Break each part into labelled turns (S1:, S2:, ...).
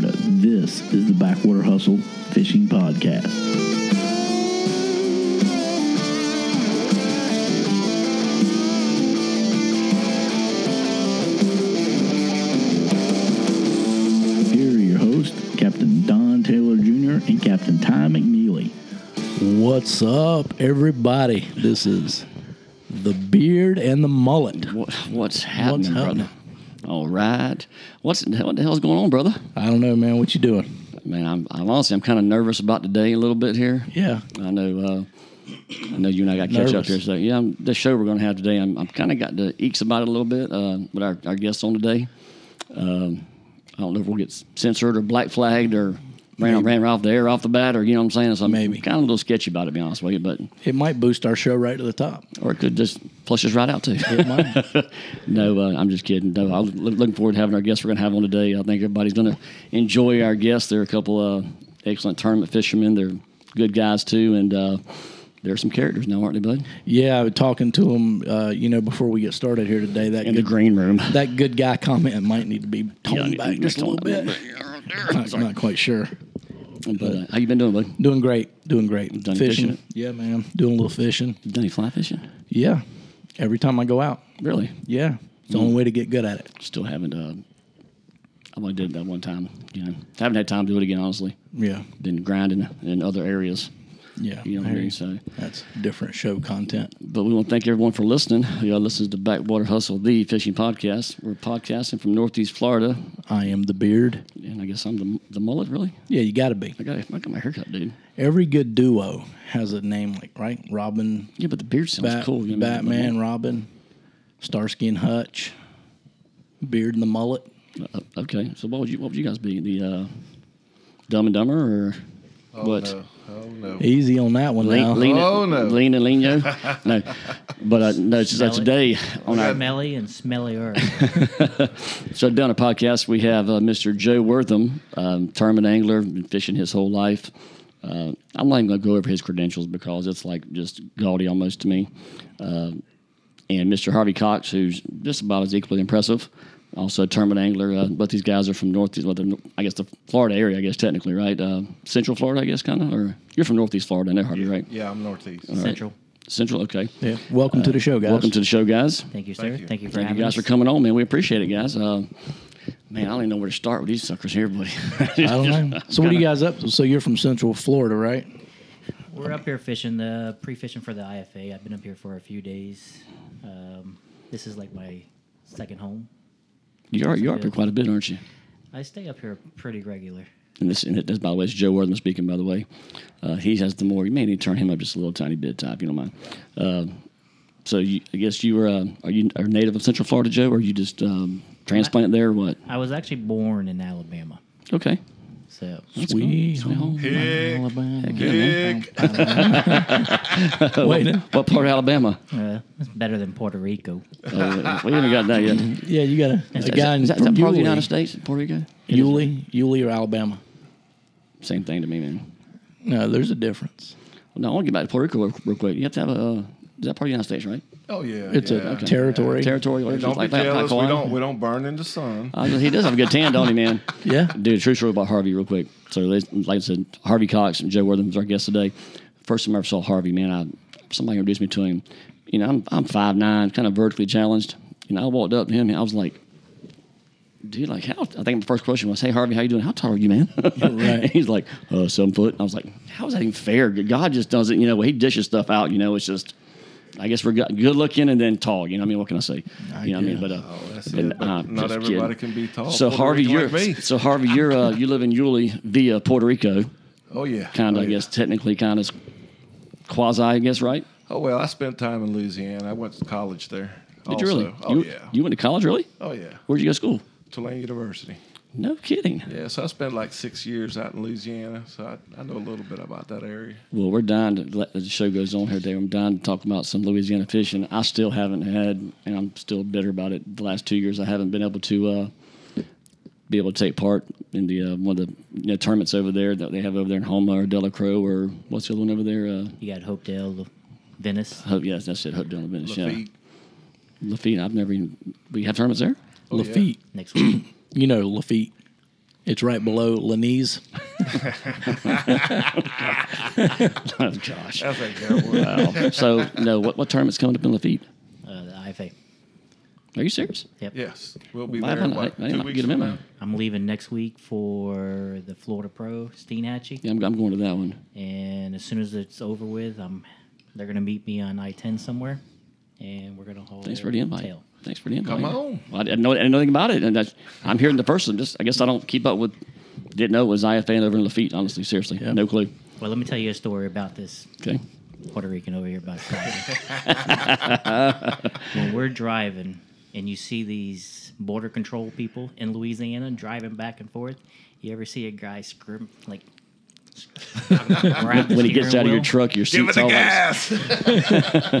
S1: This is the Backwater Hustle Fishing Podcast. Here are your hosts, Captain Don Taylor Jr. and Captain Ty McNeely.
S2: What's up, everybody? This is the beard and the mullet.
S3: What, what's happening,
S2: happening?
S3: brother? All right. What's what the hell's going on, brother?
S2: I don't know, man. What you doing?
S3: Man, I'm, I'm honestly I'm kind of nervous about today a little bit here.
S2: Yeah,
S3: I know. Uh, I know you and I got to catch up
S2: Nervous.
S3: here. So yeah, I'm, the show we're going to have today, I'm, I'm kind of got the eeks about it a little bit uh, with our, our guests on today. Um, I don't know if we'll get censored or black flagged or ran ran right off the air off the bat or you know what I'm saying. So I'm
S2: Maybe.
S3: kind of a little sketchy about it, to be honest with you. But
S2: it might boost our show right to the top.
S3: or it could just flush us right out too.
S2: It might.
S3: No, uh, I'm just kidding. No, I'm lo- looking forward to having our guests we're going to have on today. I think everybody's going to enjoy our guests. They're a couple of excellent tournament fishermen. They're good guys, too. And uh, they're some characters now, aren't they, bud?
S2: yeah, I was talking to him, uh, you know, before we get started here today. That
S3: In the
S2: good,
S3: green room.
S2: that good guy comment might need to be
S3: Yeah, I
S2: toned
S3: need-
S2: back
S3: need
S2: just a
S3: to
S2: little
S3: tone
S2: bit.
S3: that
S2: Not, not quite sure.
S3: But uh, how you been doing, bud?
S2: Doing great. Doing great.
S3: Done fishing?
S2: Yeah, man. Doing a little fishing.
S3: You Done any fly fishing?
S2: Yeah. Every time I go out.
S3: Really?
S2: Yeah. It's the only way to get good at it.
S3: Still haven't. Uh, I only did it that one time. You know, haven't had time to do it again, honestly.
S2: Yeah.
S3: Been grinding in other areas.
S2: Yeah.
S3: You know what I
S2: There
S3: mean? So.
S2: That's different show content.
S3: But we want to thank everyone for listening. Y'all listen to Backwater Hustle, the fishing podcast. We're podcasting from Northeast Florida,
S2: I am the beard.
S3: and I guess I'm the, the mullet. Really,
S2: Yeah, you got to be.
S3: I got I got my haircut, dude.
S2: Every good duo has a name like right, Robin,
S3: Yeah, but the beard sounds
S2: Bat-
S3: cool. you know,
S2: Batman, Robin, Starsky and Hutch, Beard and the Mullet.
S3: but- uh, okay, so what would you what would you guys be? The uh, Dumb and Dumber or what?
S4: No. Oh no.
S2: Easy on that one now.
S3: Lean, lean,
S4: Oh, no.
S3: lean and leano. no, but uh, no. So today on our
S5: Smelly and smellier.
S3: So down a podcast, we have uh, Mr. Joe Wortham, um, tournament angler, been fishing his whole life. Uh, I'm not even going to go over his credentials because it's like just gaudy almost to me. Uh, and Mr. Harvey Cox, who's just about as equally impressive, also a tournament angler. Uh, but these guys are from northeast, well, they're- I guess the Florida area, I guess technically, right? Uh, Central Florida, I guess, kind of. Or you're from northeast Florida, I know Harvey, right?
S4: Yeah, I'm northeast.
S5: Central.
S3: Central, okay.
S2: Yeah. Welcome to the show, guys.
S3: Welcome to the show, guys.
S5: Thank you, sir. Thank you, for
S4: you.
S3: Thank you
S5: having
S3: guys for
S5: us.
S3: coming on, man. We appreciate it, guys. Uh, man, I don't even know where to start with these suckers here, but
S2: I don't know. So what are you guys up? to? So you're from Central Florida, right?
S5: We're up here fishing the pre-fishing for the IFA. I've been up here for a few days. Um, this is like my second home.
S3: You are you are up here quite a bit, aren't you?
S5: I stay up here pretty regular.
S3: And this, and this, by the way, is Joe Wortham speaking. By the way, uh, he has the more. You may need to turn him up just a little tiny bit, Ty, if you don't mind. Uh, so you, I guess you were uh, are you are native of Central Florida, Joe, or you just um, transplant there, or what?
S5: I was actually born in Alabama,
S3: Okay,
S5: so
S2: We
S3: Sweet home. Heck yeah, man.
S4: Big.
S2: Wait,
S3: What part of Alabama?
S5: uh, it's better than Puerto Rico.
S3: Uh, we haven't got that yet.
S2: yeah, you got a, a guy
S3: is that, is
S2: in
S3: that part of the United
S2: Yulee,
S3: States, Puerto Rico?
S2: Yulee, Yulee or Alabama.
S3: Same thing to me, man.
S2: No, there's a difference.
S3: No, I want to get back to Puerto Rico real, real quick. You have to have a. Uh, is that part of the United States, right?
S4: Oh yeah.
S2: It's
S4: yeah.
S2: a territory.
S3: Territory. or
S4: Hey,
S3: just
S4: Don't
S3: like
S4: be
S3: that,
S4: jealous.
S3: Pacoima?
S4: We don't. We don't burn in the sun.
S3: Uh, he does have a good tan, don't he, man?
S2: Yeah.
S3: Dude, true story about Harvey, real quick. So, they- like I said, Harvey Cox and Joe Wortham was our guest today. First time I ever saw Harvey, man, I somebody introduced me to him. You know, I'm I'm five nine, kind of vertically challenged. You know, I walked up to him and I was like, dude, like how? I think my first question was, "Hey Harvey, how you doing? How tall are you, man?" and he's like, uh, seven foot. I was like, "How is that even fair? God just does it, you know. He dishes stuff out, you know. It's just, I guess we're go- good looking and then tall. You know, what I mean, what can I say? you know, what I mean, but uh,
S4: Oh, that's
S3: and
S4: it, but
S3: I'm
S4: not
S3: just
S4: everybody can be tall,
S3: So
S4: Puerto
S3: Harvey,
S4: Rican
S3: you're
S4: like me.
S3: so Harvey, you're uh, you live in Yulee via Puerto Rico,
S4: Oh yeah.
S3: kind
S4: oh,
S3: of, I
S4: yeah.
S3: guess, technically, kind of quasi, I guess, right?
S4: Oh well, I spent time in Louisiana. I went to college there.
S3: Did
S4: also.
S3: you really?
S4: Oh
S3: you,
S4: yeah.
S3: You went to college, really?
S4: oh yeah.
S3: Where'd you go to school?
S4: Tulane University.
S3: No kidding.
S4: Yeah. So I spent like six years out in Louisiana. So I, I know a little bit about that area.
S3: Well, we're dying to let the show goes on here, Dave. I'm dying to talk about some Louisiana fishing. I still haven't had, and I'm still bitter about it. The last two years, I haven't been able to uh, be able to take part in the uh, one of the you know, tournaments over there that they have over there in Houma or Delacroix or what's the other one over there? Uh,
S5: You got Hopedale, Venice.
S3: Hope, yes, that's it. Hope Down Venice. Yeah,
S4: Lafitte.
S3: Lafitte. I've never even. We have tournaments there.
S4: Oh, yeah.
S2: Lafitte.
S5: Next week,
S2: You know Lafitte. It's right below Lanise.
S3: Oh, gosh.
S4: That's a good one.
S3: Wow. So, no, what, what tournament's coming up in Lafitte?
S5: Uh, the IFA.
S3: Are you serious?
S5: Yep.
S4: Yes, we'll be
S3: Why
S4: there. in,
S3: haven't I-
S4: What,
S3: I
S4: two
S3: didn't
S4: weeks
S3: get a
S4: from
S3: memo.
S4: now?
S5: I'm leaving next week for the Florida Pro Steenhatchee,
S3: Yeah, I'm, I'm going to that one.
S5: and as soon as it's over with, I'm they're gonna meet me on I-10 somewhere, and we're gonna hold.
S3: Thanks for the invite.
S5: tail.
S3: Thanks for the invite.
S4: Come on.
S3: Well, I didn't know, I didn't know anything about it, and that's, I'm here in the person. Just I guess I don't keep up with. Didn't know it was IFA over in Lafitte. Honestly, seriously, no clue.
S5: Well, let me tell you a story about this
S3: Okay.
S5: Puerto Rican over here by Friday. when we're driving and you see these border control people in Louisiana driving back and forth, you ever see a guy scrim like grab the
S3: When he gets
S5: steering
S3: out of your
S5: wheel?
S3: truck, your
S4: Give it
S3: seat's
S4: the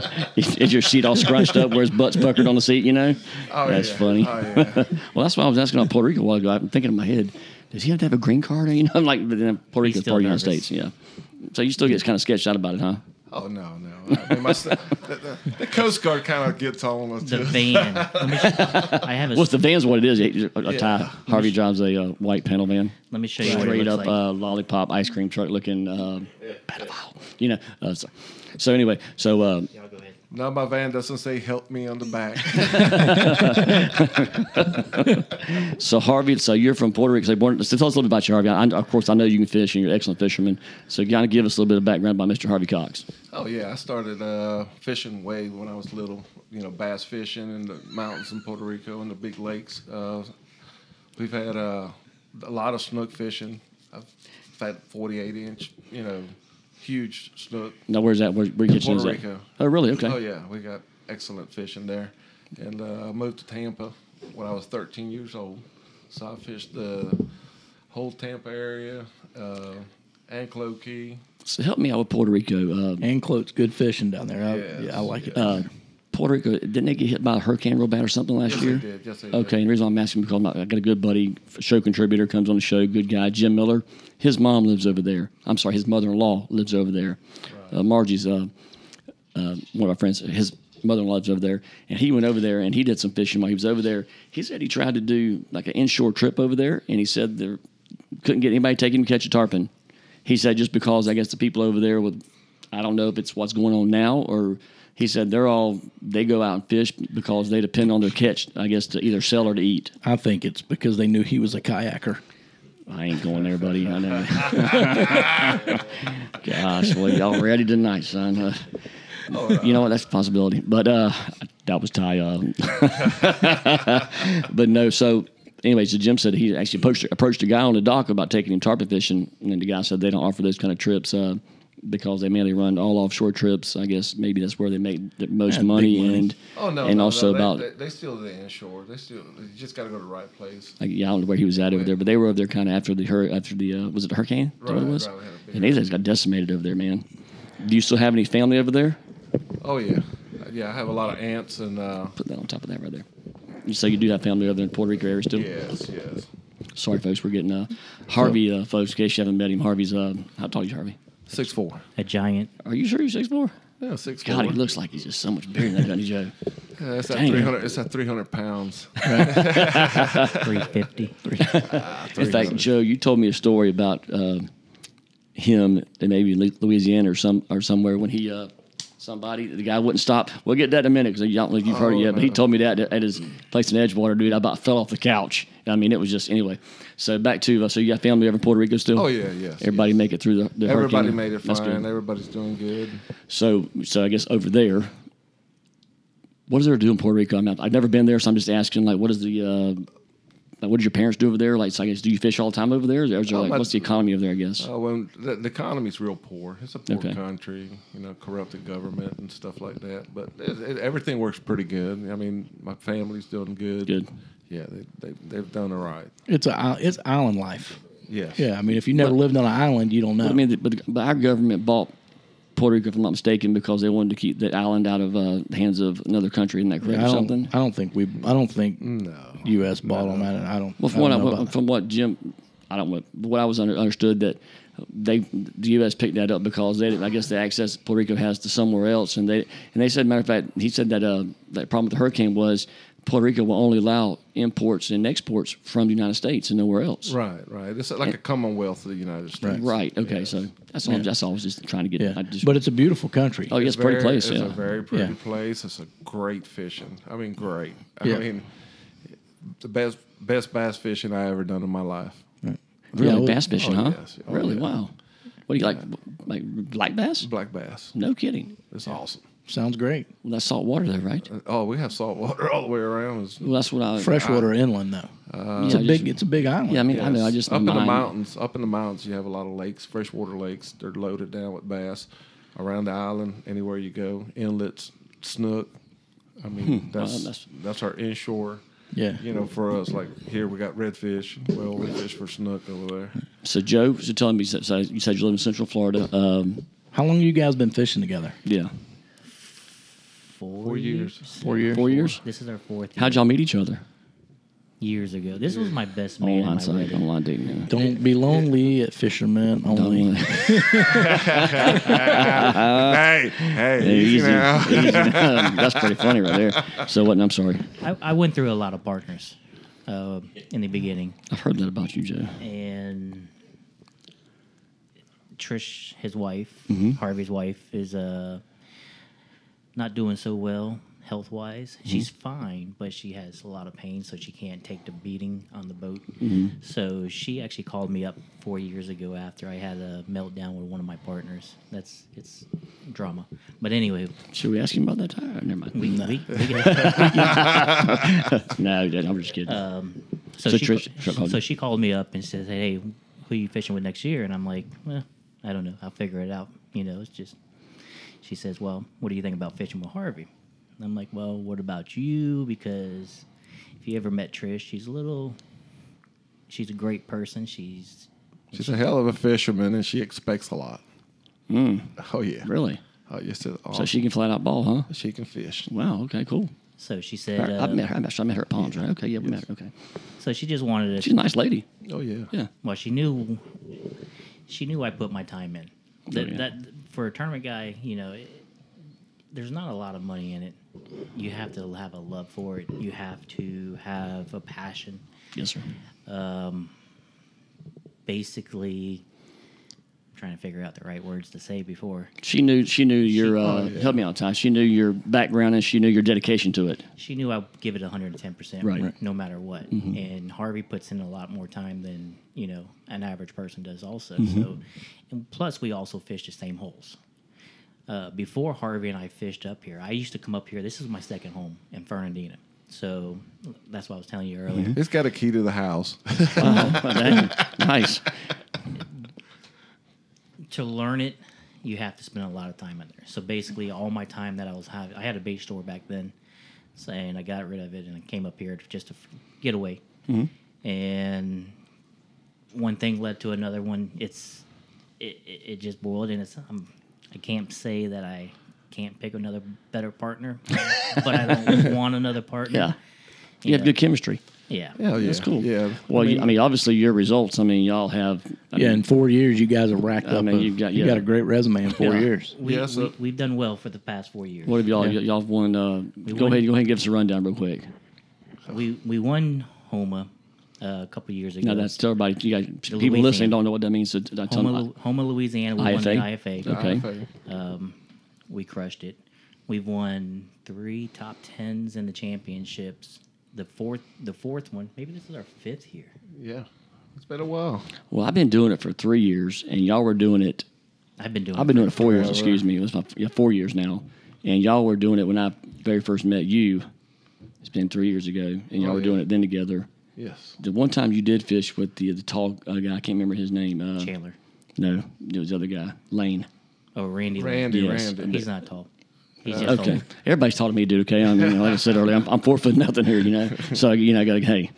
S3: all
S4: gas.
S3: is your seat all scrunched up, where his butt's puckered on the seat. You know,
S4: Oh,
S3: that's
S4: yeah.
S3: funny.
S4: Oh, yeah.
S3: well, that's why I was asking on Puerto Rico a while ago. I'm thinking in my head, does he have to have a green card? You know, I'm like, but then Puerto
S5: He's
S3: Rico's
S5: still
S3: part of the United
S5: nervous.
S3: States. Yeah. So you still get kind of sketched out about it, huh?
S4: Oh no, no. I mean, my, the, the, the Coast Guard kind of gets on us.
S5: The
S4: too.
S5: van. Let me sh- I have a.
S3: What's the van's what it is? A, a
S4: Yeah.
S3: tie. Harvey drives a uh, white panel van.
S5: let me show you what it
S3: straight
S5: looks
S3: up
S5: like.
S3: uh, lollipop ice cream truck looking uh, pedophile. You know. Uh, so, so anyway, so uh,
S5: Y'all go ahead.
S4: No, my van doesn't say "help me" on the back.
S3: so Harvey, so you're from Puerto Rico. So, born, so tell us a little bit about you, Harvey. I, of course, I know you can fish and you're an excellent fisherman. So kind of give us a little bit of background about Mr. Harvey Cox.
S4: Oh yeah, I started uh, fishing way when I was little. You know, bass fishing in the mountains in Puerto Rico and the big lakes. Uh, we've had uh, a lot of snook fishing. I've had 48 inch, you know, huge snook.
S3: Now, where's that? Where, where your kitchen
S4: Puerto
S3: is that?
S4: Rico.
S3: Oh, really? Okay.
S4: Oh yeah, we got excellent fishing there. And uh, I moved to Tampa when I was 13 years old, so I fished the whole Tampa area, uh, Anclo Key.
S3: So help me out with Puerto Rico. Uh,
S2: Anclote's good fishing down there. I,
S4: Yes,
S2: yeah, I like it.
S3: uh, Puerto Rico, didn't they get hit by a hurricane real bad or something last
S4: Yes, they
S3: year?
S4: did. Yes, they did.
S3: Okay, and the reason I'm asking because my, I got a good buddy, show contributor, comes on the show, good guy, Jim Miller. His mom lives over there. I'm sorry, his mother-in-law lives over there. Uh, Margie's uh, uh, one of our friends. His mother-in-law lives over there, and he went over there and he did some fishing while he was over there. He said he tried to do like an inshore trip over there, and he said there couldn't get anybody to take him to catch a tarpon. He said just because I guess the people over there with, I don't know if it's what's going on now or. He said they're all they go out and fish because they depend on their catch, I guess, to either sell or to eat.
S2: I think it's because they knew he was a kayaker.
S3: I ain't going there, buddy. I know. Gosh, well, y'all ready tonight, son? Uh,
S4: Oh,
S3: you
S4: uh,
S3: know what? That's a possibility. But uh, that was Ty. Uh, but no, so anyway, so Jim said he actually approached, approached a guy on the dock about taking him tarpon fishing, and then the guy said they don't offer those kind of trips uh, because they mainly run all offshore trips. I guess maybe that's where they make the most
S2: big
S3: money,
S2: money.
S3: and
S4: Oh no!
S3: and
S4: no,
S3: also
S4: no,
S3: about
S4: they, they, they still the inshore. They still you just got to go to the right place.
S3: Like, yeah, I don't know where he was at over there, but they were over there kind of after the hur- after the uh, was it the hurricane? Is that what it
S4: Right,
S3: was?
S4: right, we had a big
S3: and they just got decimated over there, man. Do you still have any family over there?
S4: Oh yeah, yeah. I have a lot of ants and uh,
S3: Put that on top of that right there. You say you do have family over there in Puerto Rico area still?
S4: yes, yes.
S3: Sorry, folks, we're getting uh, Harvey, uh, folks. In case you haven't met him, Harvey's uh, how tall is Harvey?
S4: Six four.
S3: uh,
S5: A giant.
S3: Are you sure you're six four?
S4: Yeah, six four.
S3: God, he looks like he's just so much bigger than that, doesn't he, Joe?
S4: Yeah, it's at
S3: Dang.
S4: three hundred. It's at three hundred pounds.
S5: 350.
S3: In fact, Joe, you told me a story about uh, him and maybe Lu- Louisiana or some or somewhere when he uh, somebody the guy wouldn't stop. We'll get that in a minute because I don't know if you've heard it
S4: Oh,
S3: yet, but he
S4: no.
S3: told me that at his place in Edgewater, dude. I about fell off the couch. I mean, it was just anyway. So back to uh, so you got family over in Puerto Rico still?
S4: Oh, yeah, yes,
S3: Everybody
S4: yes.
S3: make it through the, the
S4: Everybody
S3: hurricane?
S4: made it
S3: That's
S4: fine.
S3: good.
S4: Everybody's doing good.
S3: So so I guess over there. What is there to do in Puerto Rico? I mean, I've- I've never been there, so I'm just asking. Like, what is the uh, like, what did your parents do over there? Like, so I guess, do you fish all the time over there? Or is there, like,
S4: Oh, my-
S3: what's the economy over there? I guess.
S4: Uh, when the, the economy's real poor, it's a poor
S3: Okay.
S4: country. You know, corrupted government and stuff like that. But it, it, everything works pretty good. I mean, my family's doing good.
S3: Good.
S4: Yeah, they, they they've done all right.
S2: It's a it's island life.
S4: Yes.
S2: Yeah, I mean, if you never lived on an island, you don't know.
S3: I mean, the, but, the, but our government bought Puerto Rico, if I'm not mistaken, because they wanted to keep the island out of uh, the hands of another country. Isn't that correct?
S2: I
S3: or
S2: don't.
S3: something.
S2: I don't think we. I don't think
S4: No.
S2: U.S. bought on that. and I don't.
S3: Well, from
S2: I
S3: what,
S2: don't
S3: I,
S2: know about
S3: from what Jim, I don't know, but what I was under, understood that they the U.S. picked that up because they I guess the access Puerto Rico has to somewhere else, and they and they said matter of fact he said that uh, that problem with the hurricane was Puerto Rico will only allow imports and exports from the United States and nowhere else.
S4: Right, right. It's like a Commonwealth of the United States.
S3: Right. Okay. So that's all. That's all. I was just trying to get.
S2: Yeah.
S3: I just,
S2: but it's a beautiful country.
S3: oh, yeah, it's a pretty
S4: very-
S3: place.
S4: It's
S3: Yeah.
S4: a very pretty
S2: Yeah.
S4: place. It's a great fishing. I mean, great. I
S2: Yeah.
S4: mean, the best best bass fishing I ever done in my life.
S3: really
S2: Yeah, well-
S3: bass fishing,
S4: oh,
S3: huh?
S4: yes. Oh,
S3: really?
S4: yeah.
S3: Wow. What do you like? Like black bass?
S4: Black bass.
S3: No kidding.
S4: It's awesome.
S2: Sounds great.
S3: Well, that's salt water though, right?
S4: Oh, we have salt water all the way around. It's,
S3: Well, that's what I.
S2: Freshwater inland though.
S4: Uh,
S2: it's a
S3: I just-
S2: big. it's a big island.
S3: Yeah. I mean, I know. I
S4: Yes.
S3: just
S4: up in the
S3: mine-
S4: mountains. Up in the mountains, you have a lot of lakes, freshwater lakes. They're loaded down with bass around the island. Anywhere you go, inlets, snook. I mean, that's,
S3: Hmm. that's-
S4: that's our inshore.
S2: Yeah.
S4: You know, for us, like here we got redfish. Well, we fish for snook over there.
S3: So Joe was telling me. So, so you said you live in Central Florida. Um,
S2: How long have you guys been fishing together?
S3: yeah.
S5: Four,
S4: Four years.
S2: Four years.
S3: Four years.
S5: This is our fourth. year.
S3: How'd y'all meet each other?
S5: years ago? This was my best man. at
S3: Online,
S5: my
S3: site,
S5: wedding.
S3: online dating. yeah.
S2: Don't be lonely at Fisherman Only.
S3: Online.
S4: hey, hey,
S3: Uh, easy,
S4: easy now.
S3: easy. That's pretty funny right there. So what? I'm sorry.
S5: I, I went through a lot of partners uh, in the beginning,
S3: I've heard that about you, Joe.
S5: and Trish, his wife,
S3: Mm-hmm.
S5: Harvey's wife, is uh, not doing so well health wise.
S3: Mm-hmm.
S5: She's fine, but she has a lot of pain, so she can't take the beating on the boat.
S3: Mm-hmm.
S5: So she actually called me up four years ago after I had a meltdown with one of my partners. That's it's drama, but anyway,
S3: Should we ask him about that tire? Never mind.
S5: we we, we can-
S3: no, I'm just kidding.
S5: So,
S3: So
S5: she,
S3: Trish- Trish called
S5: so
S3: you.
S5: she called me up and says, "Hey, who you fishing with next year?" And I'm like, "Well, I don't know. I'll figure it out. You know, it's just." She says, "Well, what do you think about fishing with Harvey?" And I'm like, "Well, what about you? Because if you ever met Trish, she's a little, she's a great person. She's
S4: She's a hell of a fisherman, and she expects a lot. Oh yeah,
S3: Hmm. really?
S4: Oh yes, it's
S3: So
S4: awesome.
S3: she can flat out ball, huh?
S4: she can fish.
S3: Wow. Okay. Cool.
S5: so she said,
S3: I've
S5: uh,
S3: met her. I'm actually, I met her at Palms, right? Okay. Yeah, we met her. Okay.
S5: so she just wanted
S3: She's
S5: to.
S3: a nice lady.
S4: Oh yeah,
S3: Yeah.
S5: Well, she knew, she knew I put my time in. That,
S3: yeah.
S5: that for a tournament guy, you know, it, there's not a lot of money in it. You have to have a love for it. You have to have a passion.
S3: Yes, sir.
S5: Basically, I'm trying to figure out the right words to say before.
S3: She knew. She knew your. uh, Help me out, Ty. She knew your background and she knew your dedication to it.
S5: She knew I'd give it 110%,
S3: Right. Right. Mm-hmm.
S5: no matter what. And Harvey puts in a lot more time than, you know, an average person does also.
S3: Mm-hmm.
S5: So, and plus we also fish the same holes. uh, before Harvey and I fished up here, I used to come up here. This is my second home in Fernandina. So that's what I was telling you earlier.
S3: Mm-hmm.
S4: it's got a key to the house.
S3: Wow. Oh, dang. nice.
S5: To learn it, you have to spend a lot of time in there. So basically,
S3: Mm-hmm.
S5: all my time that I was having, I had a bait store back then, so- and I got rid of it and I came up here to- just to f- get away.
S3: Mm-hmm.
S5: And one thing led to another one. It's it, it, it just boiled, and it's I'm, I can't say that I can't pick another better partner, but I don't want another partner.
S3: Yeah. You have good chemistry.
S5: Yeah.
S4: Hell Oh, yeah,
S3: That's cool.
S4: Yeah,
S3: Well, you- I mean, obviously your results. I mean, y'all have. I
S2: Yeah,
S3: mean,
S2: in four years, you guys have racked
S3: I
S2: up.
S3: mean,
S2: a,
S3: you've got-
S2: you
S3: yeah.
S2: got a great resume in four
S3: Yeah.
S2: years.
S5: We,
S4: Yeah, so-
S5: we, have done well for the past four years.
S3: What have y'all? y- Y'all have won. Uh, go
S5: won.
S3: ahead. Go ahead and give us a rundown real quick.
S5: We we won Homa uh, a couple years ago.
S3: Now that's tell everybody. You guys, people
S5: Louisiana.
S3: listeana don't know what that means. So I tell
S5: Homa,
S3: them.
S5: Lu- Homa, Louisiana. We won the
S3: IFA?
S5: IFA.
S3: Okay.
S4: Okay.
S5: We crushed it. We've won three top tens in the championships. The fourth, the fourth one. Maybe this is our fifth year.
S4: Yeah, it's been a while.
S3: Well, I've been doing it for three years, and y'all were doing it.
S5: I've been doing.
S3: I've been doing it
S5: for-
S3: four years. Excuse me. It was my yeah, four years now, and y'all were doing it when I very first met you. It's been three years ago, and y'all
S4: Oh,
S3: were
S4: yeah.
S3: doing it then together.
S4: Yes.
S3: The one time you did fish with the the tall uh, guy, I can't remember his name. Uh,
S5: Chandler.
S3: No, it was the other guy, Lane.
S5: Oh, Randy. Lane.
S4: Randy,
S3: Yes.
S4: Randy.
S5: He's not tall. He's just
S3: Okay,
S5: tall.
S3: everybody's talking to me, dude. Okay, I mean, like I said earlier, I'm, I'm four foot nothing here, you know. So you know, I gotta hey,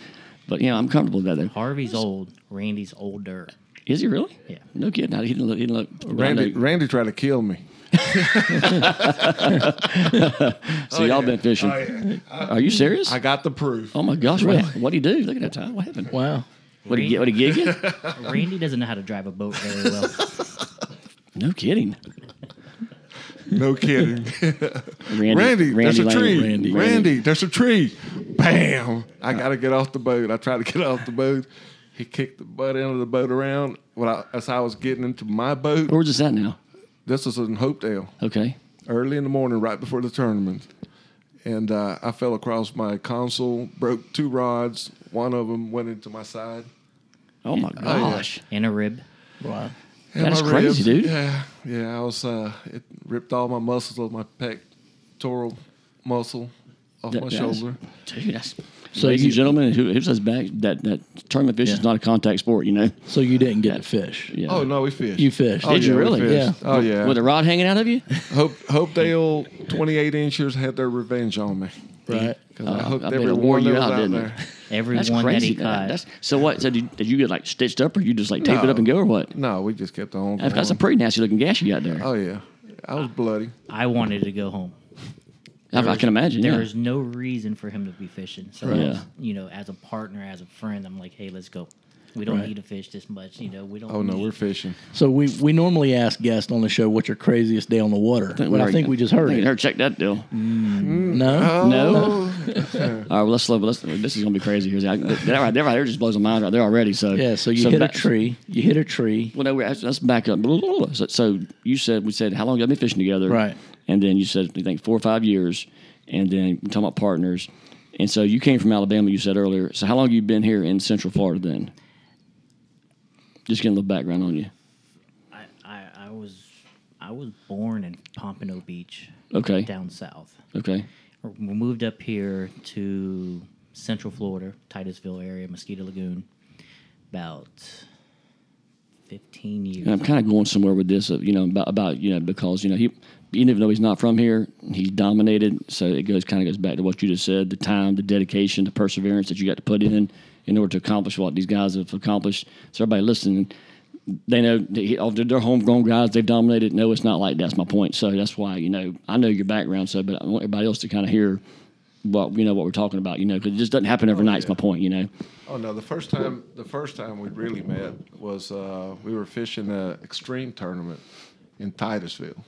S3: but you know, I'm comfortable with that. Though.
S5: Harvey's old. Randy's older.
S3: Is he really?
S5: Yeah.
S3: No kidding. No, He didn't look. He didn't look.
S4: Randy,
S3: I know.
S4: Randy tried to kill me.
S3: so
S4: Oh,
S3: y'all been fishing. Are you serious?
S4: I got the proof.
S3: oh my gosh! What what he do? Look at that time. What happened?
S2: Wow.
S3: What he get? What he gig you?
S5: Randy doesn't know how to drive a boat very well.
S3: No kidding.
S4: No kidding.
S3: Randy.
S4: Randy, there's a
S3: Lane.
S4: tree.
S2: Randy.
S4: Randy, there's a tree. bam, I got to get off the boat. I tried to get off the boat. He kicked the butt end of the boat around when I, as I was getting into my boat.
S3: Where's this at now?
S4: This was in Hopedale,
S3: Okay.
S4: early in the morning, right before the tournament. And uh, I fell across my console, broke two rods. One of them went into my side.
S3: Oh my
S4: yeah.
S3: gosh.
S5: and a rib.
S2: Wow.
S4: And
S3: That's
S4: my
S3: crazy,
S4: ribs.
S3: dude.
S4: Yeah, yeah. I was. Uh, it ripped all my muscles of my pectoral muscle off
S3: That-
S4: my
S3: that is-
S4: shoulder.
S3: dude, that's. So, ladies
S2: Ladies and
S3: and gentlemen, who, who says back that that tournament fish
S2: Yeah.
S3: is not a contact sport? You know.
S2: So you didn't get to fish.
S3: Yeah.
S4: Oh no, we fished.
S2: You fished.
S4: Oh,
S3: Did
S4: yeah,
S3: you
S4: we
S3: really?
S4: fished.
S2: Yeah.
S4: Oh yeah.
S3: With a rod hanging out of you?
S4: Hope Hopedale 28 inchers had their revenge on me.
S2: Right.
S4: 'Cause
S3: Uh,
S4: I hooked
S3: I bet it
S4: every
S3: wore
S4: one
S3: you
S4: that was
S3: out,
S4: out,
S3: didn't
S4: there.
S3: it?
S5: Every
S3: That's
S5: one
S3: crazy.
S5: that he caught.
S3: That's, so what? So did, did you get like stitched up, or you just like tape it
S4: No.
S3: up and go, or what?
S4: No, we just kept on.
S3: That's, that's a
S4: going.
S3: pretty nasty looking gash you got there.
S4: oh yeah, I was bloody.
S5: I wanted to go home.
S3: I, I can imagine.
S5: There
S3: Yeah.
S5: was no reason for him to be fishing. So,
S3: Right.
S5: I was,
S3: Yeah.
S5: you know, as a partner, as a friend, I'm like, hey, let's go. We don't
S2: Right.
S5: need to fish this much. You know, we don't.
S4: Oh no,
S5: need-
S4: we're fishing.
S2: So we, we normally ask guests on the show what's your craziest day on the water. But I
S3: already-
S2: think we just heard
S3: I think
S2: it.
S3: Heard Oh. check that deal.
S4: Mm-hmm.
S2: No?
S4: Oh,
S3: No. All right, well, let's slow. Let's, this is gonna be crazy here. I- That right, that right there just blows my mind right there already. So
S2: Yeah, so you hit
S3: back-
S2: a tree. You hit a tree.
S3: Well, no, we're, let's back up. So, so you said we said how long have you been fishing together?
S2: Right.
S3: And then you said you think four or five years, and then we're talking about partners. And so you came from Alabama. You said earlier. So how long have you been here in Central Florida then? Just getting a little background on you.
S5: I, I, I was, I was born in Pompano Beach.
S3: Okay.
S5: Down south.
S3: Okay.
S5: We moved up here to Central Florida, Titusville area, Mosquito Lagoon, about 15 years.
S3: And I'm kind of going somewhere with this, uh, you know, about, about you know, because you know he, even though he's not from here, he's dominated. So it goes kind of goes back to what you just said: the time, the dedication, the perseverance that you got to put in in order to accomplish what these guys have accomplished. So everybody listening, they know that he- all their homegrown guys they've dominated. No, it's not like that. that's my point. So that's why you know I know your background, so but I want everybody else to kind of hear what you know what we're talking about, you know, because it just doesn't happen overnight. It's my point, you know.
S4: Oh no, the first time the first time we really met was uh, we were fishing a extreme tournament in Titusville,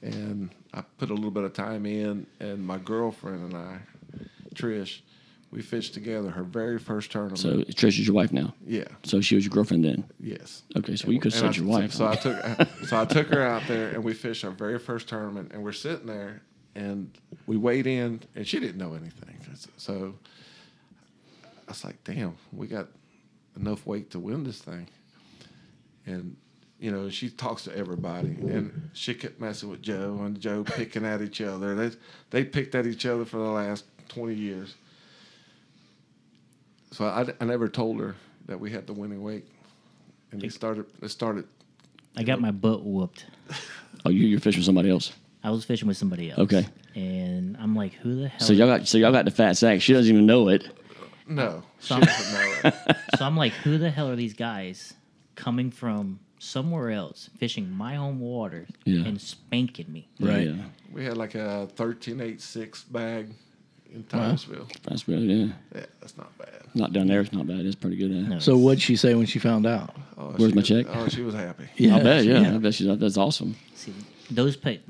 S4: and I put a little bit of time in, and my girlfriend and I, Trish, we fished together her very first tournament.
S3: So Trish is your wife now.
S4: yeah,
S3: So she was your girlfriend then.
S4: yes.
S3: Okay, so you could have
S4: And
S3: said your
S4: I-
S3: wife.
S4: So, so I took so I took her out there and we fished our very first tournament and we're sitting there and we weighed in and she didn't know anything. So I was like, damn, we got enough weight to win this thing. And you know, she talks to everybody and she kept messing with Joe and Joe picking at each other. They they picked at each other for the last twenty years. So I, I never told her that we had the winning weight. And they started they started
S5: I got my butt whooped.
S3: Oh, you, you're fishing with somebody else.
S5: I was fishing with somebody else.
S3: Okay.
S5: And I'm like, who the hell?
S3: So y'all got so y'all got the fat sack. She doesn't even know it.
S4: No.
S5: So
S4: She
S5: I'm-
S4: doesn't know it.
S5: so I'm like, who the hell are these guys coming from somewhere else, fishing my home waters
S3: Yeah.
S5: and spanking me?
S2: Right.
S3: Yeah.
S4: We had like a 1386 bag in Titusville.
S3: That's really yeah.
S4: Yeah, that's not bad.
S3: Not down there. It's not bad. It's pretty good. eh?
S5: No,
S2: So
S5: it's-
S2: what'd she say when she found out?
S4: Oh,
S3: Where's
S4: she
S3: my
S4: was-
S3: check?
S4: Oh, she was happy.
S2: Yeah.
S3: I bet. Yeah. I bet she's that's awesome.
S5: see, those pay,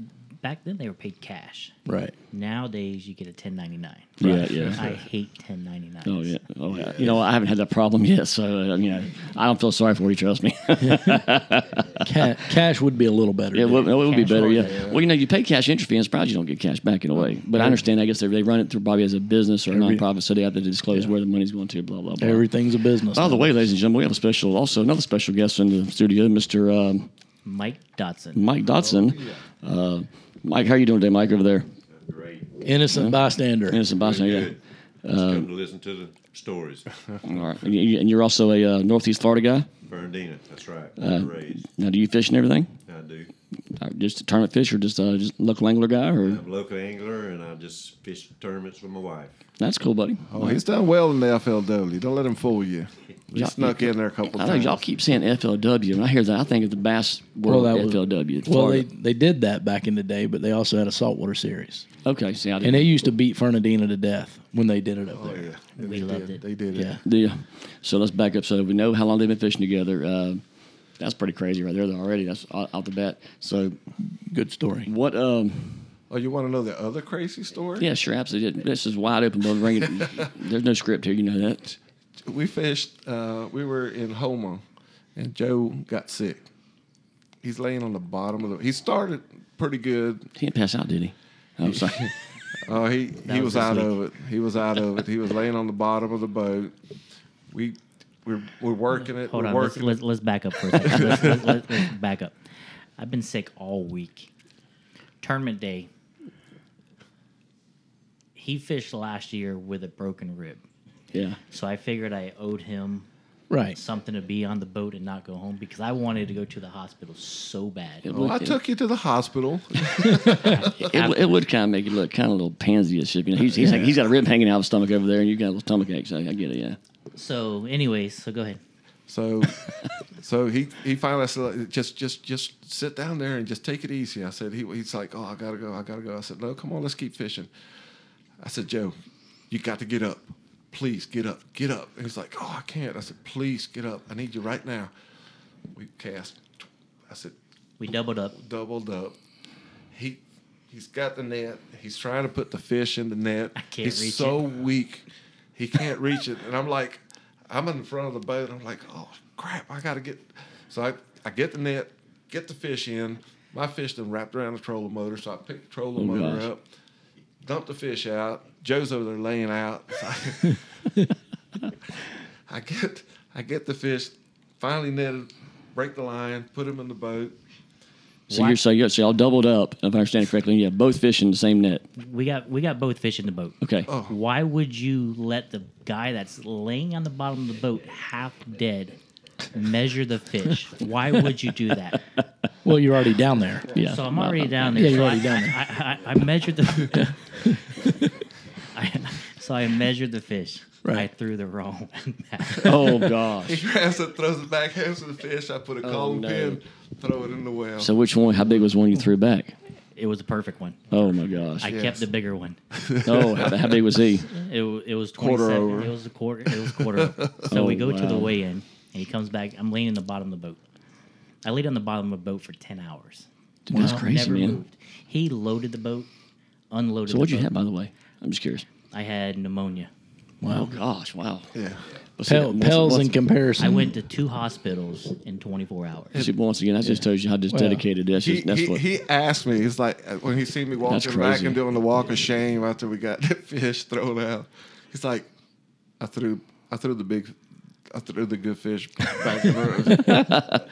S5: back then they were paid cash.
S2: Right.
S5: Nowadays you get a 1099.
S3: Yeah. Yeah.
S5: I hate 1099.
S3: Oh yeah. Oh yeah. You know I haven't had that problem yet, so uh, you know I don't feel sorry for you. Trust me.
S2: Ca- cash would be a little better.
S3: Yeah, it would, it would be
S5: Cash
S3: better.
S5: flow,
S3: Yeah.
S5: yeah.
S3: Well, you know, you pay cash interest fee, and it's probably you don't get cash back in a way. But I understand. I guess they, they run it through probably as a business or a
S2: Every-
S3: nonprofit, so they have to disclose where the money's going to. Blah blah blah.
S2: Everything's a business.
S3: By the
S2: now.
S3: way, ladies and gentlemen, we have a special, also another special guest in the studio, Mr. Um,
S5: Mike Dotson.
S3: Mike Dotson.
S4: Oh,
S3: Uh, Mike, how you doing today, Mike, over there?
S6: Great.
S2: innocent bystander.
S3: Innocent Boston, yeah.
S6: Good. Just come to listen to the stories.
S3: All right. And you- and you're also a uh, Northeast Florida guy.
S6: Bernardina, that's right. raised.
S3: Now, do you fish and everything?
S6: I do.
S3: Uh, Just a tournament fish or just uh, just local angler guy? Or
S6: I'm a local angler and I just fish tournaments with my wife.
S3: That's cool, buddy.
S4: Oh, he's done well in the FLW. Don't let him fool you. He
S3: Yeah.
S4: snuck in there a couple
S3: I know
S4: times.
S3: y'all keep saying FLW. When I hear that, I think of the Bass World
S2: that was-
S3: FLW.
S2: Well, they,
S3: Florida.
S2: they did that back in the day, but they also had a saltwater series.
S3: okay, see, I
S2: And they
S3: did.
S2: used to beat Fernandina to death when they did it up
S4: Oh,
S2: there.
S4: yeah.
S5: We
S4: They
S5: loved
S4: did.
S5: it.
S4: They did
S2: Yeah.
S4: it.
S3: Yeah. So let's back up. So we know how long they've been fishing together. Uh, that's pretty crazy right there though, already. That's out out the bat. So
S2: Good story.
S3: what? Um,
S4: Oh, you want to know the other crazy story?
S3: Yeah, sure, absolutely. This is wide open, but bring it. There's no script here, you know that.
S4: we fished. Uh, we were in Houma, and Joe got sick. He's laying on the bottom of the. He started pretty good.
S3: He didn't pass out, did he? I'm sorry.
S4: Oh, he he
S5: was
S4: was,
S5: this
S4: out
S5: week.
S4: of it. He was out of it. He was laying on the bottom of the boat. We we're, we're working it.
S5: Hold
S4: we're
S5: on. Let's,
S4: working.
S5: let's, let's back up for a second. let's, let's, let's, let's back up. I've been sick all week. Tournament day. He fished last year with a broken rib.
S3: yeah.
S5: So I figured I owed him
S2: Right.
S5: something to be on the boat and not go home because I wanted to go to the hospital so bad.
S3: It
S4: Well, Oh, I
S3: would-
S4: took you to the hospital.
S3: It, it, would kind of make you look kind of a little pansy-ish. You know, he's, he's, he's got a rib hanging out of his stomach over there, and you got a little stomach ache. So I get it. Yeah.
S5: So, anyways, so go ahead.
S4: So, so he he finally said, like, just just just sit down there and just take it easy. I said he, he's like, oh, I gotta go, I gotta go. I said, no, come on, let's keep fishing. I said, Joe, you got to get up. Please get up, get up. And he's like, oh, I can't. I said, please get up. I need you right now. We cast. I said,
S5: We doubled up.
S4: doubled up. He he's got the net. He's trying to put the fish in the net. I
S5: can't
S4: he's
S5: reach
S4: so weak. He can't reach it. And I'm like, I'm in front of the boat. I'm like, oh crap, I gotta get so I, I get the net, get the fish in. My fish then wrapped around the trolling motor, so I picked the trolling
S3: Oh,
S4: motor
S3: gosh.
S4: up, dumped the fish out. Joe's over there laying out. So I- I get I get the fish, finally netted, break the line, put him in the boat.
S3: So you're so you're so y'all doubled up. If I understand it correctly, you have both fish in the same net.
S5: We got we got both fish in the boat.
S3: Okay.
S4: Oh.
S5: Why would you let the guy that's laying on the bottom of the boat half dead measure the fish? Why would you do that?
S2: Well, you're already down there.
S3: Yeah.
S5: So I'm already down there.
S2: Yeah, you're
S5: so
S2: already
S5: I,
S2: down
S5: I, I, I measured the. I, so I measured the fish.
S2: Right.
S5: I threw the wrong one back.
S3: Oh gosh.
S4: He grabs it, throws it back, hands to the fish. I put a cone
S3: no.
S4: pin, throw it in the well.
S3: So which one? How big was one you threw back?
S5: It was a perfect one.
S3: Oh my gosh.
S5: I kept the bigger one.
S3: Oh, how, how big was he?
S5: It, wa- it was
S4: Quarter
S5: 27.
S4: over.
S5: It was a quarter. It was quarter. over. so we
S3: Oh,
S5: go to the
S3: wow.
S5: weigh-in, and he comes back. I'm laying in the bottom of the boat. I laid on the bottom of the boat for 10 hours.
S3: Dude, that's
S5: Wow.
S3: crazy,
S5: Never
S3: man.
S5: moved. He loaded the boat, unloaded.
S3: So
S5: the
S3: what'd you
S5: boat.
S3: have, by the way? I'm just curious.
S5: I had pneumonia.
S3: Wow. gosh. Wow.
S4: yeah.
S3: Well, see,
S2: Pel,
S3: once-
S2: Pels in
S3: once-
S2: comparison.
S5: I went to two hospitals in 24 hours.
S3: see, once again, that just tells you how just dedicated this
S4: He,
S3: is. That's
S4: he,
S3: what.
S4: he asked me, he's like, uh, when he seen me walking back
S3: crazy.
S4: and doing the walk of shame after we got the fish thrown out, he's like, I threw, I threw the big, I threw the good fish back in the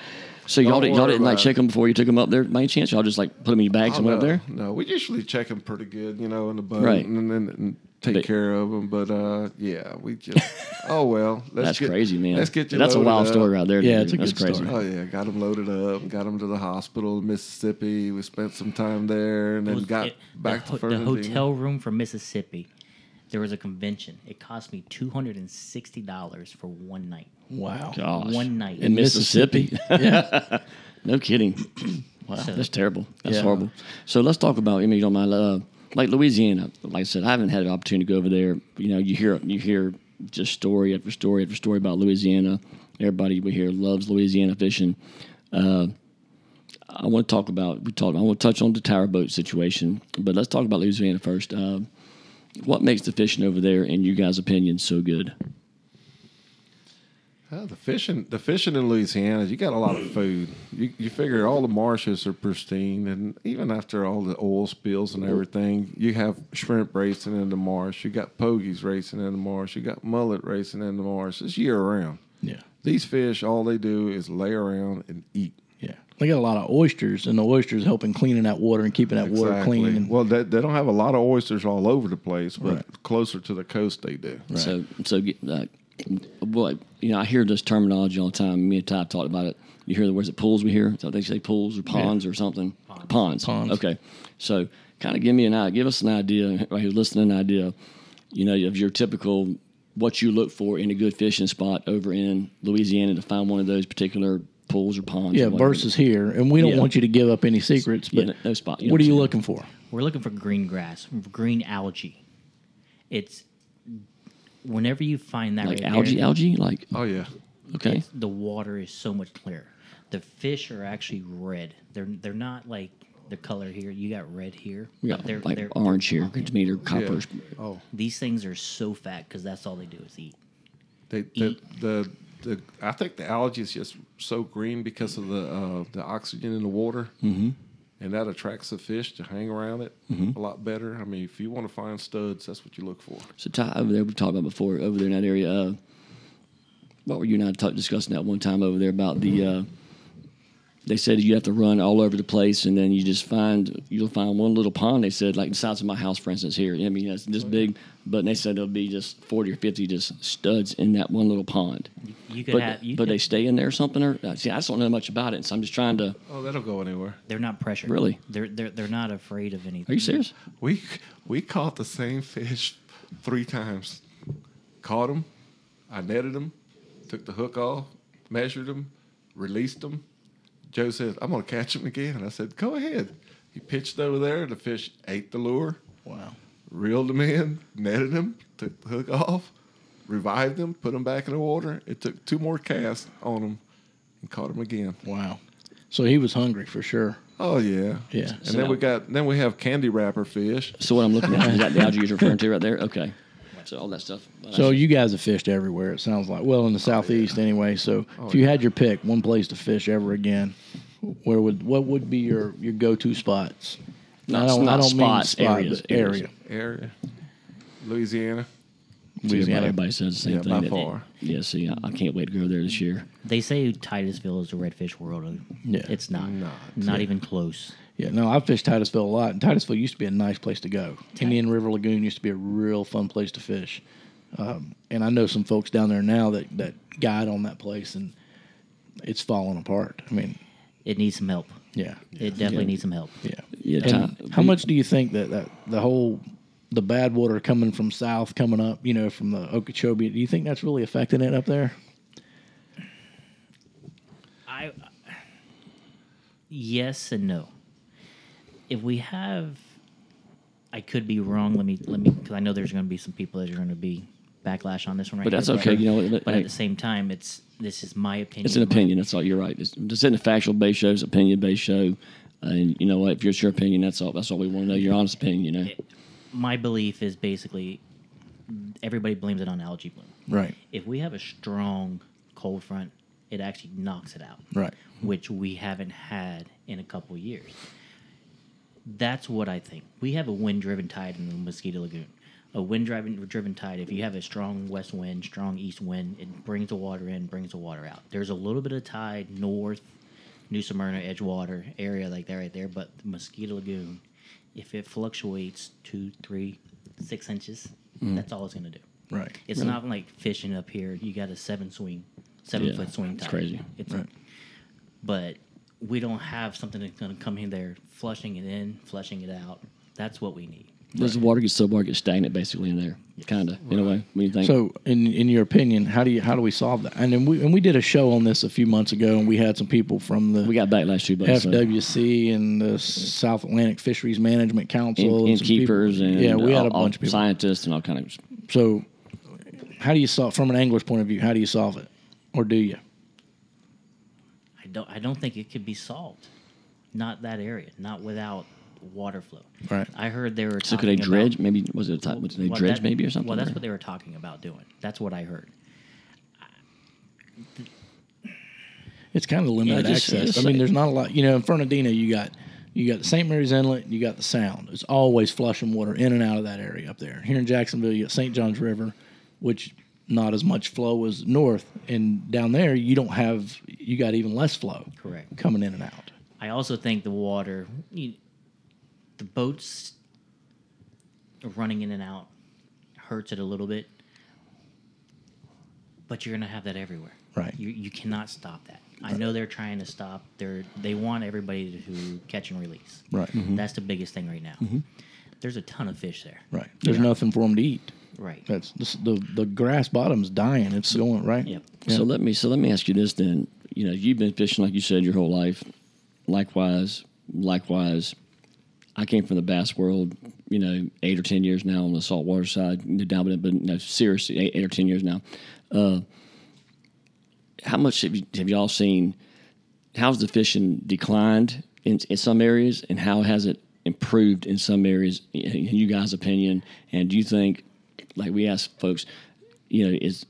S3: so y'all
S4: don't
S3: didn't y'all
S4: worry
S3: didn't like
S4: about it.
S3: check them before you took them up there by any chance? Y'all just like put them in your bags and went up there?
S4: Oh, No, we usually check them pretty good, you know, in the boat
S3: Right.
S4: and then and take
S3: But-
S4: care of them. But uh, yeah, we just, oh well. Let's
S3: That's
S4: get-
S3: crazy, man.
S4: Let's get uh, you
S3: That's a
S4: loaded
S3: wild
S4: up.
S3: story right there.
S2: Yeah,
S3: dude.
S2: it's a
S3: That's
S2: good
S3: crazy.
S2: story.
S4: Oh yeah, got them loaded up, got them to the hospital in Mississippi. We spent some time there, and then
S5: was-
S4: got
S5: it- the,
S4: back to
S5: ho- the
S4: Fernandina.
S5: hotel room for Mississippi. There was a convention. It cost me $260 for one night.
S2: wow.
S3: Gosh.
S5: One night.
S3: in Mississippi.
S2: yeah.
S3: No kidding. wow,
S5: So-
S3: that's terrible. That's
S2: Yeah.
S3: horrible. So let's talk about. I mean, you don't mind. Uh, like Louisiana, like I said, I haven't had an opportunity to go over there. You know, you hear you hear just story after story after story about Louisiana. Everybody we hear loves Louisiana fishing. Uh, I want to talk about we talked. I want to touch on the tower boat situation, but let's talk about Louisiana first. Uh, what makes the fishing over there, in you guys' opinion, so good?
S4: Oh, the fishing, the fishing in Louisiana, you got a lot of food. You, you figure all the marshes are pristine, and even after all the oil spills and everything, you have shrimp racing in the marsh. You got pogies racing in the marsh. You got mullet racing in the marsh. It's year round.
S2: Yeah.
S4: These fish, all they do is lay around and eat.
S2: Yeah. They got a lot of oysters, and the oysters helping cleaning that water and keeping that water
S4: Exactly.
S2: clean. And,
S4: Well, they, they don't have a lot of oysters all over the place, but
S2: Right.
S4: closer to the coast they do.
S3: So, so get- uh, what you know, I hear this terminology all the time. Me and Ty talked about it. You hear the words "the pools." We hear. So they say pools or ponds or something. Ponds.
S2: Ponds.
S3: Okay. So, kind of give me an idea. Give us an idea. Everybody who's listening, an idea. You know, of your typical what you look for in a good fishing spot over in Louisiana to find one of those particular pools or ponds. or
S2: yeah,
S3: whatever.
S2: versus here. And we don't
S3: Yeah.
S2: want you to give up any secrets,
S3: Yeah,
S2: but
S3: no- no spot, you know
S2: what are
S3: what
S2: you
S3: I'm
S2: looking for?
S5: We're looking for green grass, green algae. It's whenever you find that
S3: like
S5: right
S3: algae,
S5: there,
S3: algae, like
S4: Oh yeah,
S3: okay,
S5: the water is so much clearer. The fish are actually red. They're they're not like the color here. You got red here.
S3: We
S5: but
S3: got like orange here, tomato, copper.
S4: Oh,
S5: These things are so fat because that's all they do is eat.
S4: they, the, the the I think the algae is just so green because of the uh, the oxygen in the water, mm-hmm. and that attracts the fish to hang around it a lot better. I mean, if you want to find studs, that's what you look for.
S3: So Ty, over there, we talked about before over there in that area. Uh, what were you and I talk, discussing that one time over there about the? Uh, they said you have to run all over the place, and then you just find you'll find one little pond. They said like the size of my house, for instance, here. I mean, that's this big, but they said there'll be just forty or fifty just studs in that one little pond.
S5: You could
S3: but
S5: have. You
S3: but
S5: could,
S3: they stay in there or something. Or uh, see, I just don't know much about it, so I'm just trying to.
S4: Oh, that'll go anywhere.
S5: they, are not pressured.
S3: Really?
S5: They're they're they're not afraid of anything.
S3: Are you serious?
S4: We we caught the same fish three times. Caught them, I netted them, took the hook off, measured them, released them. Joe says, "I'm gonna catch him again." I said, "Go ahead." He pitched over there. The fish ate the lure,
S2: Wow.
S4: reeled him in, netted him, took the hook off, revived him, put him back in the water. It took two more casts on him, and caught him again.
S2: Wow. So he was hungry for sure.
S4: Oh yeah,
S2: Yeah.
S4: And then we got then we have candy wrapper fish.
S3: So what I'm looking at is that the algae you're referring to right there. Okay, so all that stuff. Well,
S2: So you guys have fished everywhere. It sounds like well in the
S4: Oh,
S2: southeast anyway. So if you had your pick, one place to fish ever again, where would what would be your your go to spots?
S3: Not- not spots, areas,
S2: but
S3: areas.
S2: area.
S4: area, Louisiana.
S3: that's- see,
S2: Louisiana.
S3: everybody says the same
S4: Yeah,
S3: thing.
S4: by
S3: that-
S4: far.
S3: Yeah, see, I, I can't wait to go there this year.
S5: They say Titusville is the redfish world. and
S2: Yeah.
S5: It's not.
S4: Not.
S5: Not, even close.
S2: Yeah, no, I fished Titusville a lot, and Titusville used to be a nice place to go. Indian River Lagoon used to be a real fun place to fish, um, and I know some folks down there now that that guide on that place, and it's falling apart. I mean,
S5: It needs some help.
S2: yeah,
S5: It definitely needs some help.
S2: yeah.
S3: Yeah,
S2: And
S3: Ti-
S2: how much do you think that, that the whole the bad water coming from south, coming up, you know, from the Okeechobee? Do you think that's really affecting it up there?
S5: I yes and no. If we have, I could be wrong. Let me let me because I know there's going to be some people that are going to be backlash on this one. right
S3: But that's
S5: here,
S3: okay, you know what,
S5: but
S3: like-
S5: at the same time, it's this is my opinion.
S3: It's an opinion. That's all. You're right. It's, this isn't a factual based show. It's an opinion based show. And you know what? If it's your opinion, that's all. That's all we want to know. Your honest opinion. You know.
S5: My belief is basically everybody blames it on algae bloom.
S2: Right,
S5: If we have a strong cold front, it actually knocks it out.
S2: right.
S5: which we haven't had in a couple years. That's what I think. We have a wind driven tide in the Mosquito Lagoon. A wind driven driven tide, if you have a strong west wind, strong east wind, it brings the water in, brings the water out. There's a little bit of tide north, New Smyrna, Edgewater area like that right there, but the Mosquito Lagoon, if it fluctuates two, three, six inches, that's all it's gonna do.
S2: Right.
S5: It's not like fishing up here. You got a seven swing, seven
S3: Yeah,
S5: foot swing
S3: it's
S5: tide.
S3: crazy.
S5: It's
S2: Right.
S5: but we don't have something that's going to come in there flushing it in, flushing it out. That's what we need.
S3: Does the water get so water gets stagnant basically in there? Kind of. In a way. When you think.
S2: So, in in your opinion, how do you how do we solve that? And then we and we did a show on this a few months ago, and we had some people from the
S3: we got backlash too, but so-
S2: FWC and the South Atlantic Fisheries Management Council,
S3: and,
S2: and
S3: and
S2: some people-
S3: keepers and
S2: yeah, we had
S3: all-
S2: a bunch of
S3: all
S2: people.
S3: scientists and all kind of.
S2: So, how do you solve from an angler's point of view? How do you solve it, or do you?
S5: I don't. I don't think it could be solved. Not that area. Not without water flow.
S2: Right.
S5: I heard they were.
S3: So could
S5: talking
S3: they dredge?
S5: About,
S3: maybe was it a type? Was they
S5: well,
S3: dredge
S5: that-
S3: maybe or something?
S5: Well, that's
S3: or-
S5: what they were talking about doing. That's what I heard.
S2: It's kind of limited
S3: Yeah, just-
S2: access.
S3: just
S2: I mean,
S3: say-
S2: there's not a lot. You know, in Fernandina, you got you got the St. Mary's Inlet, you got the Sound. It's always flushing water in and out of that area up there. Here in Jacksonville, you got St. Johns River, which not as much flow as north, and down there you don't have you got even less flow.
S5: Correct.
S2: Coming in and out.
S5: I also think the water, you, the boats running in and out hurts it a little bit, but you're going to have that everywhere.
S2: Right.
S5: You, you cannot stop that. I know they're trying to stop. They're they want everybody to catch and release.
S2: Right. Mhm.
S5: That's the biggest thing right now. There's a ton of fish there.
S2: Right. There's nothing for them to eat.
S5: Right.
S2: That's this, the the grass bottom's dying. It's going right.
S5: Yep.
S2: Yeah.
S3: So let me so let me ask you this then. You know, you've been fishing like you said your whole life. Likewise, likewise. I came from the bass world, you know, eight or ten years now on the saltwater side, you know, down but but no, seriously, eight, eight or ten years now. Uh, how much have, you, have y'all seen? How's the fishing declined in, in some areas, and how has it improved in some areas? In in you guys' opinion, and do you think, like we asked folks, you know, is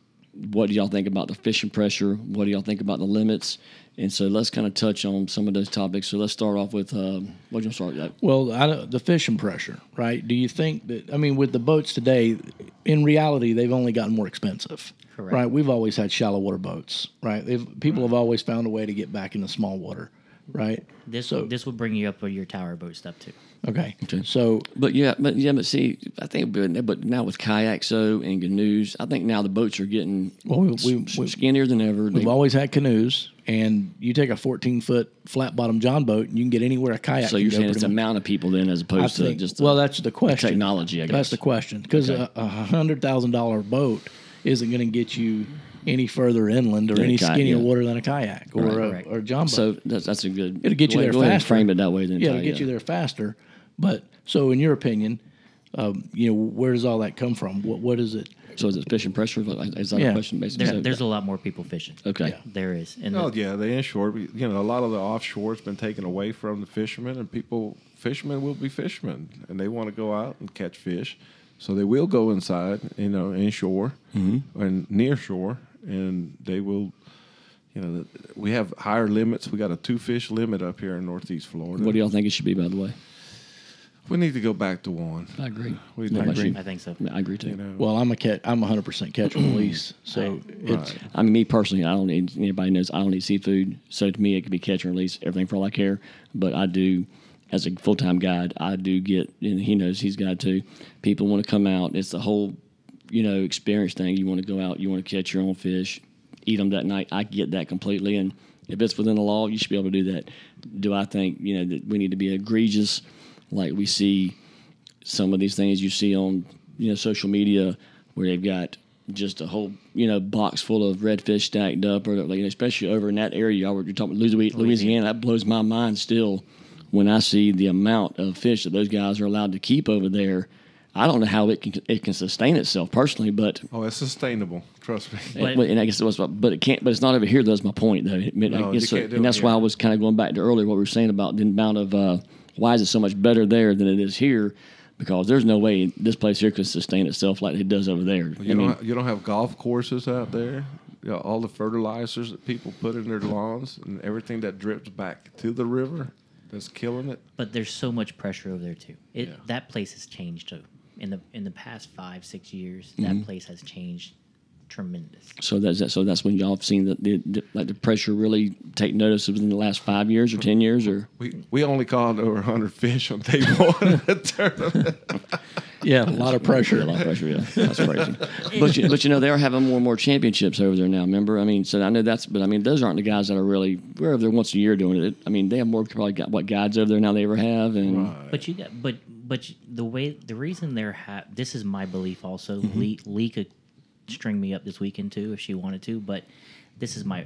S3: what do y'all think about the fishing pressure? What do y'all think about the limits? And so let's kind of touch on some of those topics. So let's start off with um, what you start with.
S2: Well, I, don't- the fishing pressure, right? Do you think that? I mean, with the boats today, in reality, they've only gotten more expensive.
S5: Correct.
S2: Right. We've always had shallow water boats, right? They've, people have always found a way to get back into small water, right?
S5: This
S2: So-
S5: this will bring you up with your tower boat stuff too.
S2: Okay. So
S3: But yeah, but yeah, but see, I think, but, but now with kayak so and canoes, I think now the boats are getting
S2: Well, we-
S3: s-
S2: we-
S3: s-
S2: we-
S3: skinnier than ever. They-
S2: we've always had canoes, and you take a 14 foot flat bottom john boat, and you can get anywhere a kayak.
S3: so
S2: can
S3: you're
S2: go
S3: saying it's
S2: pretty
S3: the
S2: much.
S3: amount of people then, as
S2: I
S3: opposed to
S2: think-
S3: just the-
S2: well, that's the question.
S3: technology, I
S2: That's
S3: guess.
S2: the question because
S3: Okay.
S2: a, a hundred thousand dollar boat isn't going to get you any further inland or
S3: Than a
S2: any
S3: kayak,
S2: skinnier
S3: yeah.
S2: water than a kayak or
S3: Right.
S2: a,
S5: Correct.
S2: or a john boat.
S3: so that's, that's a good.
S2: it'll get you
S3: go
S2: there
S3: ahead- go ahead and
S2: faster.
S3: Frame it that way, then.
S2: yeah,
S3: Ty,
S2: it'll get you there faster. But so, in your opinion, um, you know, where does all that come from? What what is it?
S3: So is it fishing pressure? Like, Is that Uh,
S2: Yeah.
S3: a question basically?
S5: There,
S3: So-
S5: there's a lot more people fishing.
S3: okay.
S5: There is, and
S4: Oh
S5: the-
S4: yeah, the inshore. we- You know, a lot of the offshore's been taken away from the fishermen, and people, fishermen will be fishermen, and they want to go out and catch fish, so they will go inside. You know, inshore
S3: Mm-hmm.
S4: and near shore, and they will. You know, we have higher limits. We got a two fish limit up here in Northeast Florida.
S3: What do y'all think it should be? By the way,
S4: we need to go back to one.
S3: I agree.
S4: We
S3: Not
S4: do.
S3: much you-
S5: I think so.
S3: I agree too.
S4: You know,
S2: Well, I'm a catch. I'm 100 percent catch and release. So it's
S3: I mean, me personally, I don't need anybody knows I don't eat seafood. So to me, it could be catch and release, everything for all I care. But I do, as a full time guide, I do get, and he knows he's got to. People want to come out. It's the whole, you know, experience thing. You want to go out. You want to catch your own fish, eat them that night. I get that completely. And if it's within the law, you should be able to do that. Do I think you know that we need to be egregious, like we see? some of these things you see on you know social media where they've got just a whole you know box full of redfish stacked up or like you know, especially over in that area y'all were you're talking about Louisiana, Louisiana that blows my mind still when I see the amount of fish that those guys are allowed to keep over there. I don't know how it can it can sustain itself personally, but
S4: oh, it's sustainable. Trust me.
S5: But-
S3: well, and I guess it was, but it can't. But it's not over here. That's my point, though. I mean, I
S4: No,
S3: guess
S4: you
S3: so-
S4: can't do
S3: and
S4: it
S3: that's why I
S4: here.
S3: was kind of going back to earlier what we were saying about the amount of uh, why is it so much better there than it is here? Because there's no way this place here could sustain itself like it does over there.
S4: You
S3: I mean,
S4: don't you don't have golf courses out there. You know, all the fertilizers that people put in their lawns and everything that drips back to the river, that's killing it.
S5: but there's so much pressure over there too. It
S4: Yeah.
S5: that place has changed too. In the in the past five six years, that place has changed tremendous.
S3: so that's that, so that's when y'all have seen the, the, the like the pressure really take notice within the last five years or ten years or.
S4: We we only caught over hundred fish on day one of the tournament.
S2: yeah, a lot of
S3: A
S2: pressure.
S3: lot of pressure, yeah. That's crazy. but, you, but you know, they are having more and more championships over there now, remember? I mean, so I know that's, but I mean, those aren't the guys that are really, we're over there once a year doing it. I mean, they have more probably got what guides over there now they ever have. And
S5: But you got but but you- the way the reason they're ha- this is my belief also. Lee
S3: Mm-hmm.
S5: Lee could string me up this weekend too if she wanted to, but this is my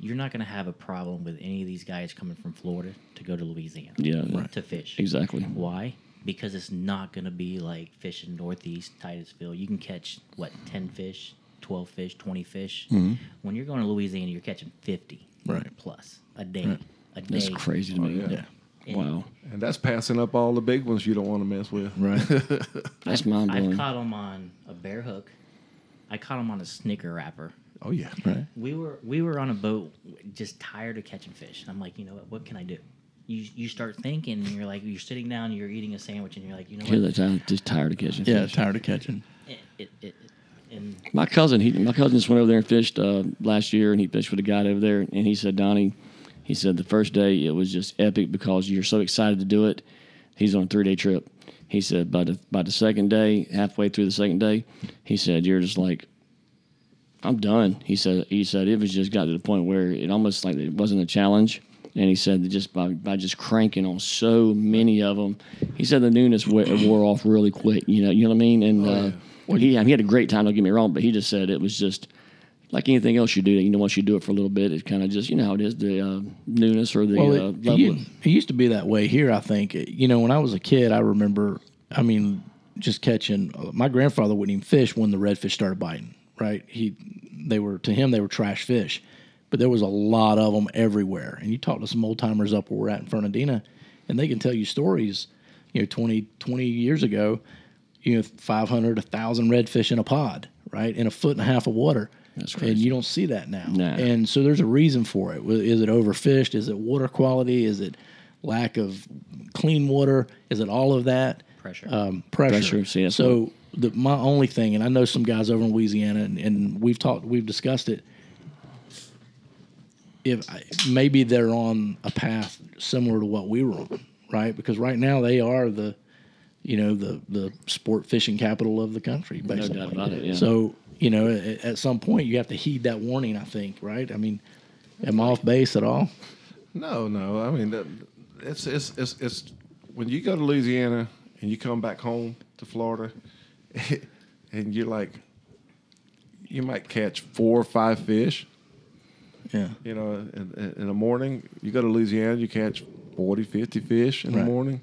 S5: you're not going to have a problem with any of these guys coming from Florida to go to Louisiana
S3: Yeah, Right.
S5: to fish.
S3: exactly.
S5: Why? Because it's not going to be like fishing northeast Titusville. You can catch what 10 fish, 12 fish, 20 fish.
S3: Mm-hmm.
S5: When you're going to Louisiana, you're catching 50
S2: Right.
S5: plus a day. A day.
S3: That's crazy to me.
S2: Yeah.
S5: And
S3: Wow.
S4: and that's passing up all the big ones you don't want to mess with.
S2: Right.
S3: That's mind
S5: I've
S3: blowing.
S5: caught them on a bear hook. I caught them on a snicker wrapper.
S4: Oh yeah.
S2: Right.
S5: We were we were on a boat, just tired of catching fish. And I'm like, you know what? What can I do? You you start thinking, and you're like, you're sitting down, you're eating a sandwich, and you're like, you know
S3: Hear
S5: what?
S3: that sound? Just tired of catching
S2: Yeah,
S3: fish.
S2: tired of catching.
S5: It, it, it, and
S3: My cousin, he, my cousin just went over there and fished uh, last year, and he fished with a guy over there, and he said, Donnie, he said the first day it was just epic because you're so excited to do it. He's on a three day trip. He said by the by the second day, halfway through the second day, he said you're just like, I'm done. He said he said it was just got to the point where it almost like it wasn't a challenge. And he said that just by, by just cranking on so many of them, he said the newness wa- wore off really quick. You know, you know what I mean. And
S2: Oh,
S3: uh, he I mean, he had a great time. Don't get me wrong, but he just said it was just like anything else you do. You know, once you do it for a little bit, it kind of just you know how it is the uh, newness or the
S2: Well,
S3: uh,
S2: it,
S3: level.
S2: it, used- it used to be that way here. I think you know when I was a kid, I remember. I mean, just catching. uh, My grandfather wouldn't even fish when the redfish started biting. Right? He, they were to him they were trash fish, but but there was a lot of them everywhere. And you talk to some old timers up where we're at in Fernandina, and they can tell you stories, you know, 20, 20 years ago, you know, 500, 1,000 redfish in a pod, right? In a foot and a half of water. That's
S3: crazy.
S2: And you don't see that now.
S3: No.
S2: And so there's a reason for it. Wh- Is it overfished? Is it water quality? Is it lack of clean water? Is it all of that?
S5: Pressure.
S2: Um, pressure.
S3: Pressure, see, that's
S2: so the, my only thing, and I know some guys over in Louisiana, and, and we've talked, we've discussed it. If I, maybe they're on a path similar to what we were on, right? Because right now they are the, you know, the the sport fishing capital of the country, basically.
S3: about it, yeah.
S2: So you know, at, at some point you have to heed that warning. I think, right? I mean, am I off base at all?
S4: No, no. I mean, that, it's, it's it's it's when you go to Louisiana and you come back home to Florida, and you're like, you might catch four or five fish.
S2: Yeah.
S4: You know, in, in- in the morning, you go to Louisiana, you catch 40, 50 fish in the
S2: Right.
S4: morning.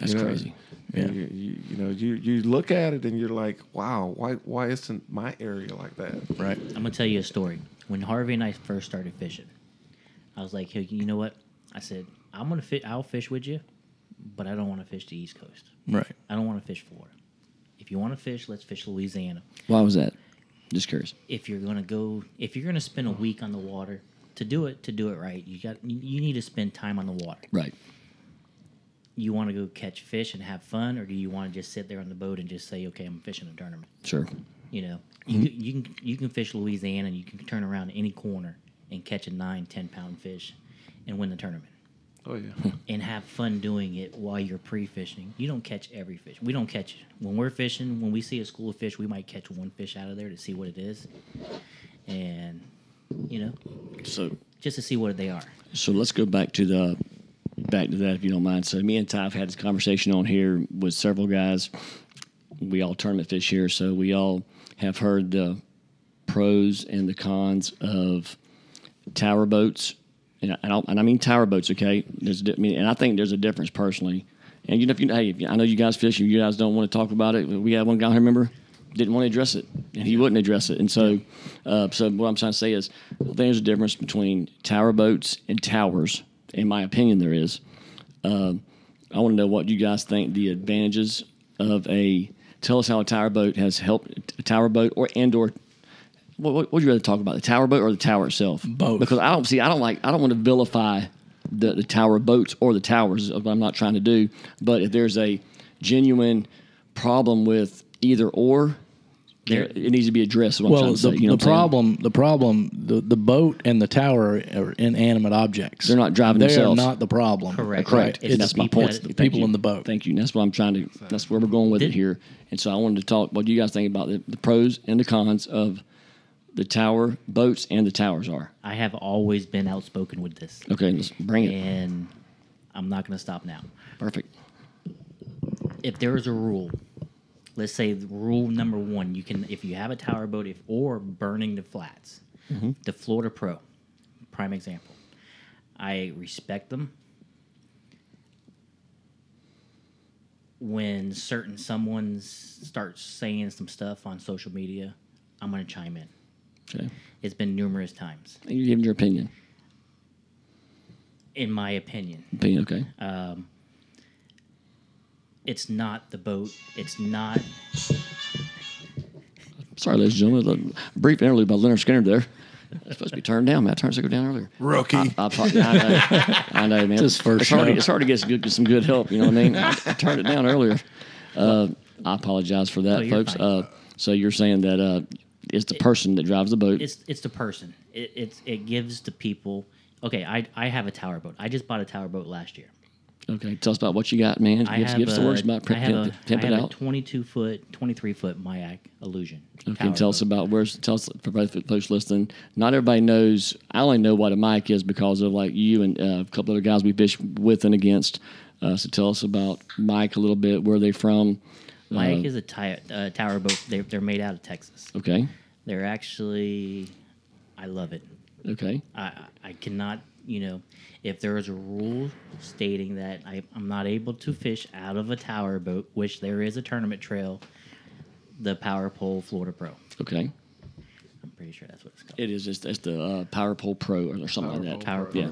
S3: That's
S4: you know,
S3: crazy.
S4: and
S2: Yeah.
S4: You, you, you know, you, you look at it and you're like, wow, why why isn't my area like that?
S2: Right.
S5: I'm gonna tell you a story. When Harvey and I first started fishing, I was like, "Hey, you know what?" I said, "I'm gonna fish. I'll fish with you, but I don't want to fish the East Coast.
S2: Right.
S5: I don't want to fish Florida. If you want to fish, let's fish Louisiana.
S3: Why was that? Just curious.
S5: If you're gonna go, if you're gonna spend a week on the water to do it, to do it right, you got you you need to spend time on the water.
S3: Right.
S5: You want to go catch fish and have fun, or do you want to just sit there on the boat and just say, "Okay, I'm fishing a tournament."
S3: Sure.
S5: You know, you, can- you can you can fish Louisiana, and you can turn around any corner and catch a nine, ten pound fish, and win the tournament,
S4: Oh,
S3: Hmm.
S4: yeah.
S5: and have fun doing it while you're pre fishing. You don't catch every fish. We don't catch when we're fishing. When we see a school of fish, we might catch one fish out of there to see what it is, and you know,
S3: So
S5: just to see what they are.
S3: So let's go back to the back to that if you don't mind. So me and Ty have had this conversation on here with several guys. We all tournament fish here, so we all have heard the pros and the cons of tower boats, and I, and I, and I mean tower boats. Okay, there's a di- I mean, and I think there's a difference personally. And you know, if you hey, if you- I know you guys fish, and you guys don't want to talk about it. We had one guy, I remember, didn't want to address it, and he wouldn't address it. And so, uh, so what I'm trying to say is, I think there's a difference between tower boats and towers. In my opinion, there is. I want to know what you guys think the advantages of a. Tell us how a tower boat has helped a tower boat or and or. What, what would you rather talk about, the tower boat or the tower itself?
S2: Both.
S3: Because I don't see, I don't like, I don't want to vilify the, the tower boats or the towers. is what I'm not trying to do, but if there's a genuine problem with either or, there it needs to be addressed. Is what I'm
S2: Well,
S3: trying
S2: the,
S3: to say. You know
S2: the
S3: what I'm saying?
S2: problem, the problem, the, the boat and the tower are inanimate objects.
S3: They're not driving
S2: they
S3: themselves.
S2: They are not the problem.
S5: Correct.
S3: Correct.
S5: Right. It's
S3: that's
S5: the
S3: my
S5: people
S3: point.
S5: that-
S2: the
S3: Thank
S2: people
S3: you.
S2: in the boat.
S3: Thank you. That's what I'm trying to. That's where we're going with it
S5: Did-
S3: here. And so I wanted to talk. What do you guys think about the, the pros and the cons of the tower boats and the towers are?
S5: I have always been outspoken with this,
S3: Okay, let's bring it.
S5: and I'm not going to stop now.
S3: Perfect.
S5: if there is a rule, let's say the rule number one, you can if you have a tower boat if or burning the flats, the Florida Pro, prime example. I respect them. When certain someone s- starts saying some stuff on social media, I'm gonna chime in.
S3: Okay,
S5: It's been numerous times,
S3: and you give your opinion.
S5: in my opinion.
S3: Opinion. Okay.
S5: It's not the boat. It's not.
S3: Sorry, ladies and gentlemen. A brief interlude by Leonard Skinner there. It's supposed to be turned down. Matt Turner's go down earlier.
S4: Rookie.
S3: I, I, pro- yeah, I know. I know, man.
S2: It's his first
S3: hard, to,
S2: show.
S3: it's hard to get some good, some good help. You know what I mean? I, I turned it down earlier. Uh, I apologize for that,
S5: Oh, you're
S3: folks.
S5: fine.
S3: Uh, so you're saying that uh, it's the person that drives the boat.
S5: it's it's the person. It it's it gives the people. Okay, I I have a tower boat. I just bought a tower boat last year.
S3: Okay, tell us about what you got, man.
S5: I
S3: give, us-
S5: have
S3: give us the
S5: a-
S3: words about
S5: I
S3: pimp,
S5: have
S3: pimp,
S5: a-
S3: pimp
S5: I
S3: it
S5: have a
S3: out.
S5: 22 foot, 23 foot Mayak Illusion.
S3: Okay,
S5: tower
S3: and tell us
S5: boat.
S3: about where's tell us for both folks listening. Not everybody knows. I only know what a mic is because of like you and uh, a couple other guys we fish with and against. Uh, so tell us about Mike a little bit. Where they from?
S5: Mayak is a ti- uh, tower boat. They're they're made out of Texas.
S3: Okay,
S5: They're actually, I love it.
S3: okay,
S5: I I I cannot. You know, if there is a rule stating that I, I'm not able to fish out of a tower boat, which there is a tournament trail, the Power Pole Florida Pro.
S3: okay.
S5: I'm pretty sure that's what it's called.
S3: It is. It's, it's the uh, Power Pole Pro or something like that.
S4: Power
S5: Power
S4: Pole.
S3: Yeah,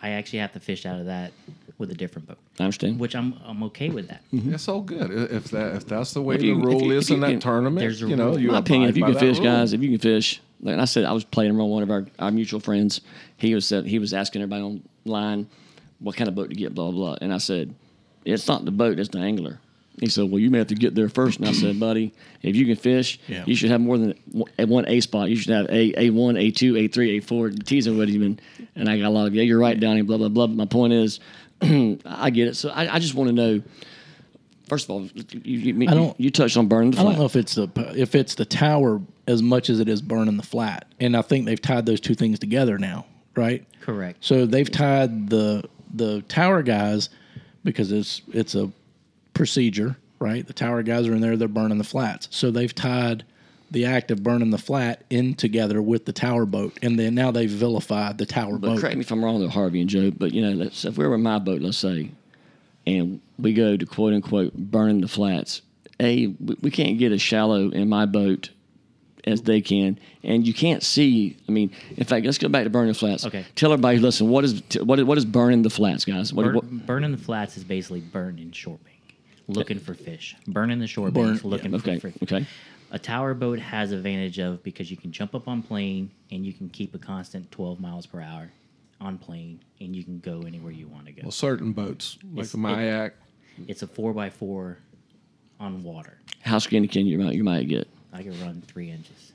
S5: I actually have to fish out of that with a different boat,
S3: I understand.
S5: which I'm I'm okay with that.
S4: It's all good I- if that if that's the way
S3: If
S4: the
S3: hmm. you- if
S4: rule
S3: you-
S4: is
S3: if you
S4: in that
S3: can-
S4: tournament.
S5: there's a
S4: You know,
S5: rule.
S4: you
S3: my opinion, if
S4: abide
S3: you
S4: by
S3: can
S4: that
S3: fish,
S4: rule.
S3: guas, if you can fish, like I said, I was playing around one of our, our mutual friends. He was uh, he was asking everybody online what kind of boat to get, blah, blah, blah. And I said, it's not the boat, it's the angler. He said, well, you may have to get there first. And I said, buddy, if you can fish,
S2: Yeah.
S3: you should have more than one- one A spot. You should have A, A1, A2, A3, A4, teasing with him. And, and I got a lot of, yeah, you're right, Donnie, blah, blah, blah. But my point is, I get it. So I, I just want to know, first of all, you, you,
S2: I don't-
S3: you touched on burning the
S2: I
S3: flag.
S2: don't know if it's the if it's the tower as much as it is burning the flat, and I think they've tied those two things together now, right?
S5: Correct.
S2: So they've tied the the tower guys because it's it's a procedure, right? The tower guys are in there; they're burning the flats. So they've tied the act of burning the flat in together with the tower boat, and then now they've vilified the tower
S3: But
S2: boat.
S3: correct me if I'm wrong, though, Harvey and Joe. But you know, let's, if we were in my boat, let's say, and we go to quote unquote burning the flats. A, we, we can't get as shallow in my boat as they can, and you can't see. I mean, in fact, let's go back to burning the flats.
S5: Okay.
S3: Tell everybody, listen, what is t- what is, what is burning the flats, guys? What,
S5: Burn,
S3: what,
S5: burning the flats is basically burning shore bank, looking for fish. Burning the shore
S2: Burn-
S5: bank, looking
S3: okay,
S5: for fish.
S3: okay.
S5: A tower boat has advantage of because you can jump up on plane and you can keep a constant 12 miles per hour on plane and you can go anywhere you want to go.
S4: Well, certain boats like
S5: It's-
S4: the Mayak.
S5: It's a 4x4 on water.
S3: How skinny can you you might get?
S5: I can run three inches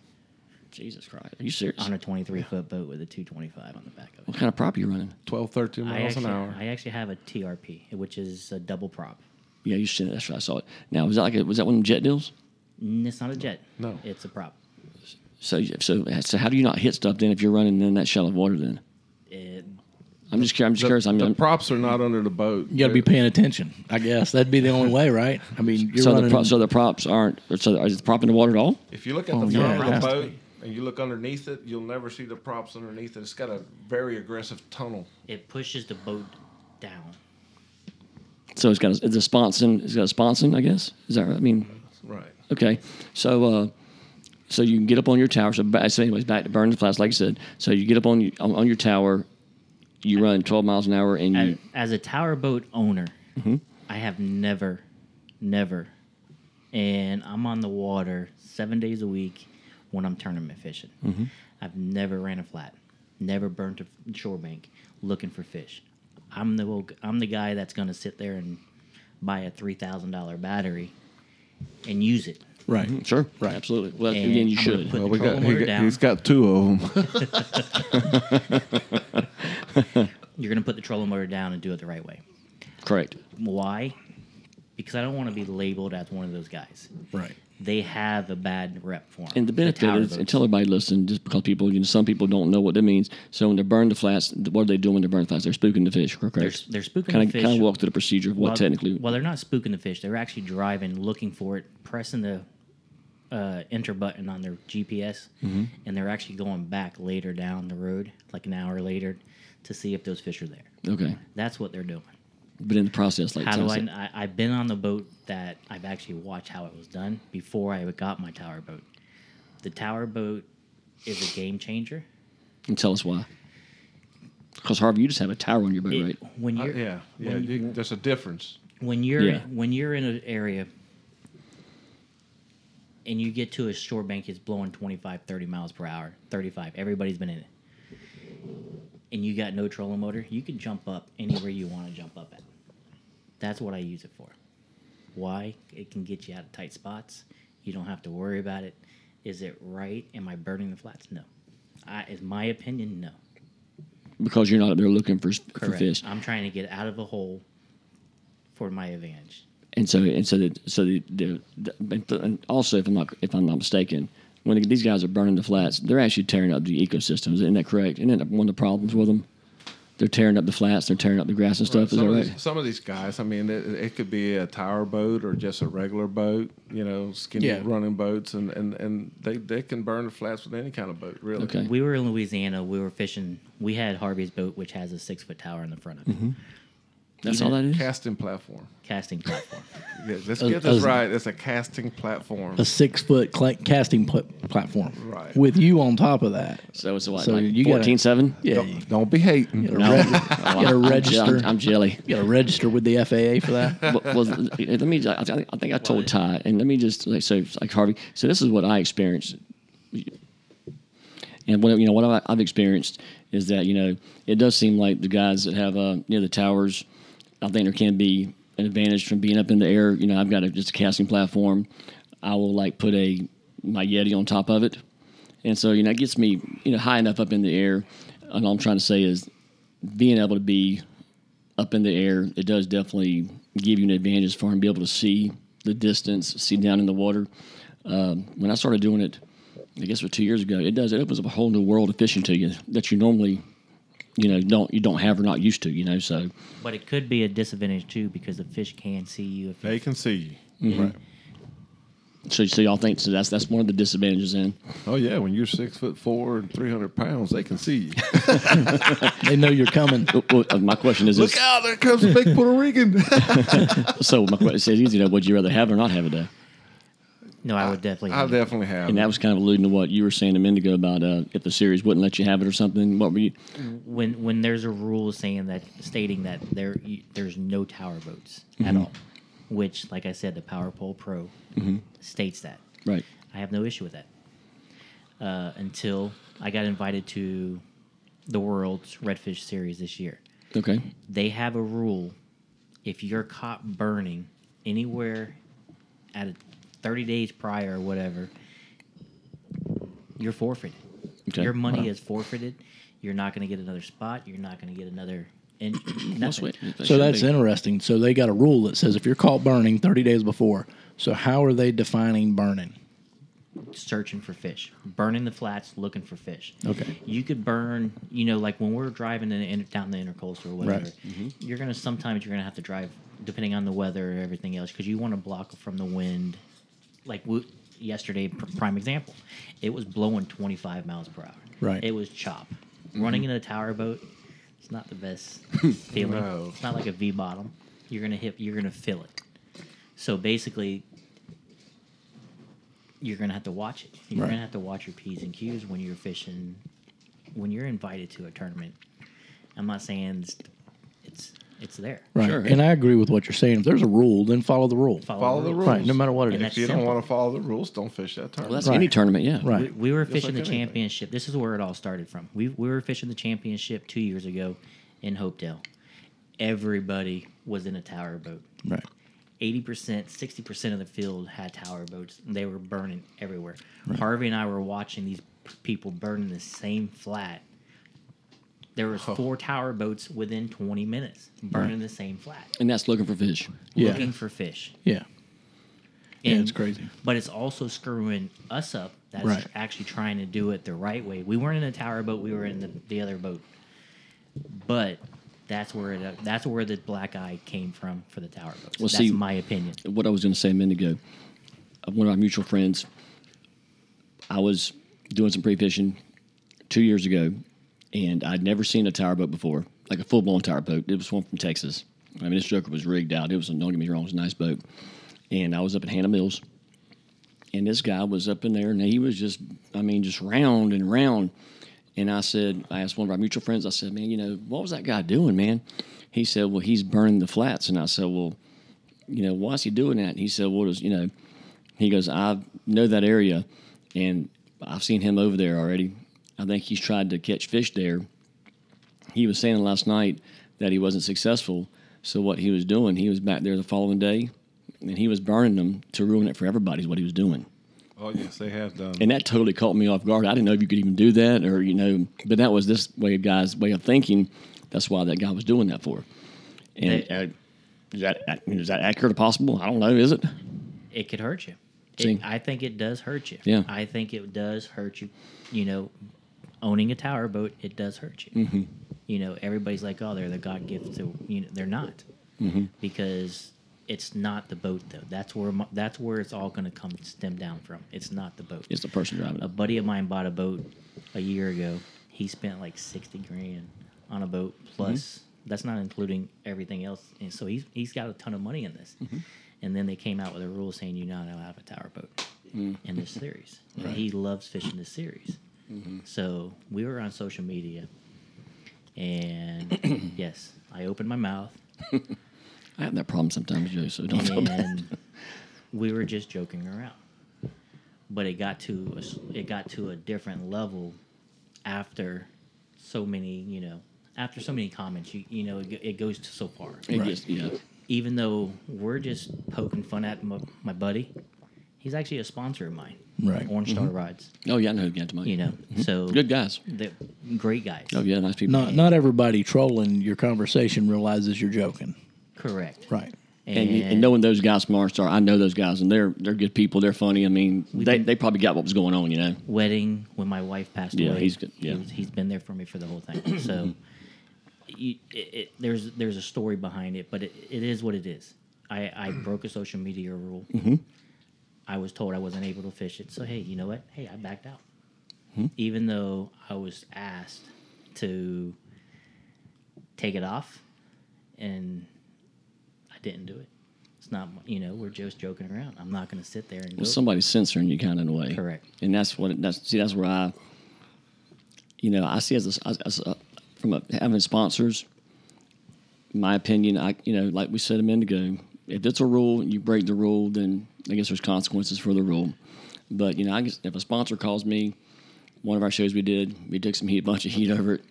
S3: Jesus Christ, are you serious?
S5: on a 23 foot boat with a 225 on the back of it.
S3: What kind of prop are you running?
S4: 12, 13
S5: I
S4: miles
S5: actually,
S4: an hour.
S5: I actually have a TRP, which is a double prop.
S3: Yeah, you should. That's right. I saw it. Now, was that like a, was that one of them jet deals?
S5: Mm, It's not a jet.
S4: No.
S5: It's a prop.
S3: So, so, so, how do you not hit stuff then if you're running in that shallow water then?
S5: It,
S3: I'm just, cur- I'm just
S4: The,
S3: curious. I'm,
S4: the
S3: I'm-
S4: props are not under the boat.
S2: you got to be paying attention, I guess. That'd be the only way, right? I mean, you're
S3: so
S2: running.
S3: the pro- so the props aren't. or So is the prop in the water at all?
S4: If you look at the
S2: Oh,
S4: front
S2: yeah, it
S4: of
S2: has
S4: the
S2: to
S4: boat and you look underneath it, you'll never see the props underneath it. It's got a very aggressive tunnel.
S5: it pushes the boat down.
S3: So it's got a, it's a sponson. It's got a sponson, I guess. Is that right? I mean,
S4: Right.
S3: okay. So uh, so you can get up on your tower. So, ba- so anyways, back to burn the flash, like I said. So you get up on your, on, on your tower. You run 12 miles an hour, and
S5: As,
S3: you
S5: as a tower boat owner,
S3: Mm-hmm.
S5: I have never, never, and I'm on the water seven days a week when I'm tournament fishing.
S3: Mm-hmm.
S5: I've never ran a flat, never burnt a f- shore bank looking for fish. I'm the wo- I'm the guy that's gonna sit there and buy a three thousand dollar battery and use it.
S2: right.
S3: sure, right, absolutely. Well,
S5: And
S3: again, you
S5: I'm gonna
S3: should.
S5: put the trolling motor down.
S4: got two of them.
S5: You're gonna put the trolling motor down and do it the right way.
S3: Correct.
S5: Why? Because I don't want to be labeled as one of those guys.
S2: Right.
S5: They have a bad rep for them.
S3: And the benefit
S5: tower
S3: is, and
S5: boats.
S3: tell everybody, listen, just because people, you know, some people don't know what that means. So when they burn the flats, what are they doing when they burn the flats? They're spooking the fish, correct?
S5: They're- they're spooking
S3: kinda,
S5: the fish.
S3: Kind of walk through the procedure of what
S5: Well,
S3: technically.
S5: Well, they're not spooking the fish. They're actually driving, looking for it, pressing the uh, enter button on their GPS,
S3: Mm-hmm.
S5: and they're actually going back later down the road, like an hour later, to see if those fish are there.
S3: okay.
S5: That's what they're doing.
S3: But in the process, like
S5: How do
S3: Tom
S5: I,
S3: said-
S5: I? I've been on the boat that I've actually watched how it was done before I got my tower boat. The tower boat is a game changer.
S3: and tell us why? Because Harvey, you just have a tower on your boat,
S5: It-
S3: right?
S5: When you're
S4: Uh, yeah, yeah. You, there's a difference.
S5: when you're
S3: Yeah.
S5: when you're in an area and you get to a shore bank it's blowing 25 30 miles per hour 35 everybody's been in it and you got no trolling motor you can jump up anywhere you want to jump up at that's what i use it for why it can get you out of tight spots you don't have to worry about it is it right am i burning the flats no I, is my opinion no
S3: Because you're not up there looking for, for fish,
S5: i'm trying to get out of a hole for my advantage
S3: and so and so that so the, the, the and also if I'm not if I'm not mistaken, when these guys are burning the flats, they're actually tearing up the ecosystems. Isn't that correct? Isn't that one of the problems with them? They're tearing up the flats. They're tearing up the grass and stuff. Is
S4: some,
S3: that
S4: of
S3: right?
S4: these, some of these guys, I mean, it, it could be a tower boat or just a regular boat, you know, skinny
S2: Yeah.
S4: running boats, and, and, and they, they can burn the flats with any kind of boat, really.
S3: Okay.
S5: We were in Louisiana. We were fishing. We had Harvey's boat, which has a six foot tower in the front of it.
S3: That's all that is.
S4: Casting platform.
S5: casting platform.
S4: Yeah, let's
S2: Uh,
S4: get this
S2: uh,
S4: right. It's a casting platform.
S2: a six foot cla casting pla- platform
S4: Right.
S2: with you on top of that.
S3: So it's what,
S2: So
S3: like
S2: you gotta-
S3: 14 7?
S2: Yeah, you
S4: Don't, don't be hating.
S2: gotta,
S3: No.
S2: reg-
S3: Oh,
S2: you gotta
S3: I'm- I'm
S2: register.
S3: jelly- I'm jelly.
S2: you gotta register with the FAA for that.
S3: well, well, let me. I think, I think I told Ty, and let me just like so, like Harvey. So this is what I experienced, and what you know, what I- I've experienced is that you know it does seem like the guys that have uh, near the towers, I think there can be an advantage from being up in the air. You know, I've got a, just a casting platform. I will like put a my Yeti on top of it, and so you know it gets me you know high enough up in the air. And all I'm trying to say is being able to be up in the air, it does definitely give you an advantage as far as being able to see the distance, see down in the water. Um, when I started doing it, I guess it was two years ago, it does. It opens up a whole new world of fishing to you that you normally, you know, don't you don't have or not used to. You know, so
S5: but it could be a disadvantage too because the fish can see you. If
S4: They can see you. Right.
S3: so so y'all think so that's that's one of the disadvantages. In
S4: Oh yeah, when you're six foot four and three hundred pounds, they can see you.
S2: They know you're coming.
S3: well, uh, my question is,
S4: Look
S3: is
S4: out! There comes the big Puerto Rican.
S3: so my question is easy. Though, would you rather have it or not have it? Though?
S5: no, I would definitely.
S4: I definitely have.
S3: And that was kind of alluding to what you were saying a minute ago about uh, if the series wouldn't let you have it or something. What were you?
S5: when when there's a rule saying that stating that there you- there's no tower boats at all, which like I said, the Power Pole Pro states that.
S3: Right.
S5: I have no issue with that. Uh, until I got invited to the World's Redfish Series this year,
S3: Okay.
S5: they have a rule: if you're caught burning anywhere at a 30 days prior or whatever, you're forfeited.
S3: Okay.
S5: Your money
S3: Wow.
S5: is forfeited. You're not going to get another spot. You're not going to get another. In-
S3: That's
S5: nothing.
S3: what- that
S2: So
S3: should
S2: that's
S3: be.
S2: interesting. So they got a rule that says if you're caught burning 30 days before. So how are they defining burning?
S5: searching for fish, burning the flats, looking for fish.
S2: Okay.
S5: You could burn, you know, like when we're driving in, in, down the intercoastal or whatever.
S2: Right. Mm-hmm.
S5: You're gonna sometimes you're gonna have to drive depending on the weather and everything else because you want to block from the wind. Like w- yesterday, pr- prime example, it was blowing 25 miles per hour.
S2: Right. Mm-hmm.
S5: It was chop. Running in a tower boat, it's not the best feeling.
S4: No.
S5: It's not like a V bottom. You're gonna hit. You're gonna feel it. So basically, you're gonna have to watch it. You're
S2: Right.
S5: gonna have to watch your p's and q's when you're fishing, when you're invited to a tournament. I'm not saying it's it's, it's there.
S2: Right. And I agree with what you're saying. If there's a rule, then follow the rule.
S4: follow the rules.
S2: Right. No matter what it
S5: And
S2: is.
S5: that's
S4: If you don't
S5: simple.
S4: want to follow the rules, don't fish that tournament.
S3: Well, that's
S2: Right.
S3: any tournament, yeah.
S2: Right.
S5: We were
S4: like
S5: fishing the
S4: anything.
S5: championship. This is where it all started from. We, we were fishing the championship two years ago in Hopedale. Everybody was in a tower boat.
S2: Right.
S5: 80%, 60% of the field had tower boats. They were burning everywhere. Harvey and I were watching these p- people burning the same flat. There was four tower boats within 20 minutes burning the same flat,
S3: And that's looking for fish.
S2: Yeah.
S5: looking for fish.
S2: Yeah. Yeah,
S5: And-
S2: it's crazy.
S5: But it's also screwing us up that's
S2: Right.
S5: actually trying to do it the right way. We weren't in a tower boat, we were in the, the other boat. But that's where it, that's where the black eye came from for the tower boats.
S3: Well,
S5: that's
S3: see-
S5: my opinion.
S3: What I was going to say a minute ago, uh, one of our mutual friends, I was doing some pre fishing two years ago, and I'd never seen a tire boat before, like a full blown tire boat. It was one from Texas. I mean, this joker was rigged out. It was, don't get me wrong, it was a nice boat. And I was up in Hannah Mills, and this guy was up in there, and he was just, I mean, just round and round. And I said, I asked one of our mutual friends, I said, man, you know, what was that guy doing, man? He said, well, he's burning the flats. And I said, well, you know, why is he doing that? And he said, well, there's, you know, he goes, I know that area and I've seen him over there already. I think he's tried to catch fish there. He was saying last night that he wasn't successful. So what he was doing, he was back there the following day and he was burning them to ruin it for everybody is what he was doing.
S4: oh yes, they have done.
S3: And that totally caught me off guard. I didn't know if you could even do that or, you know, but that was this way of guys' way of thinking. That's why that guy was doing that for. And
S5: Hey.
S3: uh, is, that, is that accurate or possible? I don't know, is it?
S5: it could hurt you. It-
S3: See.
S5: I think it does hurt you.
S3: Yeah.
S5: I think it does hurt you. You know, owning a tower boat, it does hurt you. Mm-hmm. You know, everybody's like, oh, they're the God gift. So, you know, they're not
S3: Mm-hmm.
S5: because it's not the boat though. That's where my, that's where it's all going to come stem down from. It's not the boat.
S3: It's the person driving
S5: Um, a
S3: it.
S5: buddy of mine bought a boat a year ago. He spent like sixty grand on a boat plus That's not including everything else. And so he's he's got a ton of money in this. And then they came out with a rule saying you're not allowed to have a tower boat in this series. And he loves fishing this series. So we were on social media, and yes, I opened my mouth,
S3: I have that problem sometimes, Joe. So don't feel bad.
S5: and we were just joking around. But it got to a, s- it got to a different level after so many, you know, after so many comments. You, you know, it, go- it goes to so far.
S3: It gets- yeah.
S5: Even though we're just poking fun at my, my buddy, he's actually a sponsor of mine.
S2: Right.
S5: Orange Star Rides.
S3: Oh yeah, I know who got to mine.
S5: You know, so
S3: Mm-hmm. good guys.
S5: they're great guys.
S3: Oh yeah, nice people.
S2: Not not everybody trolling your conversation realizes you're joking.
S5: Correct.
S2: Right.
S3: and, and, knowing those guys from Orange Star, I know those guys, and they're they're good people. They're funny. I mean, they,
S5: been-
S3: they probably got what was going on, you know.
S5: wedding when my wife passed
S3: Yeah,
S5: away.
S3: he's good. Yeah.
S5: he was, he's been there for me for the whole thing. So you, it, it, there's there's a story behind it, but it, it is what it is. I, I broke a social media rule.
S3: Mm-hmm.
S5: I was told I wasn't able to fish it, so hey, you know what? Hey, I backed out,
S3: Hmm?
S5: even though I was asked to take it off, and I didn't do it. It's not you know we're just joking around. I'm not going to sit there and go.
S3: Well, somebody's censoring you kind of in a way.
S5: Correct.
S3: And that's what that's see that's where I, you know, I see as a, as a from a, having sponsors. My opinion, I you know, like we said a minute ago, if it's a rule, you break the rule, then I guess there's consequences for the rule. But you know, I guess if a sponsor calls me, one of our shows we did, we took some heat, a bunch of heat over it,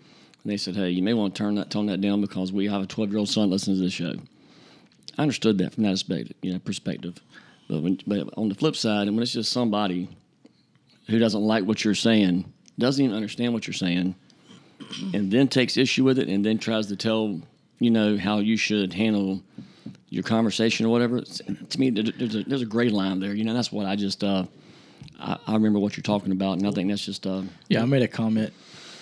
S3: and they said, hey, you may want to turn that tone that down because we have a 12 year old son listening to this show. I understood that from that perspective, you know, perspective. But when, but on the flip side, and when it's just somebody who doesn't like what you're saying, doesn't even understand what you're saying, and then takes issue with it, and then tries to tell you know how you should handle your conversation or whatever. it's- To me, there- there's a there's a gray line there. You know, that's what I just uh, I, I remember what you're talking about, and I think that's just uh,
S2: Yeah, I made a comment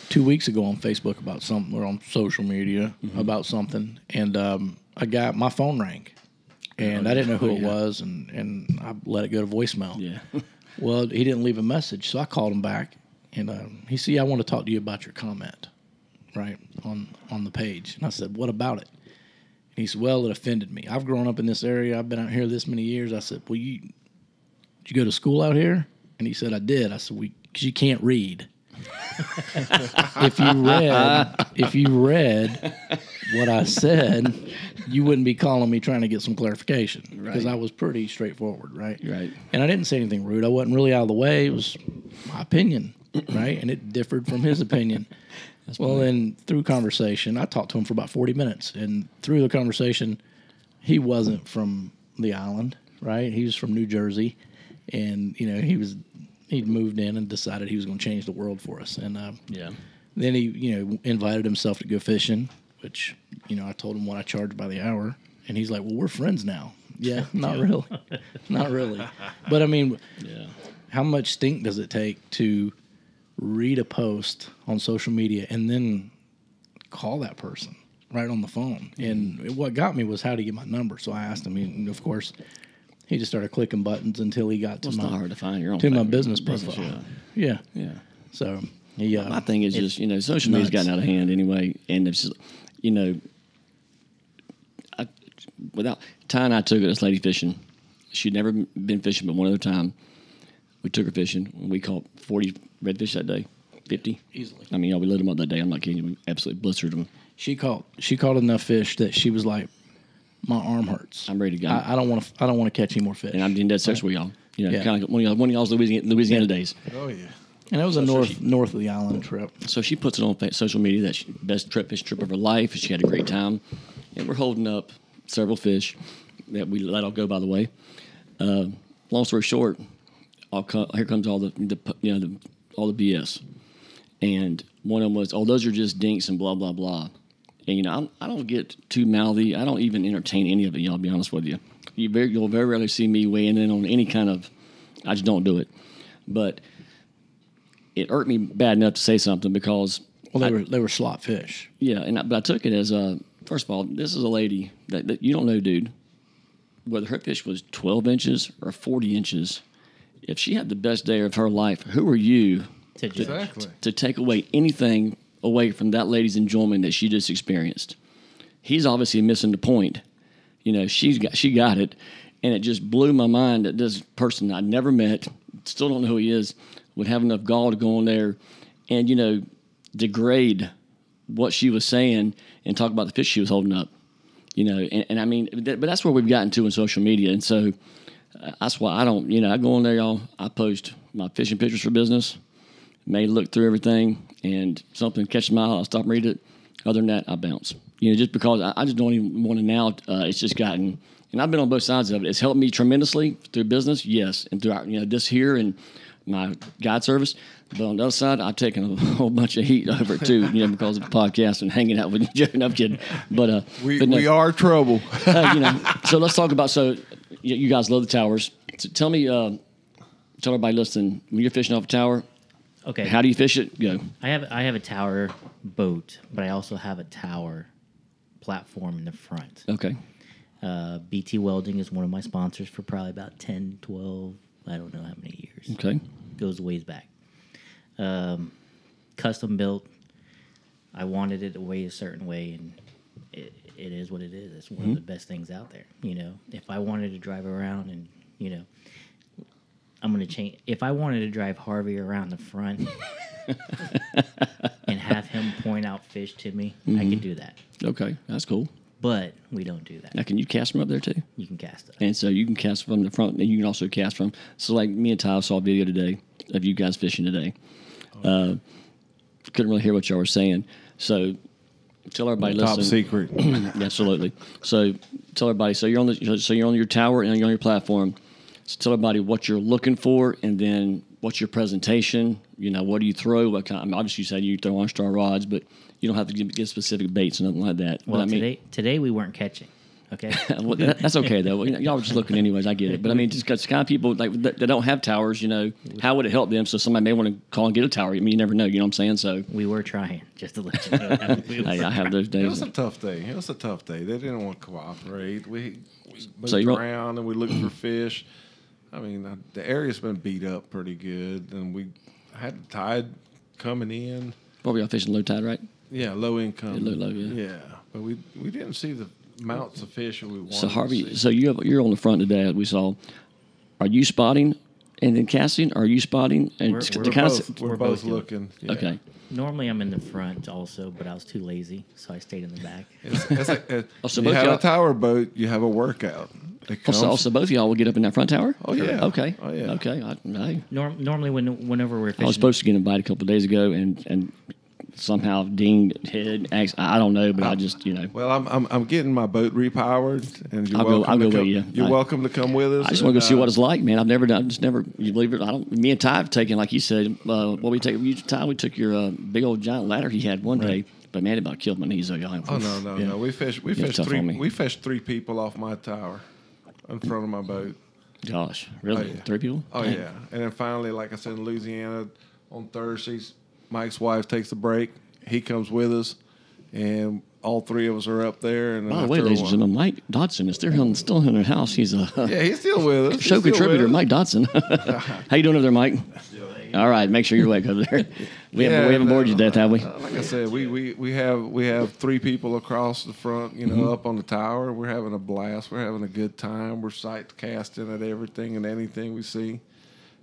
S2: two weeks ago on Facebook about something or on social media about something, and um, I got my phone rang, and I didn't know who it was, and and I let it go to voicemail.
S3: yeah.
S2: Well, he didn't leave a message, so I called him back, and um, he said, "I want to talk to you about your comment, right on on the page." And I said, "What about it?" And he said, "Well, it offended me. I've grown up in this area. I've been out here this many years." I said, "Well, you did you go to school out here?" And he said, "I did." I said, "We because you can't read." if you read, if you read what I said, you wouldn't be calling me trying to get some clarification because
S3: Right.
S2: I was pretty straightforward, right?
S3: Right.
S2: And I didn't say anything rude. I wasn't really out of the way. It was my opinion, right? And it differed from his opinion. well, then through conversation, I talked to him for about 40 minutes. And through the conversation, he wasn't from the island, right? He was from New Jersey. And, you know, he was, he'd moved in and decided he was going to change the world for us. And, uh,
S3: Yeah.
S2: then he, you know, invited himself to go fishing, which, you know, I told him what I charged by the hour, and he's like, "Well, we're friends now." Yeah, not really, not really. But I mean,
S3: Yeah.
S2: how much stink does it take to read a post on social media and then call that person right on the phone? And what got me was how to get my number. So I asked him, and of course, he just started clicking buttons until he got to
S3: It's
S2: my
S3: not hard to find your own
S2: to my
S3: favorite
S2: business profile. yeah.
S3: yeah. yeah.
S2: So he, uh,
S3: My thing is just you know social media's
S2: nuts.
S3: gotten out of hand anyway, and it's just, you know, I, without Ty and I took this lady fishing. She'd never been fishing but one other time. We took her fishing. and We caught forty redfish that day, fifty
S2: Easily.
S3: I mean, yeah, we lit them up that day. I'm not kidding. you. We absolutely blistered them.
S2: She caught she caught enough fish that she was like, my arm hurts.
S3: I'm ready to go.
S2: I, I don't want to. I don't want to catch any more fish.
S3: and I'm being dead serious with y'all. You know,
S2: Yeah.
S3: kind of one of y'all, one of y'all's Louisiana, Louisiana days.
S4: Oh yeah.
S2: And that was a north north of the island trip.
S3: So she puts it on fa- social media that she, best trip fish trip of her life. and She had a great time, and we're holding up several fish that we let all go. By the way, uh, long story short, all co- here comes all the, the pu- you know the, all the BS, and one of them was, "Oh, those are just dinks and blah blah blah," and you know I'm, I don't get too mouthy. I don't even entertain any of it. Y'all, I'll be honest with you, you very, you'll very rarely see me weighing in on any kind of. I just don't do it, but it hurt me bad enough to say something because
S2: Well, they were they were slot fish.
S3: yeah, and I, but I took it as a first of all, this is a lady that, that you don't know, dude, whether her fish was twelve inches or forty inches. If she had the best day of her life, who are you
S5: to judge.
S4: Exactly.
S3: to take away anything away from that lady's enjoyment that she just experienced? he's obviously missing the point. You know, she's got she got it, and it just blew my mind that this person I never met, still don't know who he is, would have enough gall to go on there, and you know, degrade what she was saying and talk about the fish she was holding up. You know, and, and I mean, that, but that's where we've gotten to in social media, and so uh, that's why I don't. You know, I go on there, y'all. I post my fishing pictures for business may look through everything and something catches my eye, I'll stop and read it. Other than that, I bounce. You know, just because I, I just don't even want to now. Uh, it's just gotten, and I've been on both sides of it. It's helped me tremendously through business, yes, and throughout you know this here and my guide service. But on the other side, I've taken a whole bunch of heat over it too, you know, because of the podcast and hanging out with you. Joe. No, I'm kidding. But uh,
S4: We,
S3: but no
S4: we are trouble.
S3: uh, you know, so let's talk about. So, you, you guys love the towers. So tell me, uh, tell everybody listening, when you're fishing off a tower,
S5: Okay.
S3: how do you fish it? Go.
S5: I have I have a tower boat, but I also have a tower platform in the front.
S3: Okay.
S5: Uh, BT Welding is one of my sponsors for probably about 10, 12, I don't know how many years.
S3: Okay.
S5: Goes ways back. Um, custom built. I wanted it to weigh a certain way, and it, it is what it is. It's one of the best things out there. You know, if I wanted to drive around and, you know, I'm going to change. If I wanted to drive Harvey around the front and have him point out fish to me, I could do that.
S3: Okay. That's cool.
S5: But we don't do
S3: Now,
S5: that.
S3: can you cast from up there too?
S5: You can cast it.
S3: And so you can cast from the front, and you can also cast from. So, like me and Ty saw a video today of you guys fishing today. Uh, couldn't really hear what y'all were saying. So, tell everybody
S4: Top
S3: listening.
S4: secret.
S3: Absolutely. So tell everybody. So you're on the. So you're on your tower and you're on your platform. So tell everybody what you're looking for, and then what's your presentation. You know, what do you throw? What kind? I mean, obviously, you said you throw on star rods, but you don't have to give, give specific baits or nothing like that.
S5: Well,
S3: but I mean, uh,
S5: today today we weren't catching. Okay.
S3: well, that- that's okay though. Well, you know, Y'all were just looking anyways. I get it, but I mean, just because kind of people like that, that don't have towers, you know, how would it help them? So somebody may want to call and get a tower. I mean, you never know. You know what I'm saying? So
S5: we were trying, just to let you know. that we were
S3: hey, I have those
S4: It
S3: days.
S4: was a tough day. It was a tough day. They didn't want to cooperate. We, we moved
S3: So you don't-
S4: around and we looked for fish. I mean, uh, the area's been beat up pretty good, and we had the tide coming in.
S3: Probably y'all fishing low tide, right?
S4: Yeah, low income.
S3: looked low, yeah.
S4: but we we didn't see the amounts of fish that we wanted.
S3: So Harvey,
S4: to see.
S3: so you have, you're on the front today. As we saw, are you spotting and then casting? Are you spotting and
S5: We're-
S3: the
S5: we're
S3: kind
S4: both,
S3: of
S4: we're,
S5: we're
S4: both,
S5: both doing-
S4: looking. yeah.
S3: okay?
S5: Normally I'm in the front also, but I was too lazy, so I stayed in the back.
S4: It's, it's like, uh,
S3: Also,
S4: you
S3: both
S4: have
S3: y'all-
S4: a tower boat, you have a workout. It comes,
S3: Also, also both of y'all will get up in that front tower.
S4: Oh, yeah.
S3: Okay.
S4: Oh, yeah.
S3: Okay. I, I,
S5: Norm- normally when whenever we're fishing,
S3: I was supposed to get invited a couple of days ago, and and somehow dinged head. ax- I I don't know, but I just you know.
S4: Well, I'm, I'm I'm getting my boat repowered, and you're
S3: I'll go-
S4: welcome.
S3: I'll
S4: to
S3: go
S4: come,
S3: with you.
S4: You're
S3: I-
S4: welcome to come with us.
S3: I just want to go see what
S4: and, uh,
S3: it's like, man. I've never done. Just never. You believe it? I don't. Me and Ty have taken, like you said. Uh, what we take? You, Ty, we took your uh, big old giant ladder he had one day, but man, it about killed my knees. Though, y'all.
S4: uh, Oh no, no,
S3: Yeah.
S4: no. We fished. We
S3: Yeah, it's
S4: fished
S3: tough
S4: three.
S3: on me.
S4: We fished three people off my tower, in front of my boat.
S3: Gosh, really?
S4: Oh, yeah.
S3: Three people?
S4: Oh
S3: Dang.
S4: yeah. And then finally, like I said, in Louisiana on Thursdays, Mike's wife takes a break. He comes with us, and all three of us are up there. And
S3: By the
S4: after
S3: way,
S4: a
S3: ladies and
S4: while-
S3: gentlemen, Mike Dodson is still in, still in her house. He's a
S4: Yeah, he's still with us. He's
S3: show
S4: still with
S3: contributor,
S4: us.
S3: Mike Dodson. How you doing over there, Mike? All right, make sure you're awake over there. We haven't, we haven't bored you to death, have we?
S4: Uh, Like I said, we, we, we have we have three people across the front, you know,
S3: Mm-hmm.
S4: up on the tower. We're having a blast. We're having a good time. We're sight casting at everything and anything we see.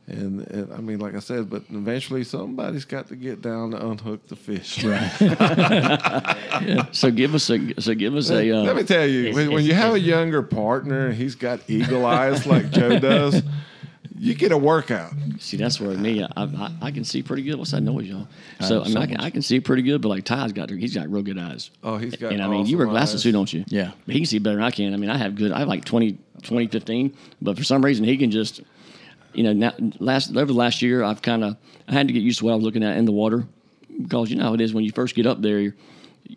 S4: And, and I mean, like I said, but eventually somebody's got to get down to unhook the fish. Right.
S3: So give us a so give us a
S4: Let
S3: uh,
S4: me tell you,
S5: It's-
S4: when, when
S5: it's-
S4: you have a
S5: it's-
S4: younger partner and he's got eagle eyes like Joe does, you get a workout.
S3: see that's where me I, I, I can see pretty good. What's that noise, y'all? So I mean I can, I can see pretty good, but like Ty's got he's got real good eyes.
S4: Oh, he's got.
S3: and I mean you wear
S4: awesome
S3: glasses
S4: eyes.
S3: too, don't you?
S2: Yeah.
S3: He can see better than I can. I mean I have good I have like 20, 20 15, but for some reason he can just you know now, last over the last year I've kind of I had to get used to what I was looking at in the water because you know how it is when you first get up there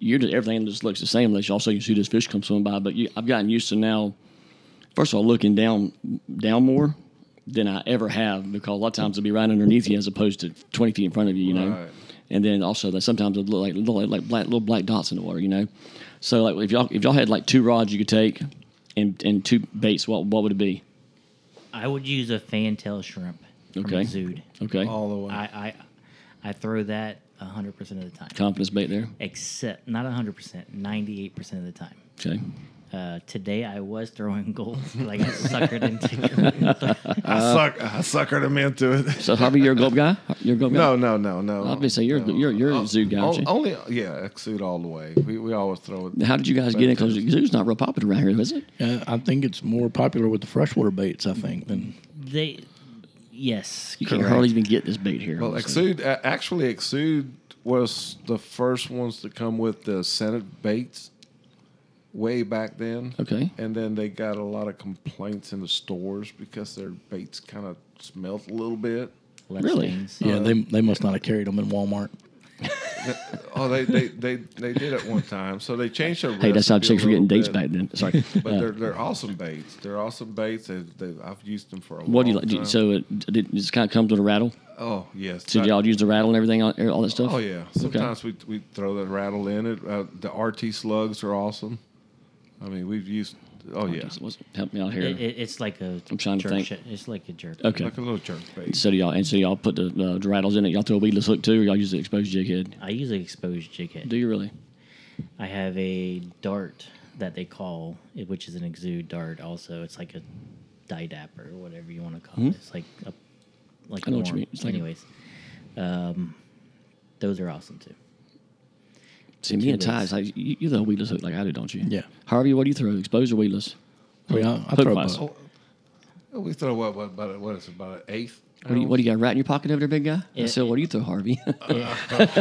S3: you're, just everything just looks the same unless also you see this fish come swimming by but you, I've gotten used to now first of all looking down down more than I ever have because a lot of times it'll be right underneath you as opposed to twenty feet in front of you you know
S4: Right.
S3: and then also that sometimes it'll look like little like black little black dots in the water you know so like if y'all if y'all had like two rods you could take and and two baits what what would it be
S5: I would use a fantail shrimp. From
S3: Okay.
S5: Zood.
S4: Oh.
S3: okay
S4: All the way.
S5: I, I I throw that hundred percent of the time.
S3: Confidence bait there.
S5: Except not hundred percent, ninety-eight percent of the time.
S3: Okay.
S5: Uh, today I was throwing gold, like I suckered into.
S4: I suck. I suckered him into it.
S3: So Harvey, you're a gulp guy. You're a gulp guy.
S4: No, no, no, no. Oh,
S3: Obviously, you're you're you're a zoo guy. aren't
S4: O-
S3: you?
S4: only yeah, exude all the way. We, we always throw it.
S3: How did you guys get in? Because zoo's not real popular around here, is it?
S2: Uh, I think it's more popular with the freshwater baits. I think than
S5: they, yes,
S3: You can
S5: correct.
S3: hardly even get this bait here.
S4: Well,
S3: honestly.
S4: exude a- actually exude was the first ones to come with the Senate baits way back then.
S3: Okay.
S4: And then they got a lot of complaints in the stores because their baits kind of smelt a little bit.
S5: Less
S3: Really? Oh,
S5: things.
S2: yeah, they they must not have carried them in Walmart.
S4: Oh, they they, they, they did at one time. So they changed their.
S3: Hey, that's how
S4: recipe a
S3: chicks were getting
S4: little
S3: dates
S4: bit.
S3: back then. Sorry.
S4: But
S3: Uh,
S4: they're they're awesome baits. They're awesome baits. They, they, I've used them for a
S3: what do you
S4: long
S3: like? do you-
S4: time.
S3: So it, did it just kind of comes with a rattle.
S4: oh yes.
S3: So
S4: That-
S3: did y'all use the rattle and everything, all, all that stuff?
S4: Oh yeah. Sometimes we we throw the rattle in it. Uh, the RT slugs are awesome. I mean, we've used. Oh yeah.
S3: Just- what's- help me out here.
S5: It, it, it's like a.
S3: I'm trying to
S5: jerk
S3: think.
S5: shit. It's like a jerk.
S3: okay.
S4: Like a little jerk bait.
S3: So do y'all and so y'all put the, uh, the rattles in it. Y'all throw a weedless hook too, or y'all use the exposed jig head.
S5: I use an exposed jig head.
S3: Do you really?
S5: I have a dart that they call, it- which is an exude dart. Also, it's like a didap or whatever you want to call it. It's like a like
S3: Hmm? I know what you
S5: worm.
S3: mean. It's like a-
S5: Anyways, um, those are awesome too.
S3: See, me and
S5: Two
S3: Ty, it's like you, you throw a weedless hook like I do, don't you?
S2: Yeah.
S3: Harvey, what do you throw? Exposed or weedless?
S2: I mean, I, I
S3: Hook
S2: throw
S3: wise.
S2: both.
S4: Oh, We throw what what about it? What is it, about an eighth?
S3: What do, you, what do you got right in your pocket over there, big guy? I
S5: Yeah.
S3: said, what do you throw, Harvey?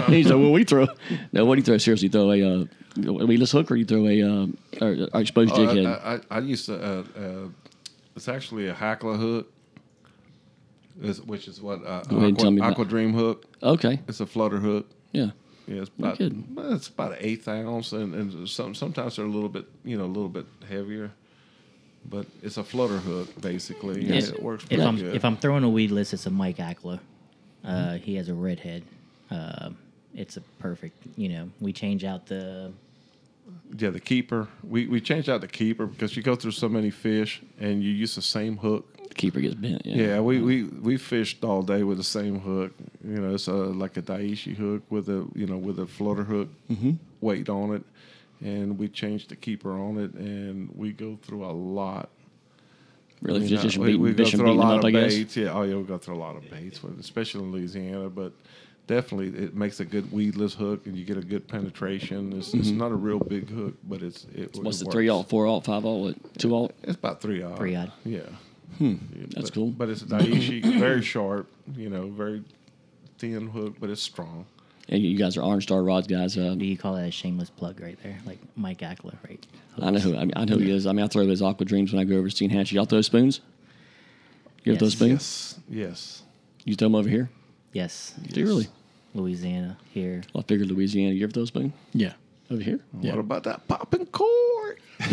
S3: He's like, well, we throw. No, what do you throw? Seriously, throw a uh, a weedless hook or you throw a uh, or, or exposed
S4: Oh,
S3: jig head?
S4: I, I, I used to. Uh, uh, it's actually a hackler hook, It's- which is what uh,
S3: ahead and tell me
S4: aqua,
S3: about-
S4: aqua dream hook.
S3: okay.
S4: It's a flutter hook.
S3: Yeah.
S4: Yeah, it's about
S3: kidding.
S4: well, it's about an eighth ounce, and, and some sometimes they're a little bit you know a little bit heavier, but it's a flutter hook basically. and
S5: Yes.
S4: it works
S5: If
S4: pretty
S5: I'm
S4: good.
S5: if I'm throwing a weed list, it's a Mike Ackla.
S3: Hmm?
S5: Uh, he has a red head. Uh, it's a perfect. You know, we change out the
S4: yeah, the keeper. We we changed out the keeper because you go through so many fish and you use the same hook.
S3: The keeper gets bent. Yeah.
S4: Yeah, we we, we fished all day with the same hook. You know, it's a, like a Daiichi hook with a you know with a flutter hook
S5: Mm-hmm.
S4: weight on it, and we changed the keeper on it, and we go through a lot
S3: Really?
S4: You
S3: Just,
S4: know,
S3: just
S4: we-
S3: beating,
S4: we go
S3: just
S4: through a
S3: beating them
S4: lot
S3: up,
S4: of
S3: I guess.
S4: baits. Yeah, oh yeah, we go through a lot of baits, with- especially in Louisiana. But definitely, it makes a good weedless hook, and you get a good penetration. It's, it's not a real big hook, but it's it.
S3: Mm-hmm. What's
S4: it
S3: the three
S4: works.
S3: alt, four alt, five alt, what, two alt?
S4: It's about three odd.
S5: Three odd.
S4: Yeah. Yeah,
S3: Hmm. that's
S4: but-
S3: cool.
S4: But it's a Daiichi, very sharp. You know, very thin hook, but it's strong.
S3: And you guys are Orange Star Rods guys. Uh,
S5: do you call that a shameless plug right there? Like Mike Ackla, right?
S3: I know who I, mean, I know who he is. I mean, I throw those Aqua Dreams when I go over to Steen Hatch. Y'all throw spoons? You ever throw
S5: Yes.
S3: spoons?
S4: Yes. Yes.
S3: You throw them over here?
S5: Yes,
S3: Do you really?
S5: Louisiana here.
S3: Well, I figured Louisiana. You ever throw a spoon
S2: Yeah.
S3: over here?
S4: What about that popping cork?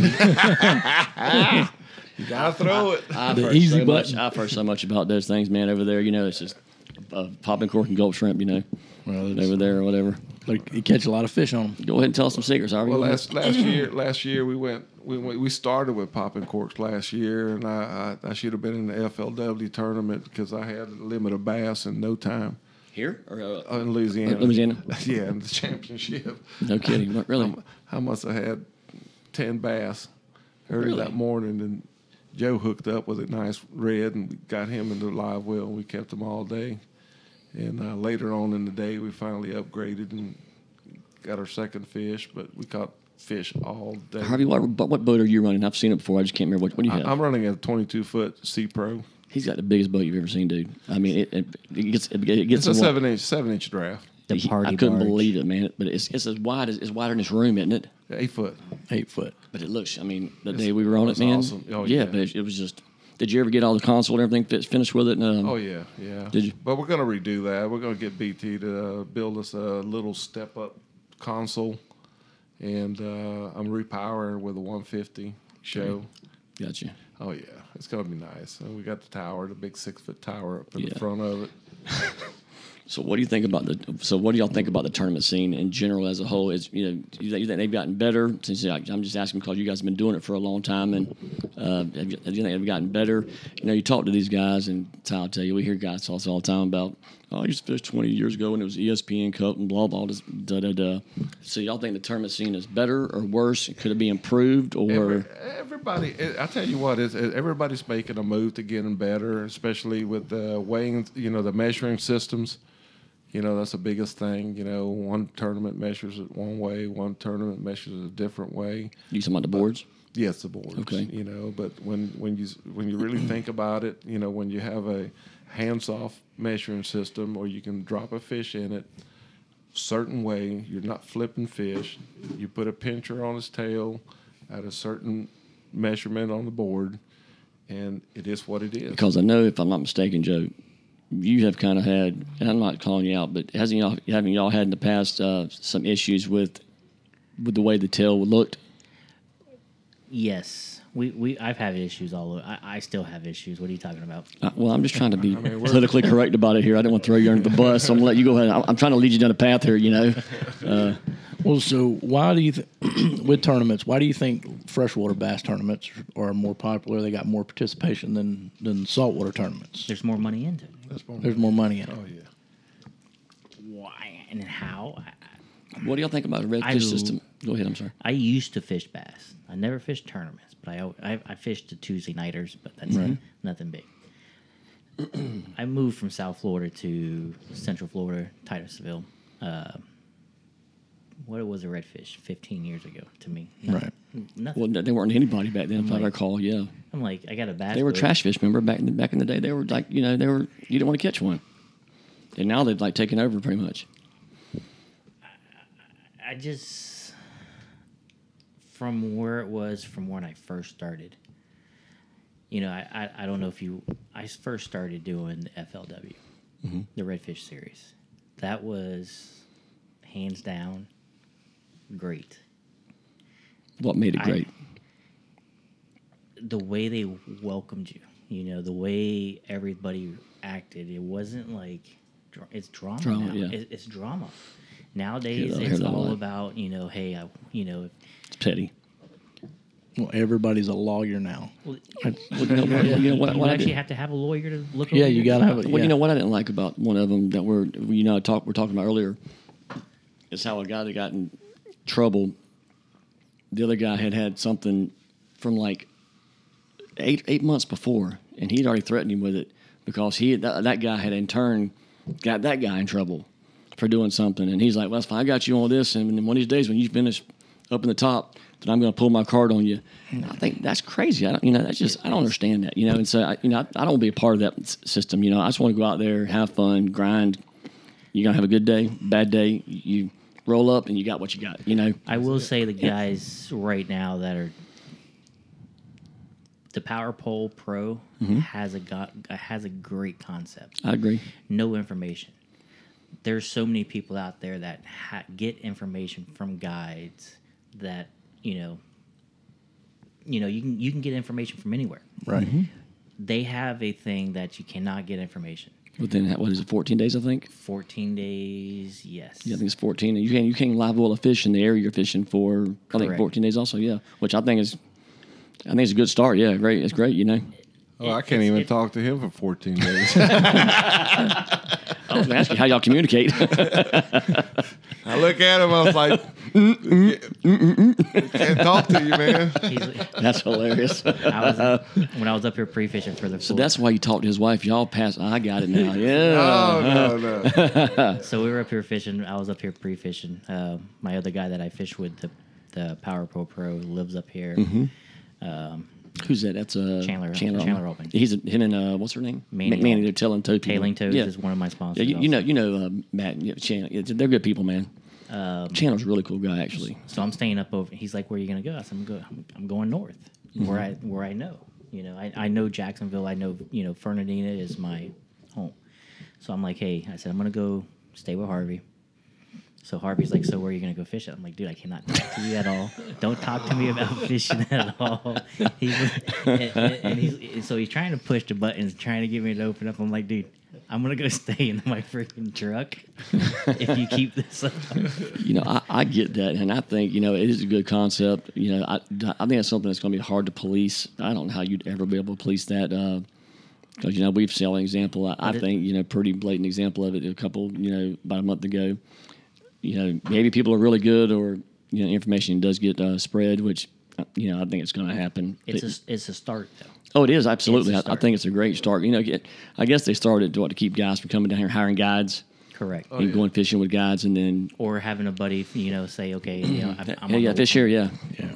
S4: you gotta throw it.
S3: I've
S2: The
S3: heard
S2: easy
S3: so much,
S2: button.
S3: I've heard so much about those things, man, over there. You know, it's just uh, popping cork and gulp shrimp, you know,
S2: Well,
S3: over
S2: it's,
S3: there or whatever.
S2: like you catch a lot of fish on them.
S3: Go ahead and tell us some secrets. Harvey.
S4: Well,
S3: Go ahead.
S4: last last year, last year we went, we went, we started with popping corks last year, and I, I, I should have been in the FLW tournament because I had a limit of bass in no time
S3: here? Or, uh,
S4: uh, in Louisiana.
S3: Louisiana?
S4: yeah, in the championship,
S3: no kidding. What, really?
S4: I must have had ten bass early
S3: Really?
S4: that morning, and Joe hooked up with a nice red, and we got him in the live well, and we kept him all day, and uh, later on in the day we finally upgraded and got our second fish, but we caught. Fish all day.
S3: Harvey, what, what what boat are you running? I've seen it before. I just can't remember. What, what do you have?
S4: I, I'm running a 22 foot C Pro.
S3: He's got the biggest boat you've ever seen, dude. I mean, it, it, it gets it, it gets
S4: It's
S3: to
S4: a
S3: wa-
S4: seven inch seven inch draft,
S5: The
S3: he-
S5: party
S3: I couldn't
S5: barge.
S3: believe it, man. But it's it's as wide as it's wider than this room, isn't it?
S4: eight foot.
S2: Eight foot.
S3: But it looks. I mean, the
S4: It's-
S3: day we were on it,
S4: it's
S3: man.
S4: awesome. Oh,
S3: yeah,
S4: yeah.
S3: but it, it was just. Did you ever get all the console and everything fi- finished with it? And, um,
S4: Oh yeah, yeah.
S3: Did you-
S4: But we're gonna redo that. We're gonna get BT to uh, build us a little step up console, and uh, I'm repowering with a 150 show.
S3: Gotcha.
S4: Oh yeah, it's gonna be nice. And we got the tower, the big six foot tower up in
S3: Yeah.
S4: the front of it.
S3: So what do you think about the? So what do y'all think about the tournament scene in general as a whole? Is you know you think, you think they've gotten better since like, I'm just asking because you guys have been doing it for a long time and uh, have you, do you think they've gotten better? You know you talk to these guys and Ty, I'll tell you we hear guys talk all the time about oh I used to fish 20 years ago and it was E ESPN Cup and blah blah this da da da. So y'all think the tournament scene is better or worse? Could it be improved or
S4: Every- everybody, eh, I tell you what, it's, everybody's making a move to getting better, especially with the weighing, you know, the measuring systems. You know, that's the biggest thing. You know, one tournament measures it one way, one tournament measures it a different way.
S3: you talking about the boards?
S4: Yes, the boards.
S3: Okay.
S4: You know, but when when you when you really think about it, you know, when you have a hands-off measuring system, or you can drop a fish in it certain way, you're not flipping fish. You put a pincher on his tail at a certain measurement on the board, and it is what it is.
S3: Because I know, if I'm not mistaken, Joe, you have kind of had, and I'm not calling you out, but hasn't y'all haven't y'all had in the past uh, some issues with with the way the tail looked?
S5: Yes, we, we I've had issues all over. I, I still have issues. What are you talking about?
S3: Uh, well, I'm just trying to be
S4: mean, we're-
S3: politically correct about it here. I don't want to throw you under the bus. So I'm gonna let you go ahead. I'm, I'm trying to lead you down a path here. You know,
S2: Well, so why do you th- with tournaments? Why do you think freshwater bass tournaments are more popular? They got more participation than than saltwater tournaments.
S5: There's more money into it.
S4: That's what I'm-
S2: There's more money in it.
S4: Oh yeah.
S5: Why and how? I,
S3: what do y'all think about the
S5: I
S3: redfish
S5: do-
S3: system? Go ahead. I'm sorry.
S5: I used to fish bass. I never fished tournaments, but I al- I, I fished the Tuesday nighters, but that's nothing big. I moved from South Florida to Central Florida, Titusville. Uh, what was a redfish 15 years ago to me?
S2: Right.
S5: Nothing.
S3: Well, they weren't anybody back then, if I
S5: Like-
S3: recall. Yeah,
S5: I'm like, I got a bass.
S3: they were
S5: boat.
S3: trash fish. Remember back in the, back in the day, they were like you know they were you didn't want to catch one, and now they've like taken over pretty much.
S5: I just from where it was from when I first started. You know, I, I, I don't know if you I first started doing the FLW,
S3: Mm-hmm.
S5: the Redfish series. That was hands down great.
S3: What made it
S5: I-
S3: great?
S5: The way they welcomed you, you know, the way everybody acted, it wasn't like dra- it's drama.
S3: Drama,
S5: now.
S3: yeah.
S5: It, it's drama. Nowadays,
S3: I hear
S5: it's
S3: that a
S5: all
S3: lot.
S5: about you know, hey, I, you know, if,
S3: It's petty.
S2: Well, everybody's a lawyer now.
S3: Well, you know, what- you know what,
S5: you
S3: what I
S5: actually
S3: did-
S5: have to have a lawyer to look.
S2: Yeah,
S5: over
S2: you
S5: your
S2: gotta
S5: stuff.
S2: have it.
S3: well, you know what I didn't like about one of them that we're you know talk we're talking about earlier is how a guy that got in trouble. The other guy had had something from like eight eight months before, and he'd already threatened him with it because he had- that, that guy had in turn got that guy in trouble for doing something, and he's like, "Well, that's fine. I got you on this, and then one of these days when you finish up in the top, then I'm going to pull my card on you." And I think that's crazy. I don't, you know, that's just I don't understand that, you know. And so, I, you know, I, I don't want to be a part of that s- system. You know, I just want to go out there, have fun, grind. You're gonna have a good day, bad day. You roll up, and you got what you got. You know,
S5: I will say the guys right now that are the Power Pole Pro
S3: Mm-hmm.
S5: has a got, has a great concept.
S3: I agree.
S5: No information. There's so many people out there that ha- get information from guides that you know. You know, you can you can get information from anywhere.
S2: right.
S5: They have a thing that you cannot get information.
S3: Within what is it, 14 days? I think.
S5: 14 days, yes.
S3: Yeah, I think it's 14. And you can you can live well a fish in the area you're fishing for. I think
S5: Correct.
S3: 14 days also. Yeah, which I think is, I think it's a good start. Yeah, great. It's great. You know,
S4: Oh, I can't
S5: It's-
S4: even
S5: it-
S4: talk to him for 14 days.
S3: I was gonna ask you how y'all communicate.
S4: I look at him, I was like, mm, can't talk to you, man.
S5: He's-
S3: that's hilarious.
S5: I was, when I was up here pre-fishing for the
S3: So
S5: full-
S3: that's why you talk to his wife. Y'all pass. I got it now. Yeah.
S4: Oh, no, no.
S5: so we were up here fishing. I was up here pre-fishing. Uh, my other guy that I fish with, the the Power Pro Pro, lives up here.
S3: Mm-hmm. Who's that? That's uh,
S5: Chandler-
S3: Chandler.
S5: Chandler Altman.
S3: He's a, him and uh, what's her name?
S5: Manny
S3: Ma- Manny.
S5: Altman.
S3: They're telling toe people.
S5: Tailing Toes
S3: Yeah.
S5: is one of my sponsors.
S3: Yeah, you, you know,
S5: also.
S3: you know, uh, Matt, yeah, Chandler, yeah, they're good people, man.
S5: Um,
S3: Chandler's a really cool guy, actually.
S5: So I'm staying up over. He's like, "Where are you gonna go?" I said, "I'm going. I'm, I'm going north, where I where I know. You know, I, I know Jacksonville. I know you know Fernandina is my home. So I'm like, hey, I said, I'm gonna go stay with Harvey. So Harvey's like, so where are you gonna go fishing? I'm like, dude, I cannot talk to you at all. Don't talk to me about fishing at all. He's and, and- and he's, and so he's trying to push the buttons, trying to get me to open up. I'm like, dude, I'm gonna go stay in my freaking truck if you keep this up.
S3: you know, I, I get that, and I think you know it is a good concept. You know, I, I think it's something that's going to be hard to police. I don't know how you'd ever be able to police that. uh 'cause because you know we've seen an example. I, I
S5: But it-
S3: think you know pretty blatant example of it a couple you know about a month ago. You know, maybe people are really good, or you know, information does get uh, spread, which uh, you know I think it's going to happen.
S5: It's
S3: It-
S5: a it's a start though.
S3: Oh, it is absolutely.
S5: It's a
S3: I, I think it's a great start. You know, get, I guess they started to, what, to keep guys from coming down here hiring guides
S5: Correct.
S3: and going fishing with guides, and then
S5: Or having a buddy, you know, say okay, you know, I'm, I'm
S3: yeah,
S5: on Oh,
S3: yeah,
S5: the-
S3: fish here, yeah,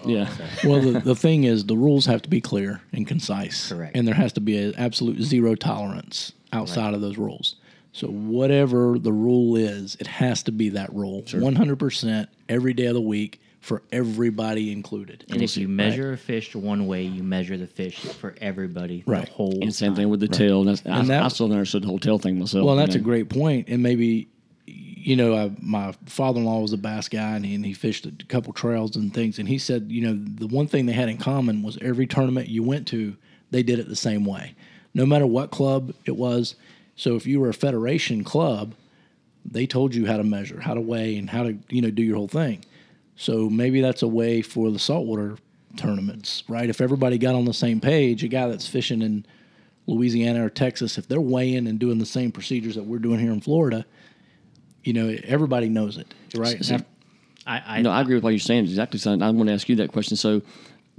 S3: yeah,
S2: Well, the, the thing is, the rules have to be clear and concise.
S5: Correct.
S2: And there has to be an absolute zero tolerance outside of those rules. So, whatever the rule is, it has to be that rule 100% every day of the week for everybody included.
S5: And if you measure a fish one way, you measure the fish for everybody
S2: Right.
S5: the whole
S3: And same
S5: time.
S3: thing with the tail. And that's, I,
S2: And that-
S3: I still don't understood the whole tail thing myself.
S2: Well,
S3: you
S2: that's a
S3: know.
S2: great point, and maybe you know, I, my father-in-law was a bass guy, and he, and he fished a couple trails and things, and he said, you know, the one thing they had in common was every tournament you went to, they did it the same way, no matter what club it was. So if you were a federation club, they told you how to measure, how to weigh, and how to you know do your whole thing. So maybe that's a way for the saltwater tournaments, right? If everybody got on the same page, a guy that's fishing in Louisiana or Texas, if they're weighing and doing the same procedures that we're doing here in Florida, you know, everybody knows it, right?
S3: So-
S5: I, I
S3: No, I agree with what you're saying. Exactly. Son. I want to ask you that question. So,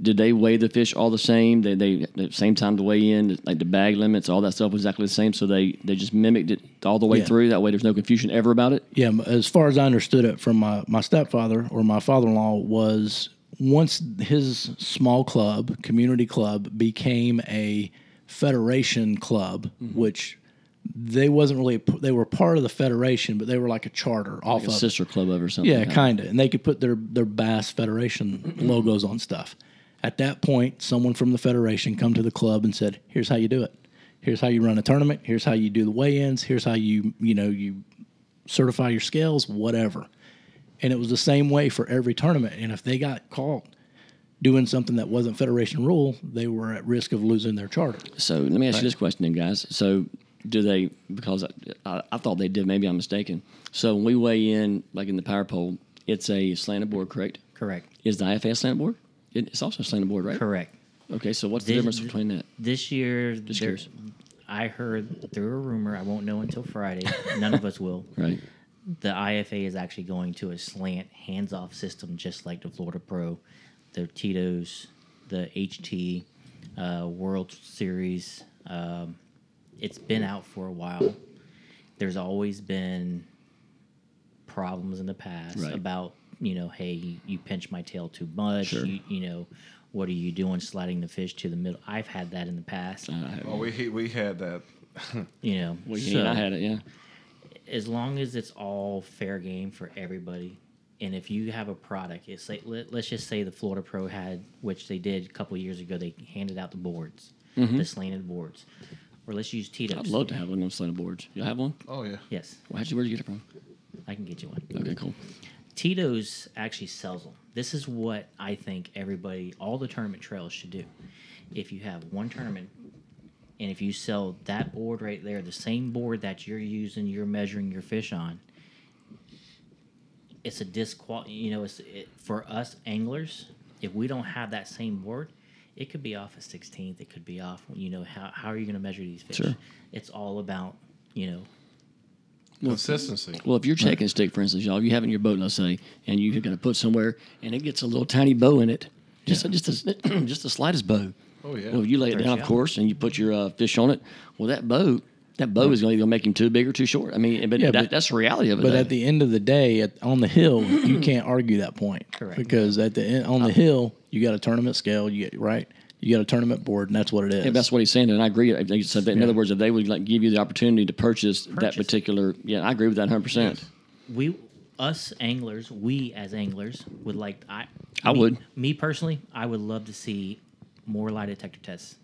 S3: did they weigh the fish all the same? They they the same time to weigh in, like the bag limits, all that stuff was exactly the same. So they they just mimicked it all the way
S2: Yeah.
S3: through. That way, there's no confusion ever about it.
S2: yeah, m- as far as I understood it from my, my stepfather or my father in law, was once his small club, community club, became a federation club, which they wasn't really, they were part of the federation, but they were like a charter off
S3: A
S2: of it.
S3: sister club of or something.
S2: Yeah, kind of. And they could put their their Bass Federation logos on stuff. At that point, someone from the federation come to the club and said, "Here's how you do it. Here's how you run a tournament. Here's how you do the weigh-ins. Here's how you you know you certify your scales, whatever." And it was the same way for every tournament. And if they got caught doing something that wasn't federation rule, they were at risk of losing their charter.
S3: So let me ask you this question, then, guys. So do they? Because I, I, I thought they did. Maybe I'm mistaken. So when we weigh in, like in the power pole, it's a slanted board, correct?
S5: correct.
S3: Is the IFS slanted board? It, it's also a slanted board, right?
S5: Correct.
S3: Okay. So what's the
S5: This-
S3: difference between that?
S5: This year there,
S3: curious.
S5: I heard through a rumor, I won't know until Friday. None of us will.
S3: Right.
S5: The IFA is actually going to a slant hands off system just like the Florida Pro, the Tito's, the HT, uh, World Series. Um, it's been out for a while. There's always been problems in the past
S3: Right.
S5: about you know hey you, you pinch my tail too much
S3: Sure.
S5: you, you know what are you doing sliding the fish to the middle i've had that in the past
S4: Oh, we he- we had that.
S5: you know
S3: Uh, Well, yeah,
S5: so
S3: I had it. Yeah.
S5: as long as it's all fair game for everybody and if you have a product it's like let, let's just say the florida pro had which they did a couple years ago they handed out the boards the slanted boards or let's use tito's
S3: Mm-hmm. I'd love to have one of them slanted boards. You have one?
S4: Oh yeah.
S5: yes
S3: Well, how'd you, where'd you get it from?
S5: i can get you one
S3: Okay, cool.
S5: Tito's actually sells them. This is what I think everybody, all the tournament trails should do. If you have one tournament, and if you sell that board right there, the same board that you're using, you're measuring your fish on, it's a disqual. You know, it's it, for us anglers. If we don't have that same board, it could be off a sixteenth. It could be off. You know, how how are you going to measure these fish?
S3: Sure.
S5: It's all about you know
S4: Consistency.
S3: Well, if you're checking stick, for instance, y'all, you have it in your boat, let's say, and you're going to put somewhere, and it gets a little tiny bow in it, just just a, just the slightest bow.
S4: Oh, yeah.
S3: Well, you lay it
S5: Throws
S3: down,
S5: you
S3: of
S5: out.
S3: course, and you put your uh, fish on it. Well, that bow, that bow is going to either make him too big or too short. I mean, but,
S2: Yeah,
S3: that,
S2: but-
S3: that's the reality of it.
S2: But
S3: though.
S2: at the end of the day, at, on the hill, you can't argue that point.
S5: Correct.
S2: Because at the end,
S3: Uh-huh.
S2: on the hill, you got a tournament scale. You get right. You got a tournament board, and that's what it is.
S3: Yeah, that's what he's saying, and I agree. I think- So, in other words, if they would like give you the opportunity to purchase, that
S5: Purchase.
S3: particular, yeah, I agree with that 100. percent
S5: we us anglers, we as anglers would like I
S3: I
S5: me-
S3: would.
S5: Me personally, I would love to see more lie detector tests.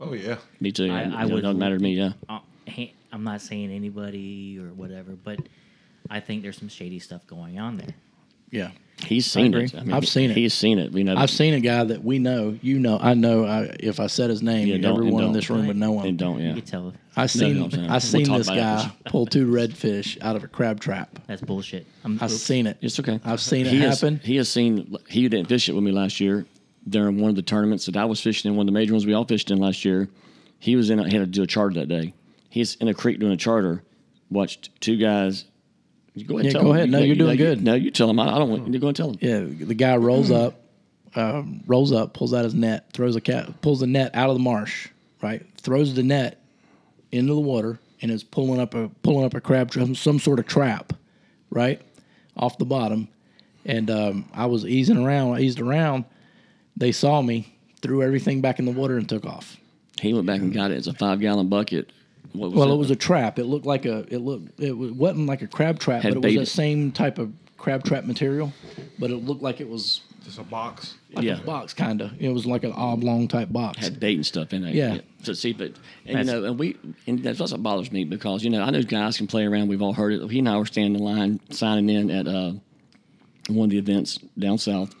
S4: Oh yeah.
S3: Me too.
S5: I-
S3: I,
S5: I would-
S3: doesn't matter to me. Yeah,
S5: Uh, hey, I'm not saying anybody or whatever, but I think there's some shady stuff going on there.
S2: Yeah.
S3: He's seen it.
S2: agree. I've seen it.
S3: He's seen it. You know,
S2: I've seen a guy that we know, you know, I know. I, if I said his name,
S3: Yeah, don't-
S2: everyone in
S3: don't.
S2: this room would know him.
S3: and don't. Yeah,
S5: You tell them
S2: I seen
S3: no, I'm saying-
S2: I
S3: we'll
S2: seen
S3: talk
S2: this
S3: about it
S2: guy pull two redfish out of a crab trap.
S5: that's bullshit. I'm,
S2: I've seen it.
S3: it's okay.
S2: I've seen it
S3: he has-
S2: happen.
S3: he has seen. He didn't fish it with me last year during one of the tournaments that I was fishing in. One of the major ones we all fished in last year. He was in. A, he had to do a charter that day. He's in a creek doing a charter. Watched two guys. Go ahead.
S2: Yeah,
S3: tell
S2: go
S3: him.
S2: ahead. No,
S3: you-
S2: you're doing
S3: you-
S2: good.
S3: no, you tell him. I, I don't want. You go and tell him.
S2: Yeah, the guy rolls up, um, rolls up, pulls out his net, throws a cat, pulls the net out of the marsh, right? Throws the net into the water and is pulling up a pulling up a crab trap, some sort of trap, right, off the bottom. And um, I was easing around. I eased around. They saw me, threw everything back in the water, and took off.
S3: He went back and got it. It's a five gallon bucket. What was
S2: Well,
S3: that?
S2: it was a trap. It looked like a. It looked. It wa- wasn't like a crab trap,
S3: Had
S2: but it
S3: bait
S2: was
S3: it.
S2: that same type of crab trap material. But it looked like it was
S4: Just a box.
S2: like
S3: Yeah.
S2: a box, kind of. It was like an oblong type box.
S3: had bait and stuff in there.
S2: Yeah.
S3: So see, but and
S5: That's-
S3: you know, and we and that's what bothers me because you know I know guys can play around. We've all heard it. He and I were standing in line signing in at uh, one of the events down south,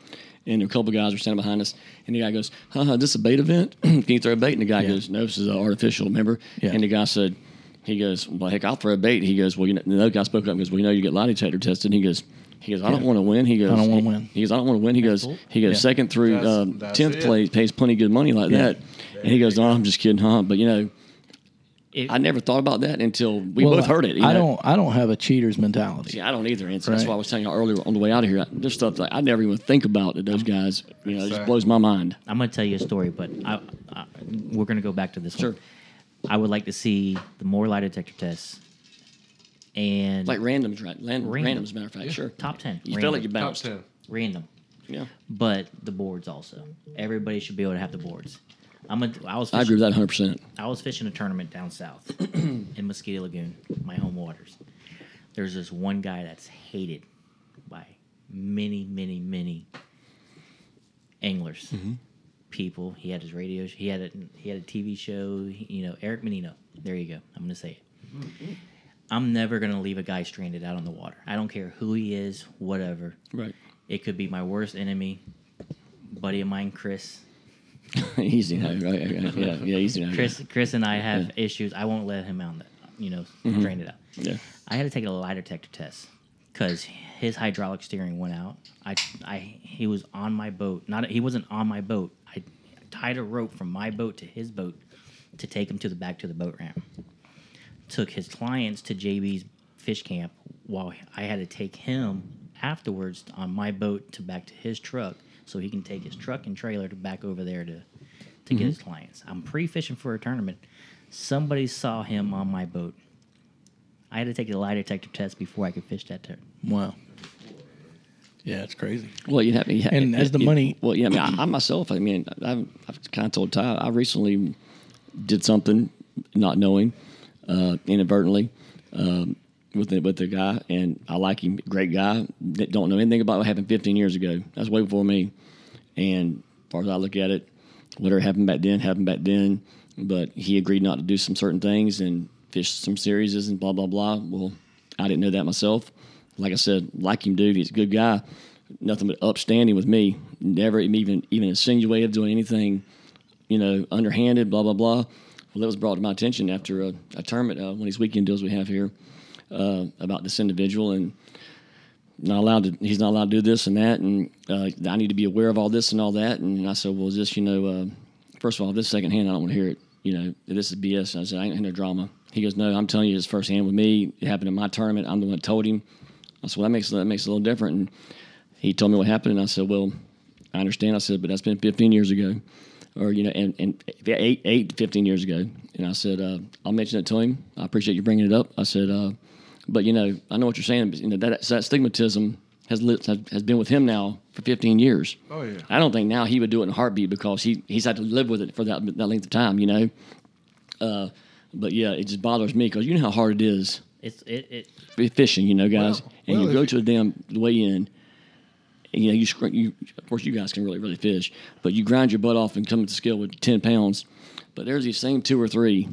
S3: and a couple guys were standing behind us, and the guy goes, "Huh, huh, this is a bait event? can you throw a bait?" And the guy goes, "No, this is an artificial." Remember?
S2: Yeah.
S3: And the guy said. He goes, well, heck, I'll throw a bait. He goes, well, you know, the other guy spoke up and goes, well, you know, you get lie detector tested. He goes, he goes, I don't want to win. He goes,
S2: don't wanna win.
S3: He goes, I don't want to win. He goes, he goes,
S2: Yeah.
S3: second through
S4: That's-
S3: um,
S4: that's
S3: tenth
S4: it.
S3: place pays plenty good money like that. And he goes, "No, I'm just kidding, huh?" But you know,
S5: It-
S3: I never thought about that until we
S2: Well,
S3: both heard it. you
S2: I
S3: know.
S2: don't. I don't have a cheater's mentality.
S3: Yeah, I don't either. And so that's
S2: Right.
S3: why I was telling you earlier on the way out of here. I- There's stuff that I never even think about that those guys. You know, it just
S4: Exactly.
S3: blows my mind.
S5: I'm going to tell you a story, but I, I, we're going to go back to this
S3: Sure.
S5: one. I would like to see the more lie detector tests and
S3: Like randoms, right? Land,
S5: Random.
S3: Randoms, matter of fact, sure.
S5: top ten.
S3: You feel
S5: random,
S3: like you
S4: Top
S3: bounced.
S4: ten.
S5: random,
S3: Yeah,
S5: but the boards also. Everybody should be able to have the boards. I'm a, I was
S3: I
S5: fishing,
S3: agree with that 100. percent
S5: I was fishing a tournament down south in Mosquito Lagoon, my home waters. There's this one guy that's hated by many, many, many anglers,
S3: Mm-hmm.
S5: people. He had his radio. He had a he had a TV show. he- you know, Eric Menino. There you go. I'm gonna say it. I'm never gonna leave a guy stranded out on the water. I don't care who he is, whatever.
S3: Right.
S5: It could be my worst enemy, buddy of mine, Chris.
S3: easy now, right? Yeah, yeah, yeah, easy now.
S5: Chris, Chris and I have issues. I won't let him out. on the- You know, drain it out.
S3: Yeah.
S5: I had to take a lie detector test because his hydraulic steering went out. I, I, he was on my boat. Not he wasn't on my boat. I tied a rope from my boat to his boat to take him to the back to the boat ramp. Took his clients to JB's fish camp while I had to take him afterwards on my boat to back to his truck so he can take his truck and trailer to back over there to to get his clients. I'm pre-fishing for a tournament. Somebody saw him on my boat. I had to take the lie detector test before I could fish that turn.
S2: Wow. Yeah, it's crazy.
S3: Well, you'd have, you ha-
S2: And as the
S3: you-
S2: money-
S3: Well, yeah, I, mean, I, I myself, I mean, I've, I've kind of told Ty, I recently did something not knowing, uh, inadvertently, um, with the, with the guy, and I like him, great guy. that Don't know anything about what happened 15 years ago. That's way before me. And as far as I look at it, whatever happened back then happened back then. But he agreed not to do some certain things and fish some series and blah blah blah. Well, I didn't know that myself. Like I said, like him, dude. He's a good guy. Nothing but upstanding with me. Never even even insinuated doing anything, you know, underhanded. Blah blah blah. Well, that was brought to my attention after a, a tournament, uh, one of these weekend deals we have here, uh, about this individual and not allowed to he's not allowed to do this and that and uh, I need to be aware of all this and all that and I said well is this you know uh, first of all this secondhand I don't want to hear it you know this is BS and I said I ain't had no drama he goes no I'm telling you it's firsthand with me it happened in my tournament I'm the one that told him I said well that makes that makes it a little different and he told me what happened and I said well I understand I said but that's been 15 years ago or you know and, and eight, eight to 15 years ago and I said uh, I'll mention it to him I appreciate you bringing it up I said uh, but you know, I know what you're saying. But, you know that that stigmatism has lit, has has been with him now for 15 years.
S4: Oh, yeah.
S3: I don't think now he would do it in a heartbeat because he he's had to live with it for that that length of time. You know, uh, but yeah, it just bothers me because you know how hard it is
S5: It's it, it
S3: f- fishing. You know, guys,
S4: Well,
S3: and
S4: well,
S3: you
S4: if
S3: go
S4: you-
S3: to a damn weigh in. and, You know, you, scr- you of course you guys can really really fish, but you grind your butt off and come at the scale with 10 pounds. But there's these same two or three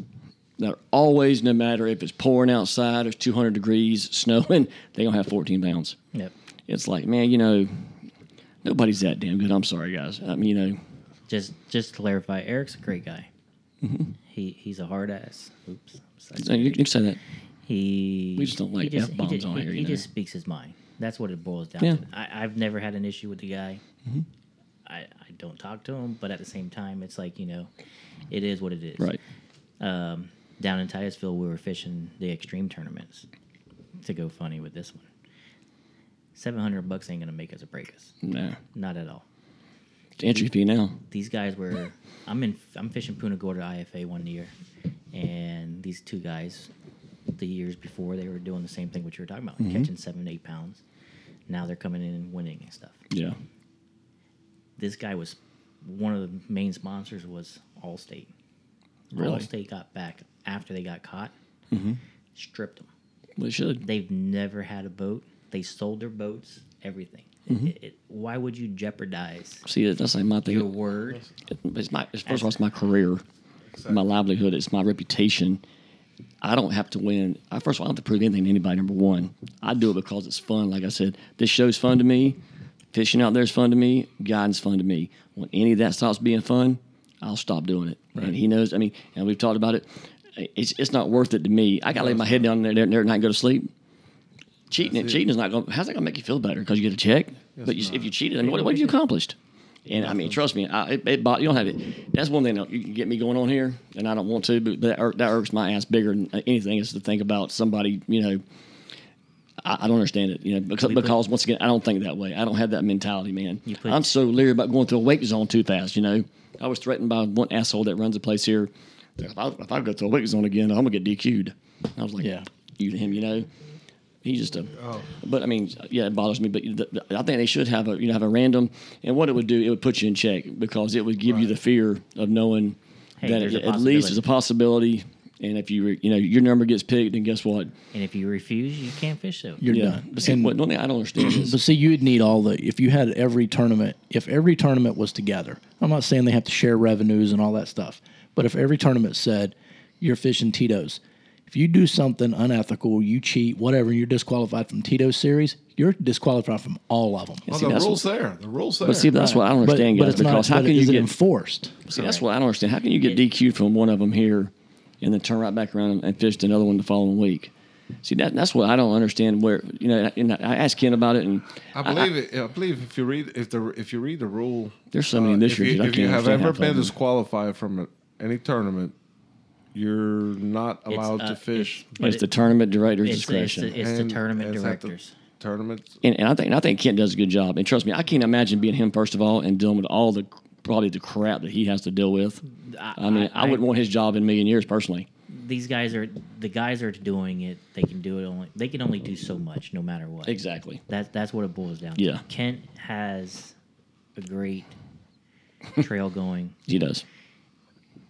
S3: that are always, no matter if it's pouring outside, or it's 200 degrees, snowing, they gonna have 14 pounds.
S5: yep.
S3: it's like, man, you know, nobody's that damn good. I'm sorry, guys. I mean, you know,
S5: Just just to clarify, Eric's a great guy.
S3: Mm-hmm.
S5: He he's a hard ass. Oops.
S3: so you, you can say that.
S5: He
S3: We just don't like
S5: he just- he
S3: F-bombs
S5: just-
S3: on
S5: he-
S3: here, you
S5: He
S3: know.
S5: just speaks his mind. That's what it boils down
S3: Yeah. Mm-hmm.
S5: to. I, I've never had an issue with the guy. I, I don't talk to him, but at the same time, it's like you know, it is what it is.
S3: Right.
S5: um, down in Titusville, we were fishing the extreme tournaments to go funny with this one. 700 bucks ain't gonna make us or break us.
S3: Nah.
S5: Not at all.
S3: It's entry fee now.
S5: These guys were, I'm in, I'm fishing Punta Gorda IFA one year, and these two guys, the years before, they were doing the same thing what you were talking about, catching seven, eight pounds. Now they're coming in and winning and stuff.
S3: Yeah.
S5: This guy was one of the main sponsors was Allstate.
S3: Really?
S5: Allstate got back after they got caught, stripped them.
S3: Well, it should.
S5: They've never had a boat. They sold their boats, everything. It- it- why would you jeopardize
S3: See, that's like my
S5: your
S3: thing.
S5: word?
S3: It's my, it's, first of all, it's my career, my livelihood, it's my reputation. I don't have to win. I first of all, I don't have to prove anything to anybody. Number one, I do it because it's fun. Like I said, this show's fun to me. Fishing out there is fun to me. Guiding's fun to me. When any of that stops being fun, I'll stop doing it. And he knows. I mean, and we've talked about it. It's, it's not worth it to me. I gotta lay my head down there, there at night and go to sleep. Cheating,
S4: That's it.
S3: cheating is not going. to How's that gonna make you feel better? Because you get a check. but you, if you cheated, I mean, what, what have you accomplished? And I mean, trust me, I, it, it, bo- you don't have it. That's one thing that you can get me going on here, and I don't want to, but that, irk, that irks my ass bigger than uh, anything is to think about somebody, you know. I, I don't understand it, you know, because, because once again, I don't think that way. I don't have that mentality, man.
S5: You put-
S3: I'm so leery about going through a wake zone too fast, you know. I was threatened by one asshole that runs a place here. If I, if I go through a wake zone again, I'm going to get DQ'd. I was like,
S2: Yeah.
S3: yeah. you to him, you know. He's just a.
S2: Oh.
S3: But I mean, yeah, it bothers me. But the, the- I think they should have a you know have a random, and what it would do, it would put you in check because it would give you the fear of knowing
S5: Hey,
S3: that
S5: there's
S3: it,
S5: a
S3: at least there's a possibility. And if you re- you know your number gets picked, then guess what?
S5: And if you refuse, you can't fish though.
S2: You're
S3: Yeah.
S2: done.
S3: But see,
S2: And-
S3: what, one thing I don't understand is
S2: But see, you'd need all the if you had every tournament. If every tournament was together, I'm not saying they have to share revenues and all that stuff. But if every tournament said you're fishing Tito's, if you do something unethical, you cheat, whatever, and you're disqualified from Tito's series, you're disqualified from all of them.
S4: Well,
S3: see,
S4: the
S3: that's
S4: rules there. The rules there.
S3: But see, that's what I don't
S2: But-
S3: understand,
S2: but,
S3: guys.
S2: it's not-
S3: Because how
S2: but
S3: can you
S2: is it
S3: get
S2: enforced?
S3: See, that's what I don't understand. How can you get DQ'd from one of them here and then turn right back around and fish another one the following week? See, that, that's what I don't understand. Where you know, and I asked Ken about it, and
S4: I believe it. I believe if you read if the if you read the rule, uh,
S3: There's so many this
S4: if
S3: year
S4: you,
S3: that I
S4: if you
S3: can't
S4: have
S3: understand
S4: ever
S3: half of
S4: been
S3: them.
S4: disqualified from a- any tournament, you're not allowed
S5: uh,
S4: to fish.
S5: But
S3: it's
S5: it-
S3: the tournament director's
S5: It's, the- it's,
S3: discretion.
S5: the, it's the
S4: And-
S5: tournament
S4: and it's at the
S5: directors.
S4: Tournaments.
S3: and, and I think and I think Kent does a good job. And trust me, I can't imagine being him first of all and dealing with all the probably the crap that he has to deal with. I, mean, I,
S5: I-
S3: wouldn't want his job in a million years personally.
S5: These guys are the guys are doing it. They can do it only. They can only do so much, no matter what.
S3: Exactly.
S5: That that's what it boils down.
S3: Yeah.
S5: to. Kent has a great trail going.
S3: He does.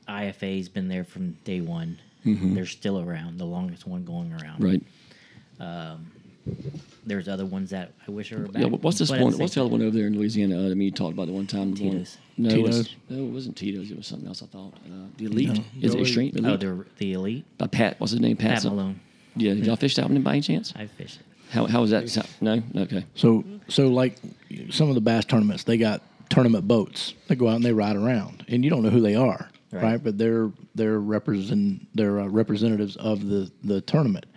S5: IFA's been there from day one. They're still around. The longest one going around.
S3: Mm-hmm. Right.
S5: There's other ones that I wish were back.
S3: Yeah, what's this
S5: but at the
S3: one?
S5: same
S3: What's the other one over there in Louisiana? Uh, I mean, you talked about it one time. The one-
S5: Tito's.
S3: No, it was-
S2: Tito's?
S3: no, it wasn't Tito's. It was something else. I thought uh, the Elite. Is it Extreme
S5: Oh,
S3: Elite?
S5: the the elite.
S3: By Pat. What's his name? Pat.
S5: Pat
S3: some-
S5: Malone.
S3: Yeah. Did y'all fish that one by any chance?
S5: I fished it.
S3: How how was that? so- No. Okay.
S2: So, so like some of the bass tournaments, they got tournament boats. They go out and they ride around, and you don't know who they are, right?
S5: Right.
S2: But they're they're represent they're uh, representatives of the the tournament.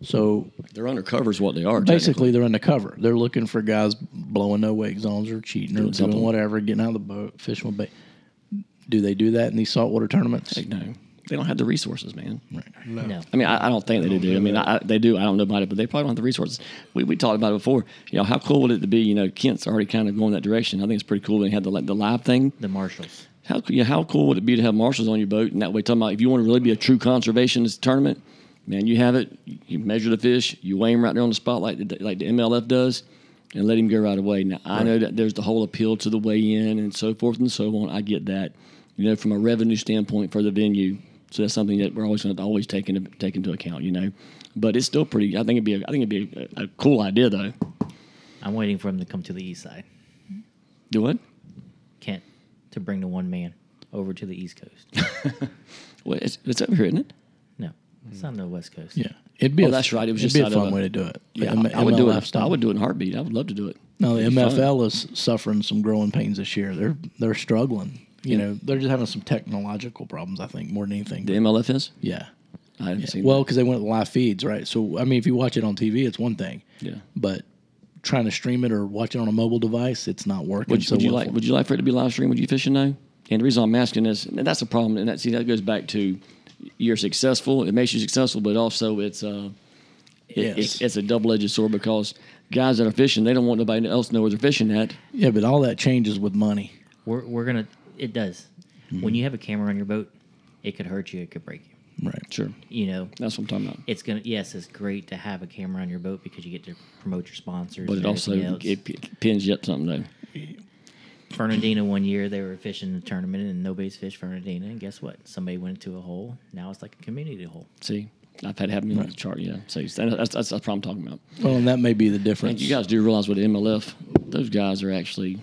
S2: So
S3: They're undercover is what they are.
S2: basically, they're undercover. They're looking for guys blowing no wake zones or cheating or
S3: Doing
S2: doing
S3: something.
S2: whatever, getting out of the boat, fishing with bait. Do they do that in these saltwater tournaments?
S3: technically. no. They don't have the resources, man.
S5: No.
S3: I mean, I, I don't think they do. I mean, I, I- they do. I don't know about it, but they probably don't have the resources. We, we talked about it before. You know, how cool would it be? You know, Kent's already kind of going that direction. I think it's pretty cool. They had the like, the live thing.
S5: The marshals.
S3: How cool- yeah, how cool would it be to have marshals on your boat? And that way, talking about if you want to really be a true conservationist tournament, man, you have it. You measure the fish, you weigh him right there on the spot, like the, like the MLF does, and let him go right away. Now I know that there's the whole appeal to the weigh-in and so forth and so on. I get that, you know, from a revenue standpoint for the venue. So that's something that we're always going to always take into take into account, you know. But it's still pretty. I think it'd be. A, I think it'd be a, a cool idea, though.
S5: I'm waiting for him to come to the east side.
S3: Do what?
S5: Kent to bring the one man over to the east coast.
S3: Well, it's, it's over here, isn't it?
S5: no, it's on the west coast.
S2: Yeah, It'd be
S3: Oh,
S2: a,
S3: that's right. It was
S2: it'd
S3: just
S2: be a
S3: out
S2: fun
S3: of a-
S2: way to do it.
S3: Yeah,
S2: M-
S3: I, I would do
S2: MLF
S3: it.
S2: style.
S3: I would do it in a heartbeat. I would love to do it.
S2: No, the
S3: It'd be fun.
S2: MFL is suffering some growing pains this year. They're they're struggling. You know, they're just having some technological problems. I think more than anything.
S3: The MLF is.
S2: yeah.
S3: I haven't seen.
S2: Well, because they went with live feeds, right? So I mean, if you watch it on TV, it's one thing.
S3: that. yeah.
S2: But trying to stream it or watch it on a mobile device, it's not working.
S3: Would,
S2: so
S3: would you
S2: well
S3: like?
S2: for-
S3: Would you like for it to be live streamed? Would you fishing now? And the reason I'm asking is and that's the problem. And that see that goes back to you're successful. It makes you successful, but also it's uh, it,
S2: Yes.
S3: it's, it's a double edged sword because guys that are fishing, they don't want nobody else to know where they're fishing at.
S2: yeah, but all that changes with money.
S5: We're we're gonna. It does.
S3: Mm-hmm.
S5: When you have a camera on your boat, it could hurt you. It could break you.
S2: Right.
S3: Sure,
S5: You know,
S3: that's what I'm talking about.
S5: it's gonna. Yes, it's great to have a camera on your boat because you get to promote your sponsors.
S3: But it
S5: and
S3: also
S5: everything else.
S3: it, it pins you up something though.
S5: Fernandina one year they were fishing in a tournament and nobody's fished Fernandina and guess what? Somebody went into a hole. Now it's like a community hole.
S3: See, I've had it happen to me on the chart. Yeah, so that's, that's that's the problem I'm talking about.
S2: Well, and that may be the
S3: And
S2: difference.
S3: you guys do realize with MLF, those guys are actually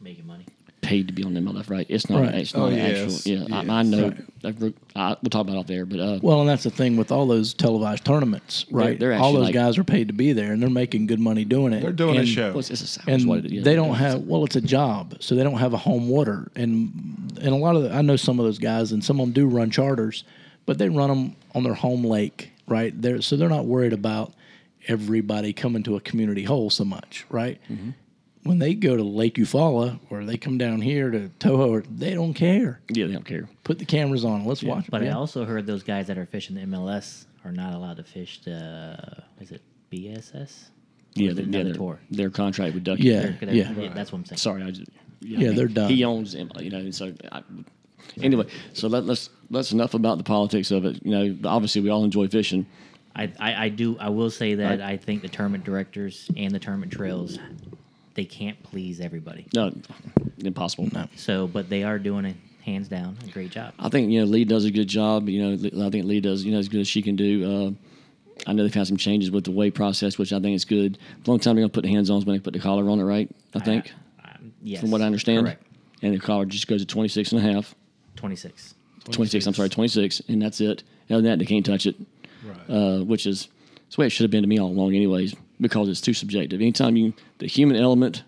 S5: Making money.
S3: paid to be on MLF, right? It's not.
S2: Right.
S3: It's not
S4: Oh,
S3: an
S4: yes.
S3: actual. Yeah, I, I
S4: Yes.
S3: know. I've re- I, we'll talk about it off there, but uh,
S2: Well, and that's the thing with all those televised tournaments, right?
S3: they're
S2: all
S3: actually
S2: those
S3: like-
S2: guys are paid to be there, and they're making good money doing it.
S4: They're doing a
S2: And-
S4: show.
S3: well, it's, it's a savage
S2: and
S3: what it is.
S2: they don't
S3: It's-
S2: have well it's a job so they don't have a home water and and a lot of the, i know some of those guys and some of them do run charters but they run them on their home lake right they so they're not worried about everybody coming to a community hole so much right when they go to lake eufaula or they come down here to toho or they don't care
S3: Yeah, they don't care.
S2: put the cameras on let's watch
S5: But
S2: it,
S5: I
S2: man.
S5: also heard those guys that are fishing the MLS are not allowed to fish the is it BSS?
S3: Yeah,
S5: is
S3: they,
S5: it
S3: yeah
S5: another
S3: their,
S5: tour?
S3: their contract with Ducky.
S2: yeah
S5: They're-
S2: yeah
S5: they- That's what I'm saying.
S3: Sorry, I just.
S2: Yeah, they're done.
S3: He owns, MLF, you know. and So, I, anyway, so let, let's let's enough about the politics of it. You know, obviously we all enjoy fishing.
S5: I, I, I do I will say that I think the tournament directors and the tournament trails they can't please everybody.
S3: No, impossible. No.
S5: So but they are doing it hands down a great job.
S3: I think you know Lee does a good job. You know, Lee- I think Lee does you know as good as she can do. Uh, I know they've had some changes with the weight process, which I think is good. Long time they're gonna put the hands on is when they put the collar on it, right? I think,
S5: Um, yes.
S3: from what I understand.
S5: Correct.
S3: And the collar just goes to 26 and a half,
S5: Twenty six.
S3: 26. I'm sorry, 26, and that's it. Other than that, they can't touch it, uh, which is it's the way it should have been to me all along, anyways, because it's too subjective. Anytime you the human element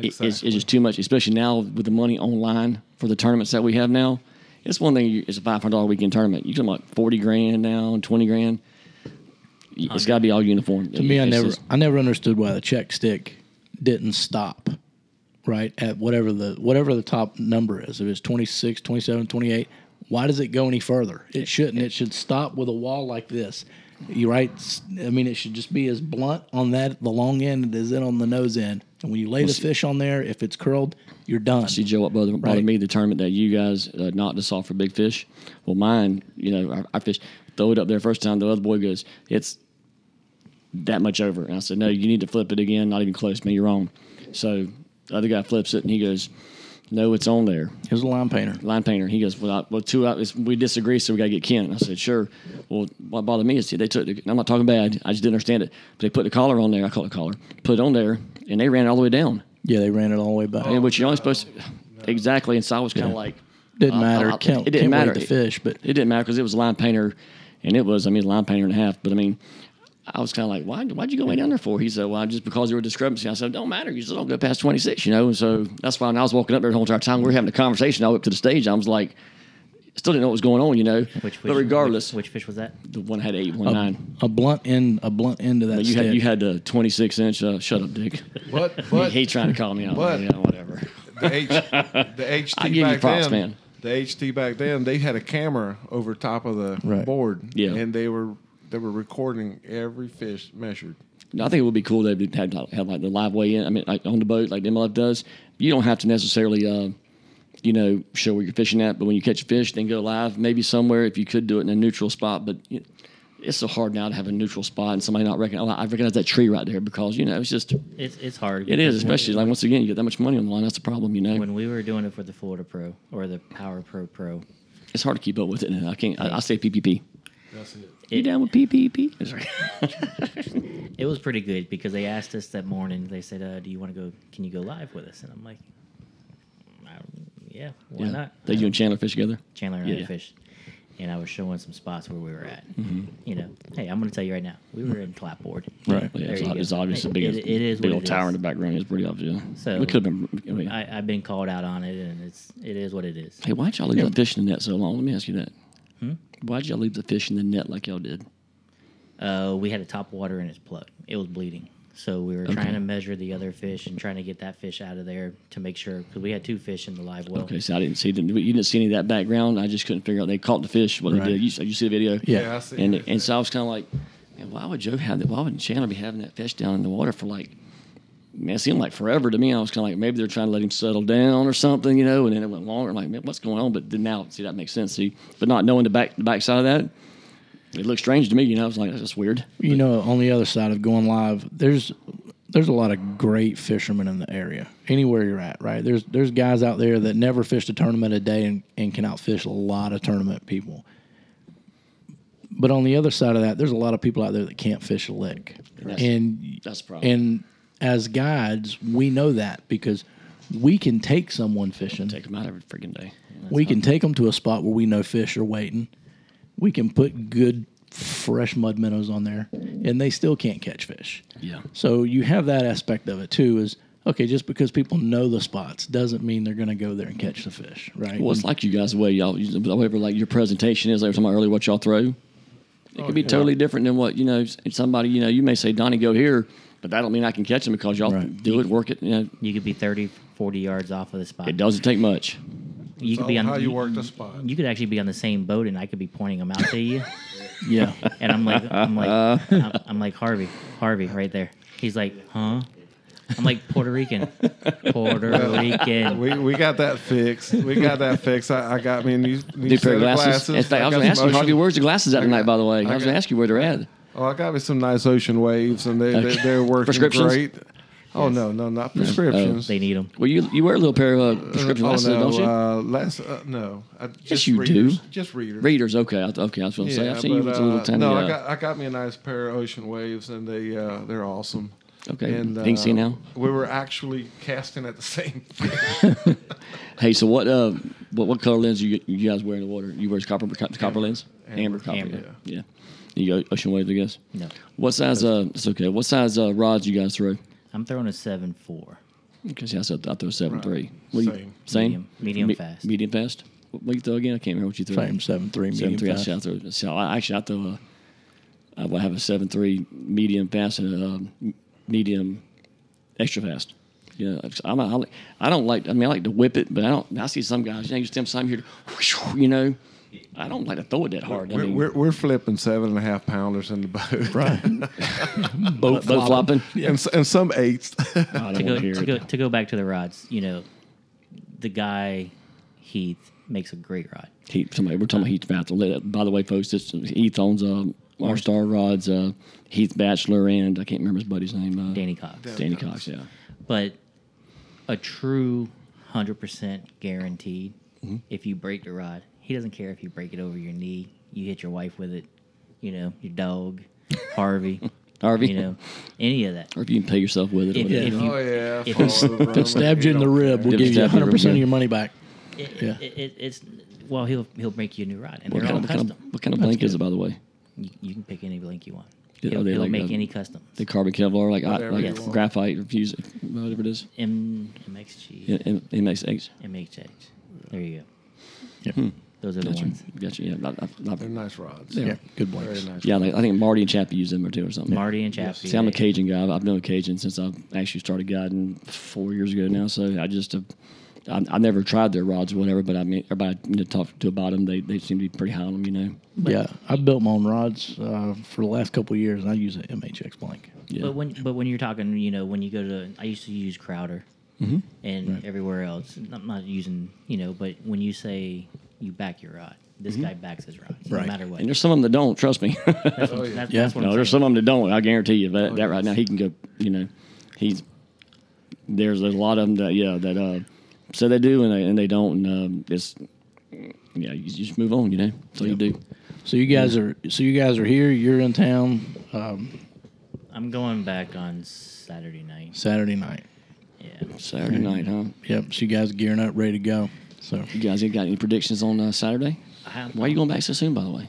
S3: it- it's, it's just too much, especially now with the money online for the tournaments that we have now. It's one thing. You, it's a five hundred dollar weekend tournament. You're talking about forty grand now and twenty grand. It's got to be all uniform.
S2: To me, I never, I never understood why the check stick didn't stop, right at whatever the whatever the top number is. If it's 26, 27, 28, why does it go any further? It shouldn't. It should stop with a wall like this. You right? S- I mean, it should just be as blunt on that the long end as it on the nose end. And when you lay the fish on there, if it's curled, you're done.
S3: See, Joe, what bothered, bothered
S2: Right.
S3: me the tournament that you guys uh, knocked us off for big fish. Well, mine, you know, I, I fish throw it up there first time. The other boy goes, "It's that much over," and I said, "No, you need to flip it again. Not even close, man. You're wrong." So the other guy flips it and he goes, "No, it's on there."
S2: Here's a line painter.
S3: line painter. He goes, well, I, well two out. It's, we disagree, so we got to get Ken. And I said, sure. Well, what bothered me is they took. The, and I'm not talking bad. I just didn't understand it. But they put the collar on there. I call it a collar. Put it on there, and they ran it all the way down.
S2: Yeah, they ran it all the way back.
S3: and which you're only supposed to, exactly. And so I was kind of like,
S2: didn't
S3: I-
S2: matter.
S3: I-
S2: can't,
S3: it didn't
S2: can't
S3: matter.
S2: Wait the fish, but
S3: It didn't matter because it was a line painter, and it was. I mean, a line painter and a half. But I mean. I was kind of like, why, why'd you go way down there for? He said, well, just because there were discrepancies. I said, it don't matter. You still don't go past 26, you know? And so that's why when I was walking up there the whole entire time, we were having a conversation. I went up to the stage. I was like, still didn't know what was going on, you know?
S5: Which, which
S3: but regardless,
S5: which, which fish was that?
S3: the one had eight,
S2: Oh,
S3: one nine.
S2: a blunt end, a blunt end of that.
S3: But you had
S2: stick.
S3: you had the 26 inch. Uh, shut up, Dick.
S4: But
S3: He,
S4: but
S3: he trying to call me out.
S4: But-
S3: yeah, whatever.
S4: the H the HT
S3: I give you
S4: back
S3: props,
S4: then.
S3: man.
S4: The HT back then they had a camera over top of the
S2: Right.
S4: board.
S3: Yeah.
S4: and they were they were recording every fish measured.
S3: No, I think it would be cool to have, have, like- have like the live weigh in. I mean, like on the boat, like the MLF does. You don't have to necessarily, uh, you know, show where you're fishing at. But when you catch a fish, then go live. Maybe somewhere if you could do it in a neutral spot. But you it's so hard now to have a neutral spot and somebody not recognize. Oh, I recognize that tree right there because you know it's just it
S5: It's it's hard.
S3: is,
S5: because when-
S3: especially like once again you get that much money on the line. That's the problem, you know.
S5: when we were doing it for the Florida Pro or the Power Pro Pro.
S3: it's hard to keep up with it. And I can't. I, I say PPP. You
S5: It,
S3: down with PPP? That's right.
S5: it was pretty good because they asked us that morning. They said, uh, "Do you want to go? Can you go live with us?" And I'm like, "Mm, I, "Yeah, why
S3: Yeah.
S5: not?"
S3: That you and Chandler fish together.
S5: Chandler and
S3: Yeah. Mm-hmm.
S5: I fish, and I was showing some spots where we were at. You know, hey, I'm going to tell you right now, we were in Clapboard.
S3: Right. Yeah, it's,
S5: you go.
S3: it's obvious the
S5: It-
S3: biggest,
S5: it- it is
S3: big
S5: what
S3: old
S5: it
S3: tower in
S5: is.
S3: the background. It's pretty obvious. yeah.
S5: So-
S3: we could have been. I mean,
S5: I, I've been called out on it, and it's it is what it is.
S3: hey, why'd y'all leave the fish in the net so long? Let me ask you that.
S5: Hmm?
S3: Why'd y'all leave the fish in the net like y'all did?
S5: Uh, we had a top water in his plug. It was bleeding. So we were trying to measure the other fish and trying to get that fish out of there to make sure because we had two fish in the live well.
S3: Okay, so I didn't see. Didn't, you didn't see any of that background. I just couldn't figure out. They caught the fish. What they did. You, you see the video?
S4: Yeah, I see.
S3: And and so I was kind of like, man, why would Joe have that? Why would Chandler be having that fish down in the water for like? Man, it seemed like forever to me. I was kind of like, maybe they're trying to let him settle down or something, you know. And then it went longer. I'm like, man, what's going on? But then now, see, that makes sense. See, but not knowing the back the backside of that, it looked strange to me. You know, I was like, that's just weird.
S2: You know, on the other side of going live, there's there's a lot of great fishermen in the area. Anywhere you're at, right? There's there's guys out there that never fished a tournament a day and, and can outfish a lot of tournament people. But on the other side of that, there's a lot of people out there that can't fish a lick.
S3: That's-
S2: and
S3: that's the problem.
S2: And as guides, we know that because we can take someone fishing.
S3: Take him out every freaking day.
S2: We can take them to a spot where we know fish are waiting. We can put good fresh mud minnows on there, and they still can't catch fish.
S3: Yeah.
S2: So you have that aspect of it too. Is okay, just because people know the spots doesn't mean they're going to go there and catch the fish, right?
S3: Well, it's like you guys, the way y'all, whatever like your presentation is, like we were talking about earlier, what y'all throw. It could
S4: Oh,
S3: be totally different than what you know. s- Somebody, you know, you may say Donnie, go here, but that don't mean I can catch him because y'all
S2: Right.
S3: do it, work it. You know,
S5: You could be 30, 40 yards off of the spot.
S3: it doesn't take much.
S5: You
S4: It's
S5: could be
S4: all
S5: on
S4: Oh, how you work the spot.
S5: You could actually be on the same boat, and I could be pointing them out to you.
S2: yeah,
S5: And I'm like, I'm like, I'm, I'm like Harvey, Harvey, right there. He's like, huh? I'm like Puerto Rican, Puerto Rican.
S4: We, we got that fixed. We got that fixed. I, I got me a new, new
S3: New
S4: set
S3: pair of
S4: of
S3: glasses.
S4: glasses.
S3: In fact, I was
S4: got
S3: going to ask
S4: some
S3: you, Harvey,
S4: ocean-
S3: where's the glasses at
S4: I
S3: tonight?
S4: got-
S3: By the way, I,
S4: I
S3: was
S4: got-
S3: going to ask you where they're at.
S4: Oh, I got me some nice ocean waves, and they,
S3: Okay.
S4: they they're working
S3: Prescriptions?
S4: great. Oh no, no, not prescriptions.
S5: They need them.
S3: Well, you you wear a little pair of uh, prescription
S4: oh,
S3: glasses,
S4: no,
S3: don't you?
S4: Uh, last, uh, no, I, just
S3: you do.
S4: readers, Just readers.
S3: Readers, okay, I, okay. I was going to say I've seen you with a little
S4: uh,
S3: tiny.
S4: no,
S3: uh,
S4: I got I got me a nice pair of Ocean Waves, and they uh, they're awesome.
S3: Okay,
S4: and uh,
S3: you can see now?
S4: We were actually casting at the same.
S3: Hey, so what uh, what what color lens you you guys wear in the water? You wear copper co- copper lens, amber, copper,
S5: Amber.
S3: yeah. yeah. You go ocean waves, I guess.
S5: No,
S3: What size? Uh, it's okay. What size uh, rods you guys throw?
S5: I'm throwing a seven four.
S3: Because I said I throw seven three. What do you,
S4: Same.
S3: same.
S5: Medium- medium fast.
S3: Medium fast. What, what you throw again? I can't remember what you throw.
S2: same seven three
S3: Seven
S2: medium
S3: three. I
S2: fast.
S3: said I throw. So I, actually, I throw a. I will have a seven three medium fast and a um, medium extra fast. Yeah, it's- I'm. A, I, like- I don't like. I mean, I like to whip it, but I don't. I see some guys. You know, you just them some here. You know, I don't like to throw it that hard. I
S4: we're,
S3: mean,
S4: we're, we're flipping seven and a half pounders in the boat,
S2: Right.
S3: boat, boat flopping.
S4: and, s- and some eights.
S3: I
S5: to
S3: don't
S5: go
S3: want to hear
S5: to
S3: it.
S5: go to go back to the rods, you know, the guy Heath makes a great rod.
S3: Heat, somebody, we're talking about Heath Bachelor. By the way, folks, this Heath owns uh, R Star Rods, uh, Heath Bachelor, and I can't remember his buddy's name. Uh,
S5: Danny Cox.
S3: Danny Cox, yeah.
S5: But a true hundred percent guaranteed
S3: Mm-hmm.
S5: if you break the rod, he doesn't care if you break it over your knee, you hit your wife with it, you know, your dog, Harvey.
S3: Harvey.
S5: You know, any of that.
S3: Or if you can pay yourself with it. or
S5: If,
S3: whatever.
S5: if you,
S4: oh yeah,
S5: if
S4: fall
S5: it's-
S4: over, I'm
S2: Stabbed you in the
S4: don't
S2: rib,
S4: care.
S2: we'll
S3: Dip
S2: give you
S3: stab you in the
S2: 100 percent
S3: rib.
S2: of your money back.
S5: it,
S2: Yeah.
S5: it, it, it's well, he'll he'll make you a new rod, and
S3: what, kind
S5: they're all
S3: of, what, kind
S5: custom.
S3: of, what kind of blank is it, by the way?
S5: you, you can pick any blank you want.
S3: Yeah,
S5: he'll
S3: they
S5: he'll
S3: like,
S5: make
S3: um,
S5: any custom.
S3: The carbon Kevlar, like, I,
S4: Whatever
S3: like
S4: you want.
S3: graphite, or fuse, whatever it is.
S5: M MXG.
S3: Yeah, M- MXH.
S5: MHH. There you go.
S2: Yeah.
S5: Those are the
S3: Gotcha.
S5: ones.
S3: Gotcha. Yeah, I, I,
S4: They're
S3: I,
S4: nice rods.
S2: Yeah, good blanks.
S4: Very nice.
S3: yeah like, I think Marty and Chappie use them or two or something.
S5: Marty and Chappie.
S3: See, I'm a
S5: they-
S3: Cajun guy. I've- I've known Cajun since I've actually started guiding four years ago now. So I just have, I, I never tried their rods or whatever, but I mean, everybody you know, talked to about them. They, they seem to be pretty high on them, you know.
S2: Yeah, I built my own rods uh, for the last couple of years, and I use an MHX blank.
S3: Yeah.
S5: But when but when you're talking, you know, when you go to, I used to use Crowder,
S3: Mm-hmm.
S5: and everywhere else. and I'm not using, you know, but when you say you back your rod, this guy backs his rod,
S2: Right.
S5: no matter what.
S3: Mm-hmm. and there's some of them that don't. Trust me.
S5: that's, what- that's-
S2: Yeah.
S5: that's what
S3: no,
S5: I'm
S3: there's
S5: saying.
S3: some of them that don't. I guarantee you that, that right now he can go. You know, he's there's there's a lot of them that yeah that uh say they do and they and they don't and um, it's yeah you just move on. You know, so you do.
S2: So you guys are so you guys are here. You're in town um,
S5: I'm going back on Saturday night.
S2: Saturday night.
S5: Yeah.
S3: Saturday night, huh?
S2: Yep. So you guys gearing up, ready to go. So
S3: You guys ain't got any predictions on uh, Saturday?
S5: I'm,
S3: Why are you going back so soon, by the way?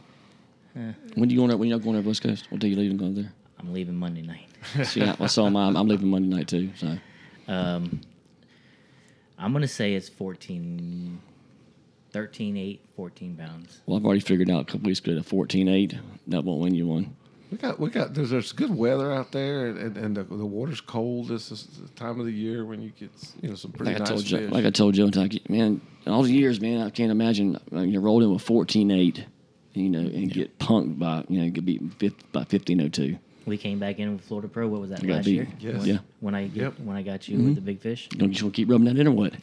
S3: When do you going? When you're not going over West Coast? What day you leaving? Going there?
S5: I'm leaving Monday night.
S3: See, I, I saw mine. I'm leaving Monday night too. So
S5: Um, I'm gonna say it's 14, 13, 8, 14 pounds.
S3: well, I've already figured out a couple weeks ago that 14.8 that won't win you one.
S4: We got we got there's, there's good weather out there and, and, and the, the water's cold. This is the time of the year when you get you know some pretty
S3: Like I
S4: nice
S3: told Joe,
S4: fish.
S3: like I told Joe, and Taki, man, all the years, man, I can't imagine uh, you know, rolled in with 14.8, you know, and get punked by you know get beat fif- by 15.02.
S5: We came back in with Florida Pro. What was that
S3: I got
S5: last
S3: beat.
S5: year?
S4: Yes.
S3: Yeah. Mm-hmm.
S5: When I get,
S4: Yep.
S5: when I got you with the big fish.
S3: Don't you just want to keep rubbing that in or what?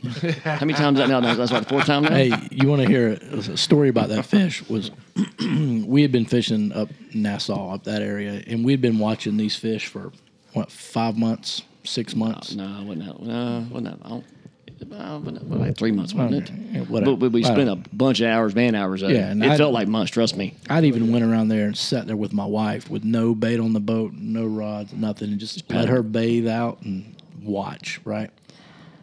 S3: How many times is that now? That's like four times now.
S2: Hey, you want to hear a, a story about that fish? Was we had been fishing up Nassau, up that area, and we had been watching these fish for what five months, six months.
S3: No, it wasn't that. No, it wasn't that. I don't, uh, wasn't that like three months, wasn't
S2: Okay, yeah,
S3: it?
S2: whatever.
S3: But, but we
S2: I
S3: spent a
S2: don't-
S3: bunch of hours, man hours. At
S2: Yeah,
S3: yeah, it,
S2: and
S3: it
S2: I-
S3: felt like months. Trust me.
S2: I'd even went around there and sat there with my wife with no bait on the boat, no rods, nothing, and just let her bathe out and watch. Right.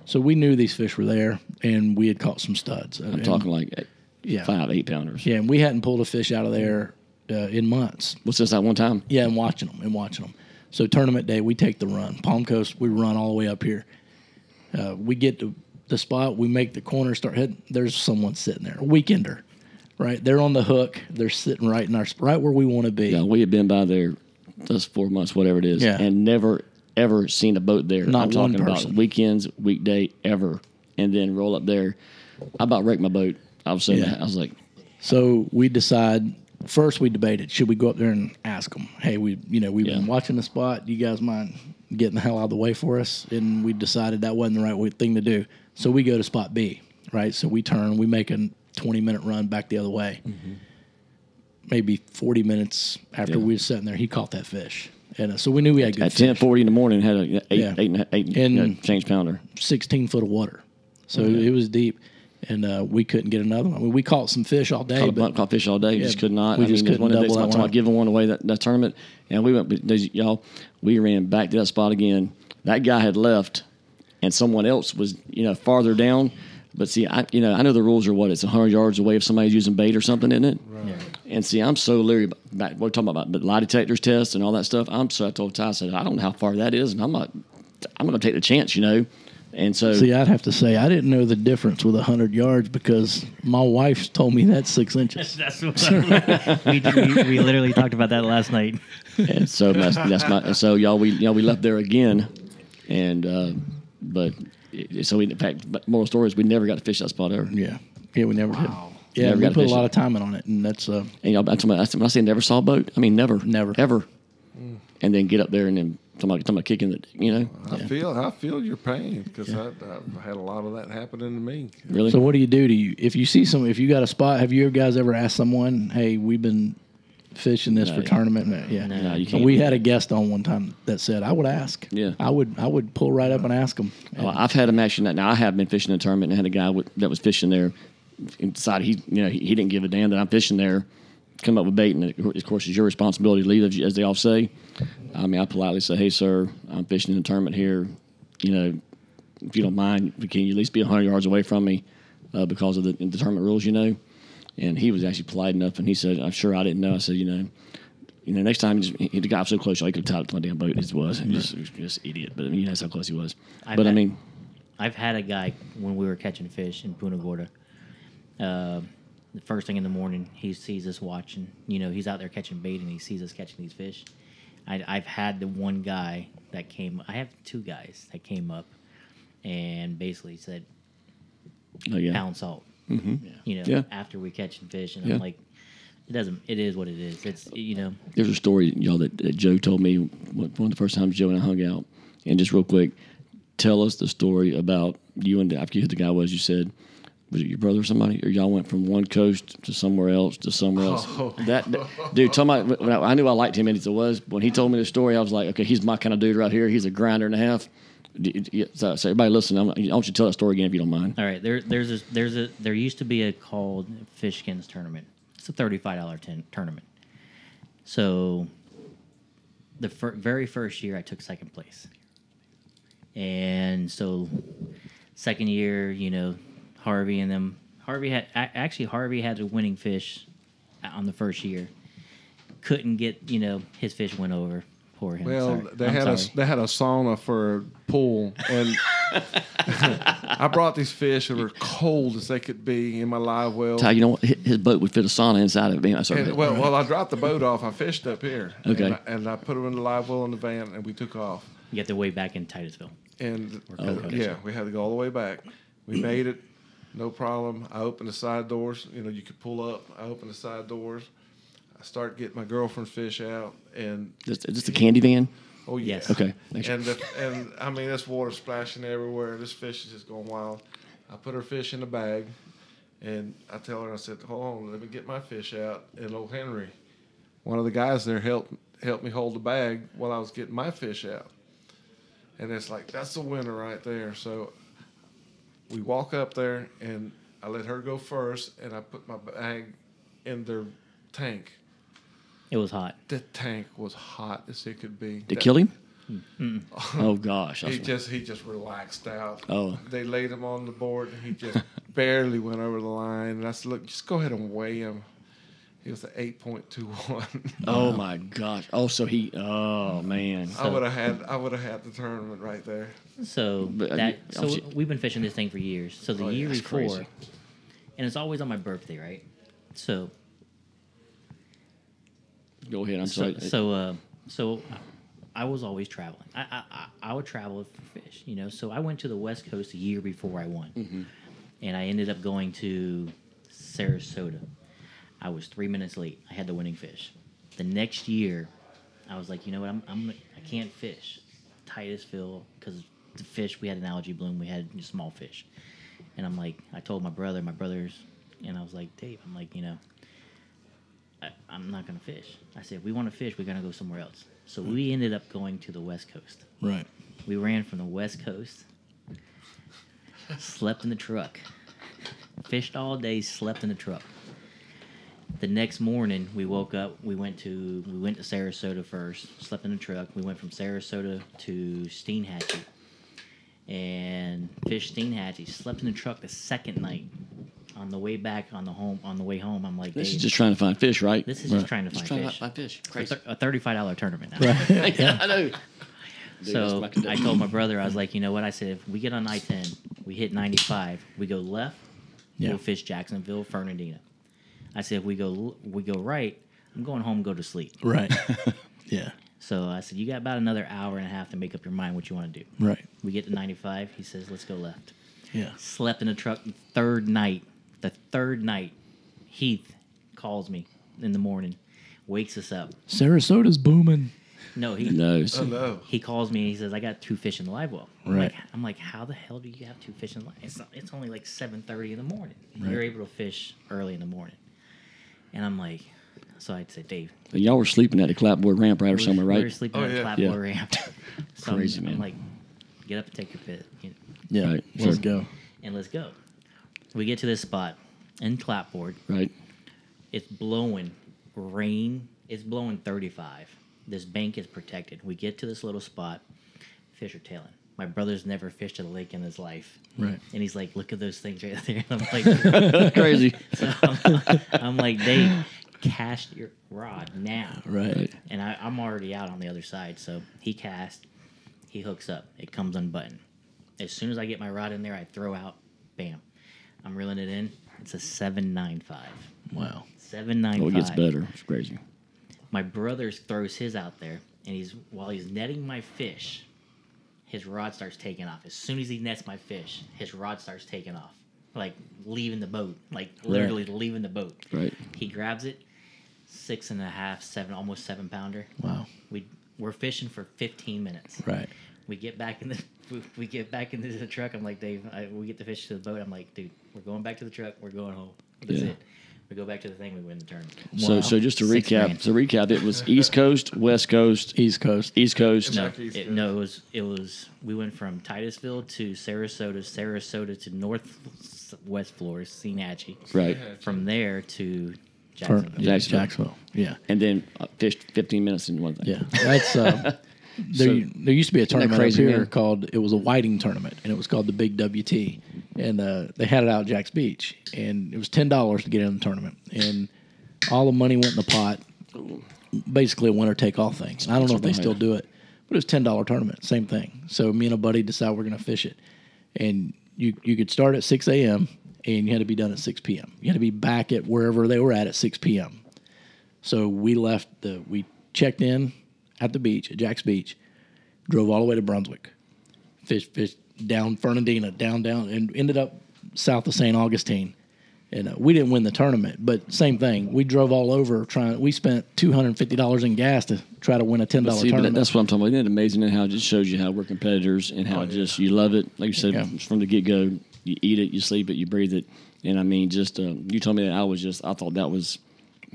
S2: So we knew these fish were there, and we had caught some studs.
S3: I'm talking like eight,
S2: yeah.
S3: five, eight pounders.
S2: Yeah, and we hadn't pulled a fish out of there uh, in months.
S3: What's this? That one time?
S2: Yeah, and watching them and watching them. So tournament day, we take the run. Palm Coast, we run all the way up here. Uh, we get to the spot, we make the corner, start heading. There's someone sitting there, a weekender, right? They're on the hook. They're sitting right in our sp- right where we want to be.
S3: Yeah, we had been by there just four months, whatever it is,
S2: Yeah.
S3: and never ever seen a boat there.
S2: Not
S3: I'm
S2: one
S3: talking
S2: person.
S3: about weekends, weekday, ever, and then roll up there. I about wrecked my boat. I was saying,
S2: Yeah.
S3: I was like,
S2: So we decide. First, we debated should we go up there and ask them, "Hey, we, you know, we've been
S3: Yeah.
S2: watching the spot. Do you guys mind getting the hell out of the way for us?" And we decided that wasn't the right way, thing to do. So we go to spot B, right? So we turn, we make a twenty-minute run back the other way.
S3: Mm-hmm.
S2: Maybe forty minutes after we were sitting there, he caught that fish, and uh, so we knew we had good
S3: at
S2: fish.
S3: ten forty in the morning, had a eight,
S2: Yeah.
S3: eight, and- eight,
S2: And-
S3: you know, change pounder.
S2: 16 foot of water. So it was deep, and uh, we couldn't get another one. I mean, we caught some fish all day,
S3: caught, a
S2: but
S3: bunch, caught fish all day. just could not.
S2: we
S3: I mean,
S2: just
S3: there's
S2: couldn't
S3: one of the
S2: double
S3: days
S2: that
S3: I'm
S2: one
S3: talking
S2: up.
S3: about giving one away that, that tournament, and we went. But those- y'all, we ran back to that spot again. That guy had left, and someone else was you know farther down. But see, I you know I know the rules are what it's 100 yards away if somebody's using bait or something, isn't it?
S5: Yeah.
S3: And see, I'm so leery about, about we're talking about, but lie detectors tests and all that stuff. I'm so I told Ty I said I don't know how far that is, and I'm not. I'm going to take the chance, you know. And so
S2: See, I'd have to say I didn't know the difference with 100 yards because my wife told me that's six inches.
S5: That's what I- we, we, we literally talked about that last night.
S3: and so that's, that's my so y'all we y'all we left there again, and uh, but it- so we in fact but moral story is we never got to fish that spot ever.
S2: Yeah. Yeah, we never did. Yeah,
S3: Never got
S2: we
S3: to
S2: put a
S3: fish
S2: lot
S3: it.
S2: of time in on it, and that's uh,
S3: And y'all, that's when I, when I say never saw a boat. I mean never,
S2: Never.
S3: ever, and then get up there and then somebody somebody kicking it. You know,
S4: I feel I feel your pain because I, I've had a lot of that happening to me.
S3: really.
S2: so. What do you do? Do you if you see some if you got a spot? Have you guys ever asked someone, "Hey, we've been fishing this for
S3: yeah.
S2: tournament"? No, yeah,
S3: No, you
S2: And
S3: can't
S2: we
S3: do
S2: had a guest on one time that said, "I would ask."
S3: Yeah.
S2: I would. I would pull right up and ask them.
S3: Well, Oh, I've had them actually. Now I have been fishing in a tournament and had a guy with, that was fishing there and decided he, you know, he, he didn't give a damn that I'm fishing there. Come up with bait, and of course, it's your responsibility to leave, as they all say. I mean, I politely say, "Hey, sir, I'm fishing in a tournament here. You know, if you don't mind, can you at least be 100 yards away from me uh, because of the, the tournament rules, you know?" And he was actually polite enough, and he said, "I'm sure I didn't know." I said, "You know." You know, next time, he just, he, the guy was so close, y'all, he could have tied up to my damn boat. He was, he was just, just idiot. But I mean, you know, that's how close he was.
S5: I
S3: but I
S5: bet.
S3: mean,
S5: I've had a guy when we were catching fish in Punta Gorda. Uh, the first thing in the morning, he sees us watching. You know, he's out there catching bait and he sees us catching these fish. I, I've had the one guy that came. I have two guys that came up and basically said
S3: Oh, yeah. Mm-hmm.
S5: pound salt. You know,
S3: Yeah.
S5: after we catching fish, and
S3: Yeah.
S5: I'm like, it doesn't. It is what it is. It's you know,
S3: There's a story, y'all, that, that Joe told me one one of the first times Joe and I hung out. And just real quick, tell us the story about you and I forget who the guy was. You said, was it your brother or somebody? Or y'all went from one coast to somewhere else to somewhere else.
S4: Oh.
S3: That, that- dude, tell my when I, I knew I liked him, and it was when he told me the story. I was like, okay, he's my kind of dude right here. He's a grinder and a half. D- d- So, so everybody, listen. I'm, I want you to tell that story again if you don't mind.
S5: All right, there, there's a, there's a there used to be a called Fishkins tournament. It's a thirty-five dollar ten, tournament. So, the fir- very first year I took second place, and so second year, you know, Harvey and them Harvey had a- actually Harvey had a winning fish on the first year. Couldn't get you know his fish went over. Poor him.
S4: Well,
S5: Sorry.
S4: they
S5: I'm
S4: had
S5: sorry.
S4: a they had a sauna for pool, and I brought these fish that were cold as they could be in my live well.
S7: Ty, you know what? Hi- His boat would fit a sauna inside of it. I'm sorry.
S4: And, well, well, I dropped the boat off. I fished up here,
S7: Okay.
S4: and I, and I put them in the live well in the van, and we took off.
S5: You got their way back in Titusville.
S4: And uh, yeah, we had to go all the way back. We made it, no problem. I opened the side doors. You know, you could pull up. I opened the side doors. I start getting my girlfriend's fish out, and
S7: just, just a candy van.
S4: oh yeah,
S5: Yes.
S7: Okay. Thanks.
S4: And the, and I mean, this water splashing everywhere. This fish is just going wild. I put her fish in the bag, and I tell her, I said, "Hold on, let me get my fish out." And old Henry, one of the guys there, helped helped me hold the bag while I was getting my fish out. And it's like that's the winner right there. So we walk up there, and I let her go first, and I put my bag in their tank.
S5: It was hot.
S4: The tank was hot as it could be.
S7: Did
S4: That-
S7: it kill him?
S5: Hmm.
S7: Oh gosh. I
S4: He
S7: was-
S4: just he just relaxed out.
S7: Oh.
S4: They laid him on the board and he just barely went over the line. And I said, Look, just go ahead and weigh him. He was at eight point two one.
S7: Oh my gosh. Oh, so he. Oh
S5: Hmm.
S7: man.
S4: I would have had I would have had the tournament right there.
S5: So
S7: But, uh,
S5: that
S7: you-
S5: so
S7: obviously-
S5: we've been fishing this thing for years. So the
S4: Oh, yeah,
S5: year
S4: that's
S5: before,
S7: crazy.
S5: and it's always on my birthday, right? So
S7: Go ahead. I'm
S5: so
S7: sorry.
S5: so uh, so I was always traveling. I, I I- I would travel for fish, you know. So I went to the West Coast a year before I won, and I ended up going to Sarasota. I was three minutes late. I had the winning fish. The next year, I was like, you know what? I'm, I'm I can't fish Titusville because the fish we had an algae bloom. We had small fish, and I'm like, I told my brother, my brothers, and I was like, Dave, I'm like, you know. I, I'm not gonna fish. I said, we want to fish. We're gonna go somewhere else. So
S7: Hmm.
S5: we ended up going to the West Coast.
S2: Right.
S5: We ran from the West Coast, slept in the truck, fished all day, slept in the truck. The next morning, we woke up. We went to we went to Sarasota first, slept in the truck. We went from Sarasota to Steenhatchee, and fished Steenhatchee. Slept in the truck the second night. On the way back, on the home, on the way home, I'm like,
S7: this
S5: "Dave,
S7: is just trying to find fish, right?
S5: this is just
S7: Right.
S5: trying to
S7: Just
S5: find
S7: trying
S5: fish.
S7: fish.
S5: a
S7: Crazy.
S5: thir- a thirty-five dollar tournament now.
S7: I know. that's
S5: So
S7: my condition.
S5: I told my brother, I was like, you know what? I said, if we get on I ten, we hit ninety five, we go left,
S2: Yeah.
S5: we'll fish Jacksonville, Fernandina. I said, if we go l- we go right, I'm going home, go to sleep.
S2: Right. yeah.
S5: So I said, you got about another hour and a half to make up your mind what you want to do.
S2: Right.
S5: We get to ninety five. He says, let's go left.
S2: Yeah.
S5: Slept in a truck. The third night, the third night, Heath calls me in the morning, wakes us up.
S2: Sarasota's booming.
S5: No, he
S7: No.
S4: I
S7: so-
S4: know.
S5: he calls me and he says, "I got two fish in the live well." I'm
S2: Right.
S5: like, I'm like, "How the hell do you have two fish in the live? It's not, it's only like 7:30 in the morning. We were able to fish early in the morning." And I'm like, so I'd say, "Dave,
S7: y'all were sleeping at the clapboard ramp, right, or
S5: we're-
S7: somewhere,
S5: We're
S7: right?
S5: sleeping
S4: Oh,
S5: on
S4: yeah.
S5: a clapboard ramp." so I'm-
S7: Crazy,
S5: I'm,
S7: man.
S5: like, "Get up and take your fish, you know,
S2: Yeah.
S7: Right,
S2: Let's
S7: sure.
S2: go.
S5: and let's go." We get to this spot in clapboard.
S7: Right.
S5: It's blowing rain. It's blowing 35. This bank is protected. We get to this little spot. Fish are tailing. My brother's never fished a lake in his life.
S2: Right.
S5: And he's like, look at those things right there. I'm like,
S7: Crazy.
S5: so I'm, I'm like, Dave, cast your rod now.
S2: Right.
S7: Right.
S5: And I, I'm already out on the other side. So he cast, he hooks up. It comes unbuttoned. As soon as I get my rod in there, I throw out. Bam. I'm reeling it in. It's a 795.
S2: Wow.
S5: 795
S7: Oh, it gets better. It's crazy.
S5: my brother throws his out there, and he's while he's netting my fish, his rod starts taking off. As soon as he nets my fish, his rod starts taking off, like leaving the boat, like literally leaving the boat.
S7: Right.
S5: He grabs it, six and a half, seven, almost seven pounder.
S2: Wow.
S5: We we're fishing for fifteen minutes.
S2: Right.
S5: We get back in the we, we get back into the truck. I'm like Dave, I, we get the fish to the boat. I'm like, dude, we're going back to the truck. We're going home. That's
S7: Yeah.
S5: it. We go back to the thing. We win the tournament.
S7: So, so just to
S5: Six
S7: recap,
S5: grand.
S7: to recap, it was East Coast, West Coast,
S2: East Coast.
S7: East Coast.
S5: No,
S4: Back east,
S5: it,
S4: yeah.
S5: no, it was it was we went from Titusville to Sarasota, Sarasota to North s- West Florida, Seenachie.
S7: Right.
S5: From there to
S2: Or-
S5: Jacksonville.
S2: yeah,
S7: Jacksonville.
S2: Jacksonville. Yeah.
S7: And then uh, fished 15 minutes in one thing.
S2: Yeah. That's uh, There,
S3: So-
S2: u- there used to be a tournament
S3: crazy,
S2: up here
S3: man?
S2: called it was a whiting tournament, and it was called the Big WT, and uh, they had it out at Jack's Beach, and it was ten dollars to get in the tournament, and all the money went in the pot. Basically, a winner take all thing. And I don't know if they still do it, but it was ten dollar tournament, same thing. So me and a buddy decide we're gonna fish it, and you you could start at six a.m. and you had to be done at six p.m. You had to be back at wherever they were at at six p.m. So we left the we checked in at the beach at Jack's Beach, drove all the way to Brunswick, fished fished down Fernandina, down down, and ended up south of St. Augustine. And uh, we didn't win the tournament, but same thing. We drove all over trying. We spent two hundred and fifty dollars in gas to try to win a ten dollar
S3: See, but
S2: tournament.
S3: that- that's what I'm talking about. Isn't it amazing how it just shows you how we're competitors and how it just you love it? Like you said,
S2: Oh, Yeah.
S3: from the get go, you eat it, you sleep it, you breathe it. And I mean, just um, you told me that I was just I thought that was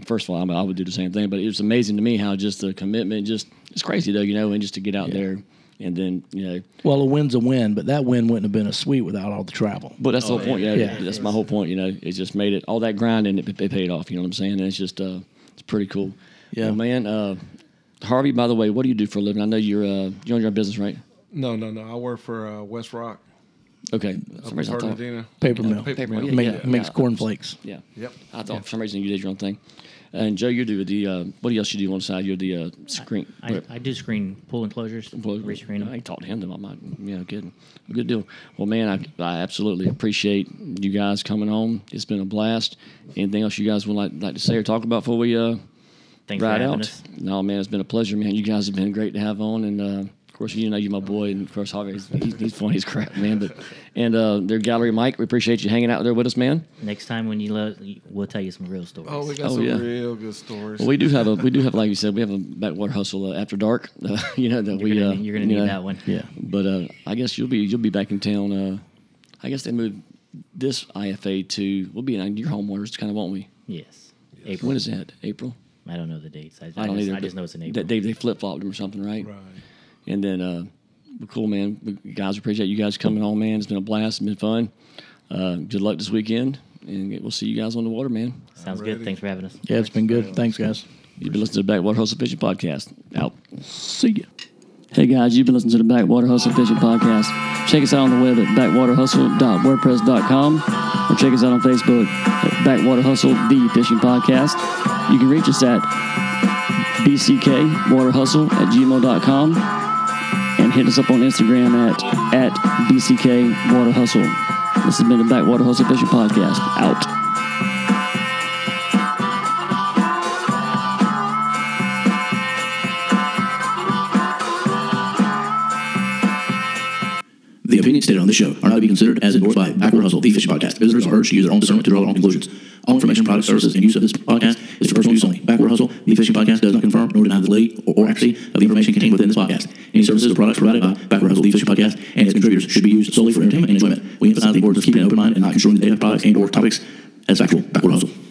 S3: first of all I, mean, I would do the same thing, but it was amazing to me how just the commitment, just it's crazy though, you know, and just to get out there and then you know,
S2: well, a win's a win, but that win wouldn't have been as sweet without all the travel.
S3: but that's the whole point. Oh, Yeah,
S2: Yeah.
S3: that's my whole point. You know, it just made it all that grinding. It, it paid off. You know what I'm saying? And it's just uh, it's pretty cool.
S2: Yeah.
S3: Well, man. Uh, Harvey, by the way, what do you do for a living? I know you're uh, you own your own business, right?
S4: No, no, no. I work for uh, West Rock
S3: Okay. For
S4: up
S3: some
S4: in
S3: reason I thought,
S4: Fernandina.
S2: Paper mill.
S4: Paper
S3: mill,
S4: mill.
S3: yeah.
S2: Ma- makes
S3: yeah.
S2: cornflakes.
S3: yeah.
S4: Yep.
S3: I thought for some reason you did your own thing. And Joe, you do the uh, what else you do on the side? You're the uh, screen.
S5: I, I do screen pool enclosures, re-screen
S3: I
S5: them.
S3: ain't talked to him though. I'm not, yeah, good, good deal. Well, man, I, I absolutely appreciate you guys coming on. It's been a blast. Anything else you guys would like like to say or talk about before we uh,
S5: Thanks for
S3: ride
S5: having
S3: out?
S5: us.
S3: No, man, it's been a pleasure, man. You guys have been great to have on, and uh, of course, you know you're my boy, and of course, Harvey, he's, he's, he's funny as crap, man. But and uh, their gallery, Mike, we appreciate you hanging out there with us, man.
S5: Next time when you love, we'll tell you some real stories.
S4: Oh, we got
S3: Oh,
S4: some
S3: yeah.
S4: real good stories.
S3: Well, we do have a we do have like you said we have a backwater hustle uh, after dark. Uh, you know that
S5: you're
S3: we
S5: gonna,
S3: uh,
S5: need- you're gonna
S3: you
S5: need
S3: know,
S5: that one.
S2: Yeah.
S3: But uh, I guess you'll be you'll be back in town. Uh, I guess they moved this IFA to we'll be in uh, your home waters, kind of, won't we?
S5: Yes. April.
S3: When is that? April?
S5: I don't know the dates. I, I
S3: I don't
S5: just,
S3: either.
S5: I just know it's in April.
S3: That they they flip flopped them or something, right?
S4: right.
S3: And then, uh, well, cool, man. We, guys, we appreciate you guys coming on, man. It's been a blast. It's been fun. Uh, good luck this weekend, and we'll see you guys on the water, man.
S5: Sounds
S4: Alrighty.
S5: good. Thanks for having us.
S2: Yeah, it's been good. Thanks, guys.
S3: You've been listening to the Backwater Hustle Fishing Podcast. Out.
S2: See ya.
S3: Hey guys, you've been listening to the Backwater Hustle Fishing Podcast. Check us out on the web at backwaterhustle.wordpress.com or check us out on Facebook at Backwater Hustle The Fishing Podcast. You can reach us at bckwaterhustle at gmail.com and hit us up on Instagram at, at bckwaterhustle. This has been the Backwater Hustle Fishing Podcast. Out.
S8: The opinions stated on this show are not to be considered as endorsed by Backward Hustle, The Fishing Podcast. Visitors are urged to use their own discernment to draw their own conclusions. All information, products, services, and use of this podcast is for personal use only. Backward Hustle, The Fishing Podcast does not confirm nor deny the validity or, or accuracy of the information contained within this podcast. Any services or products provided by Backward Hustle, The Fishing Podcast and its contributors should be used solely for entertainment and enjoyment. We emphasize the importance of keeping an open mind and not construing the data, products, and or topics as factual. Backward Hustle.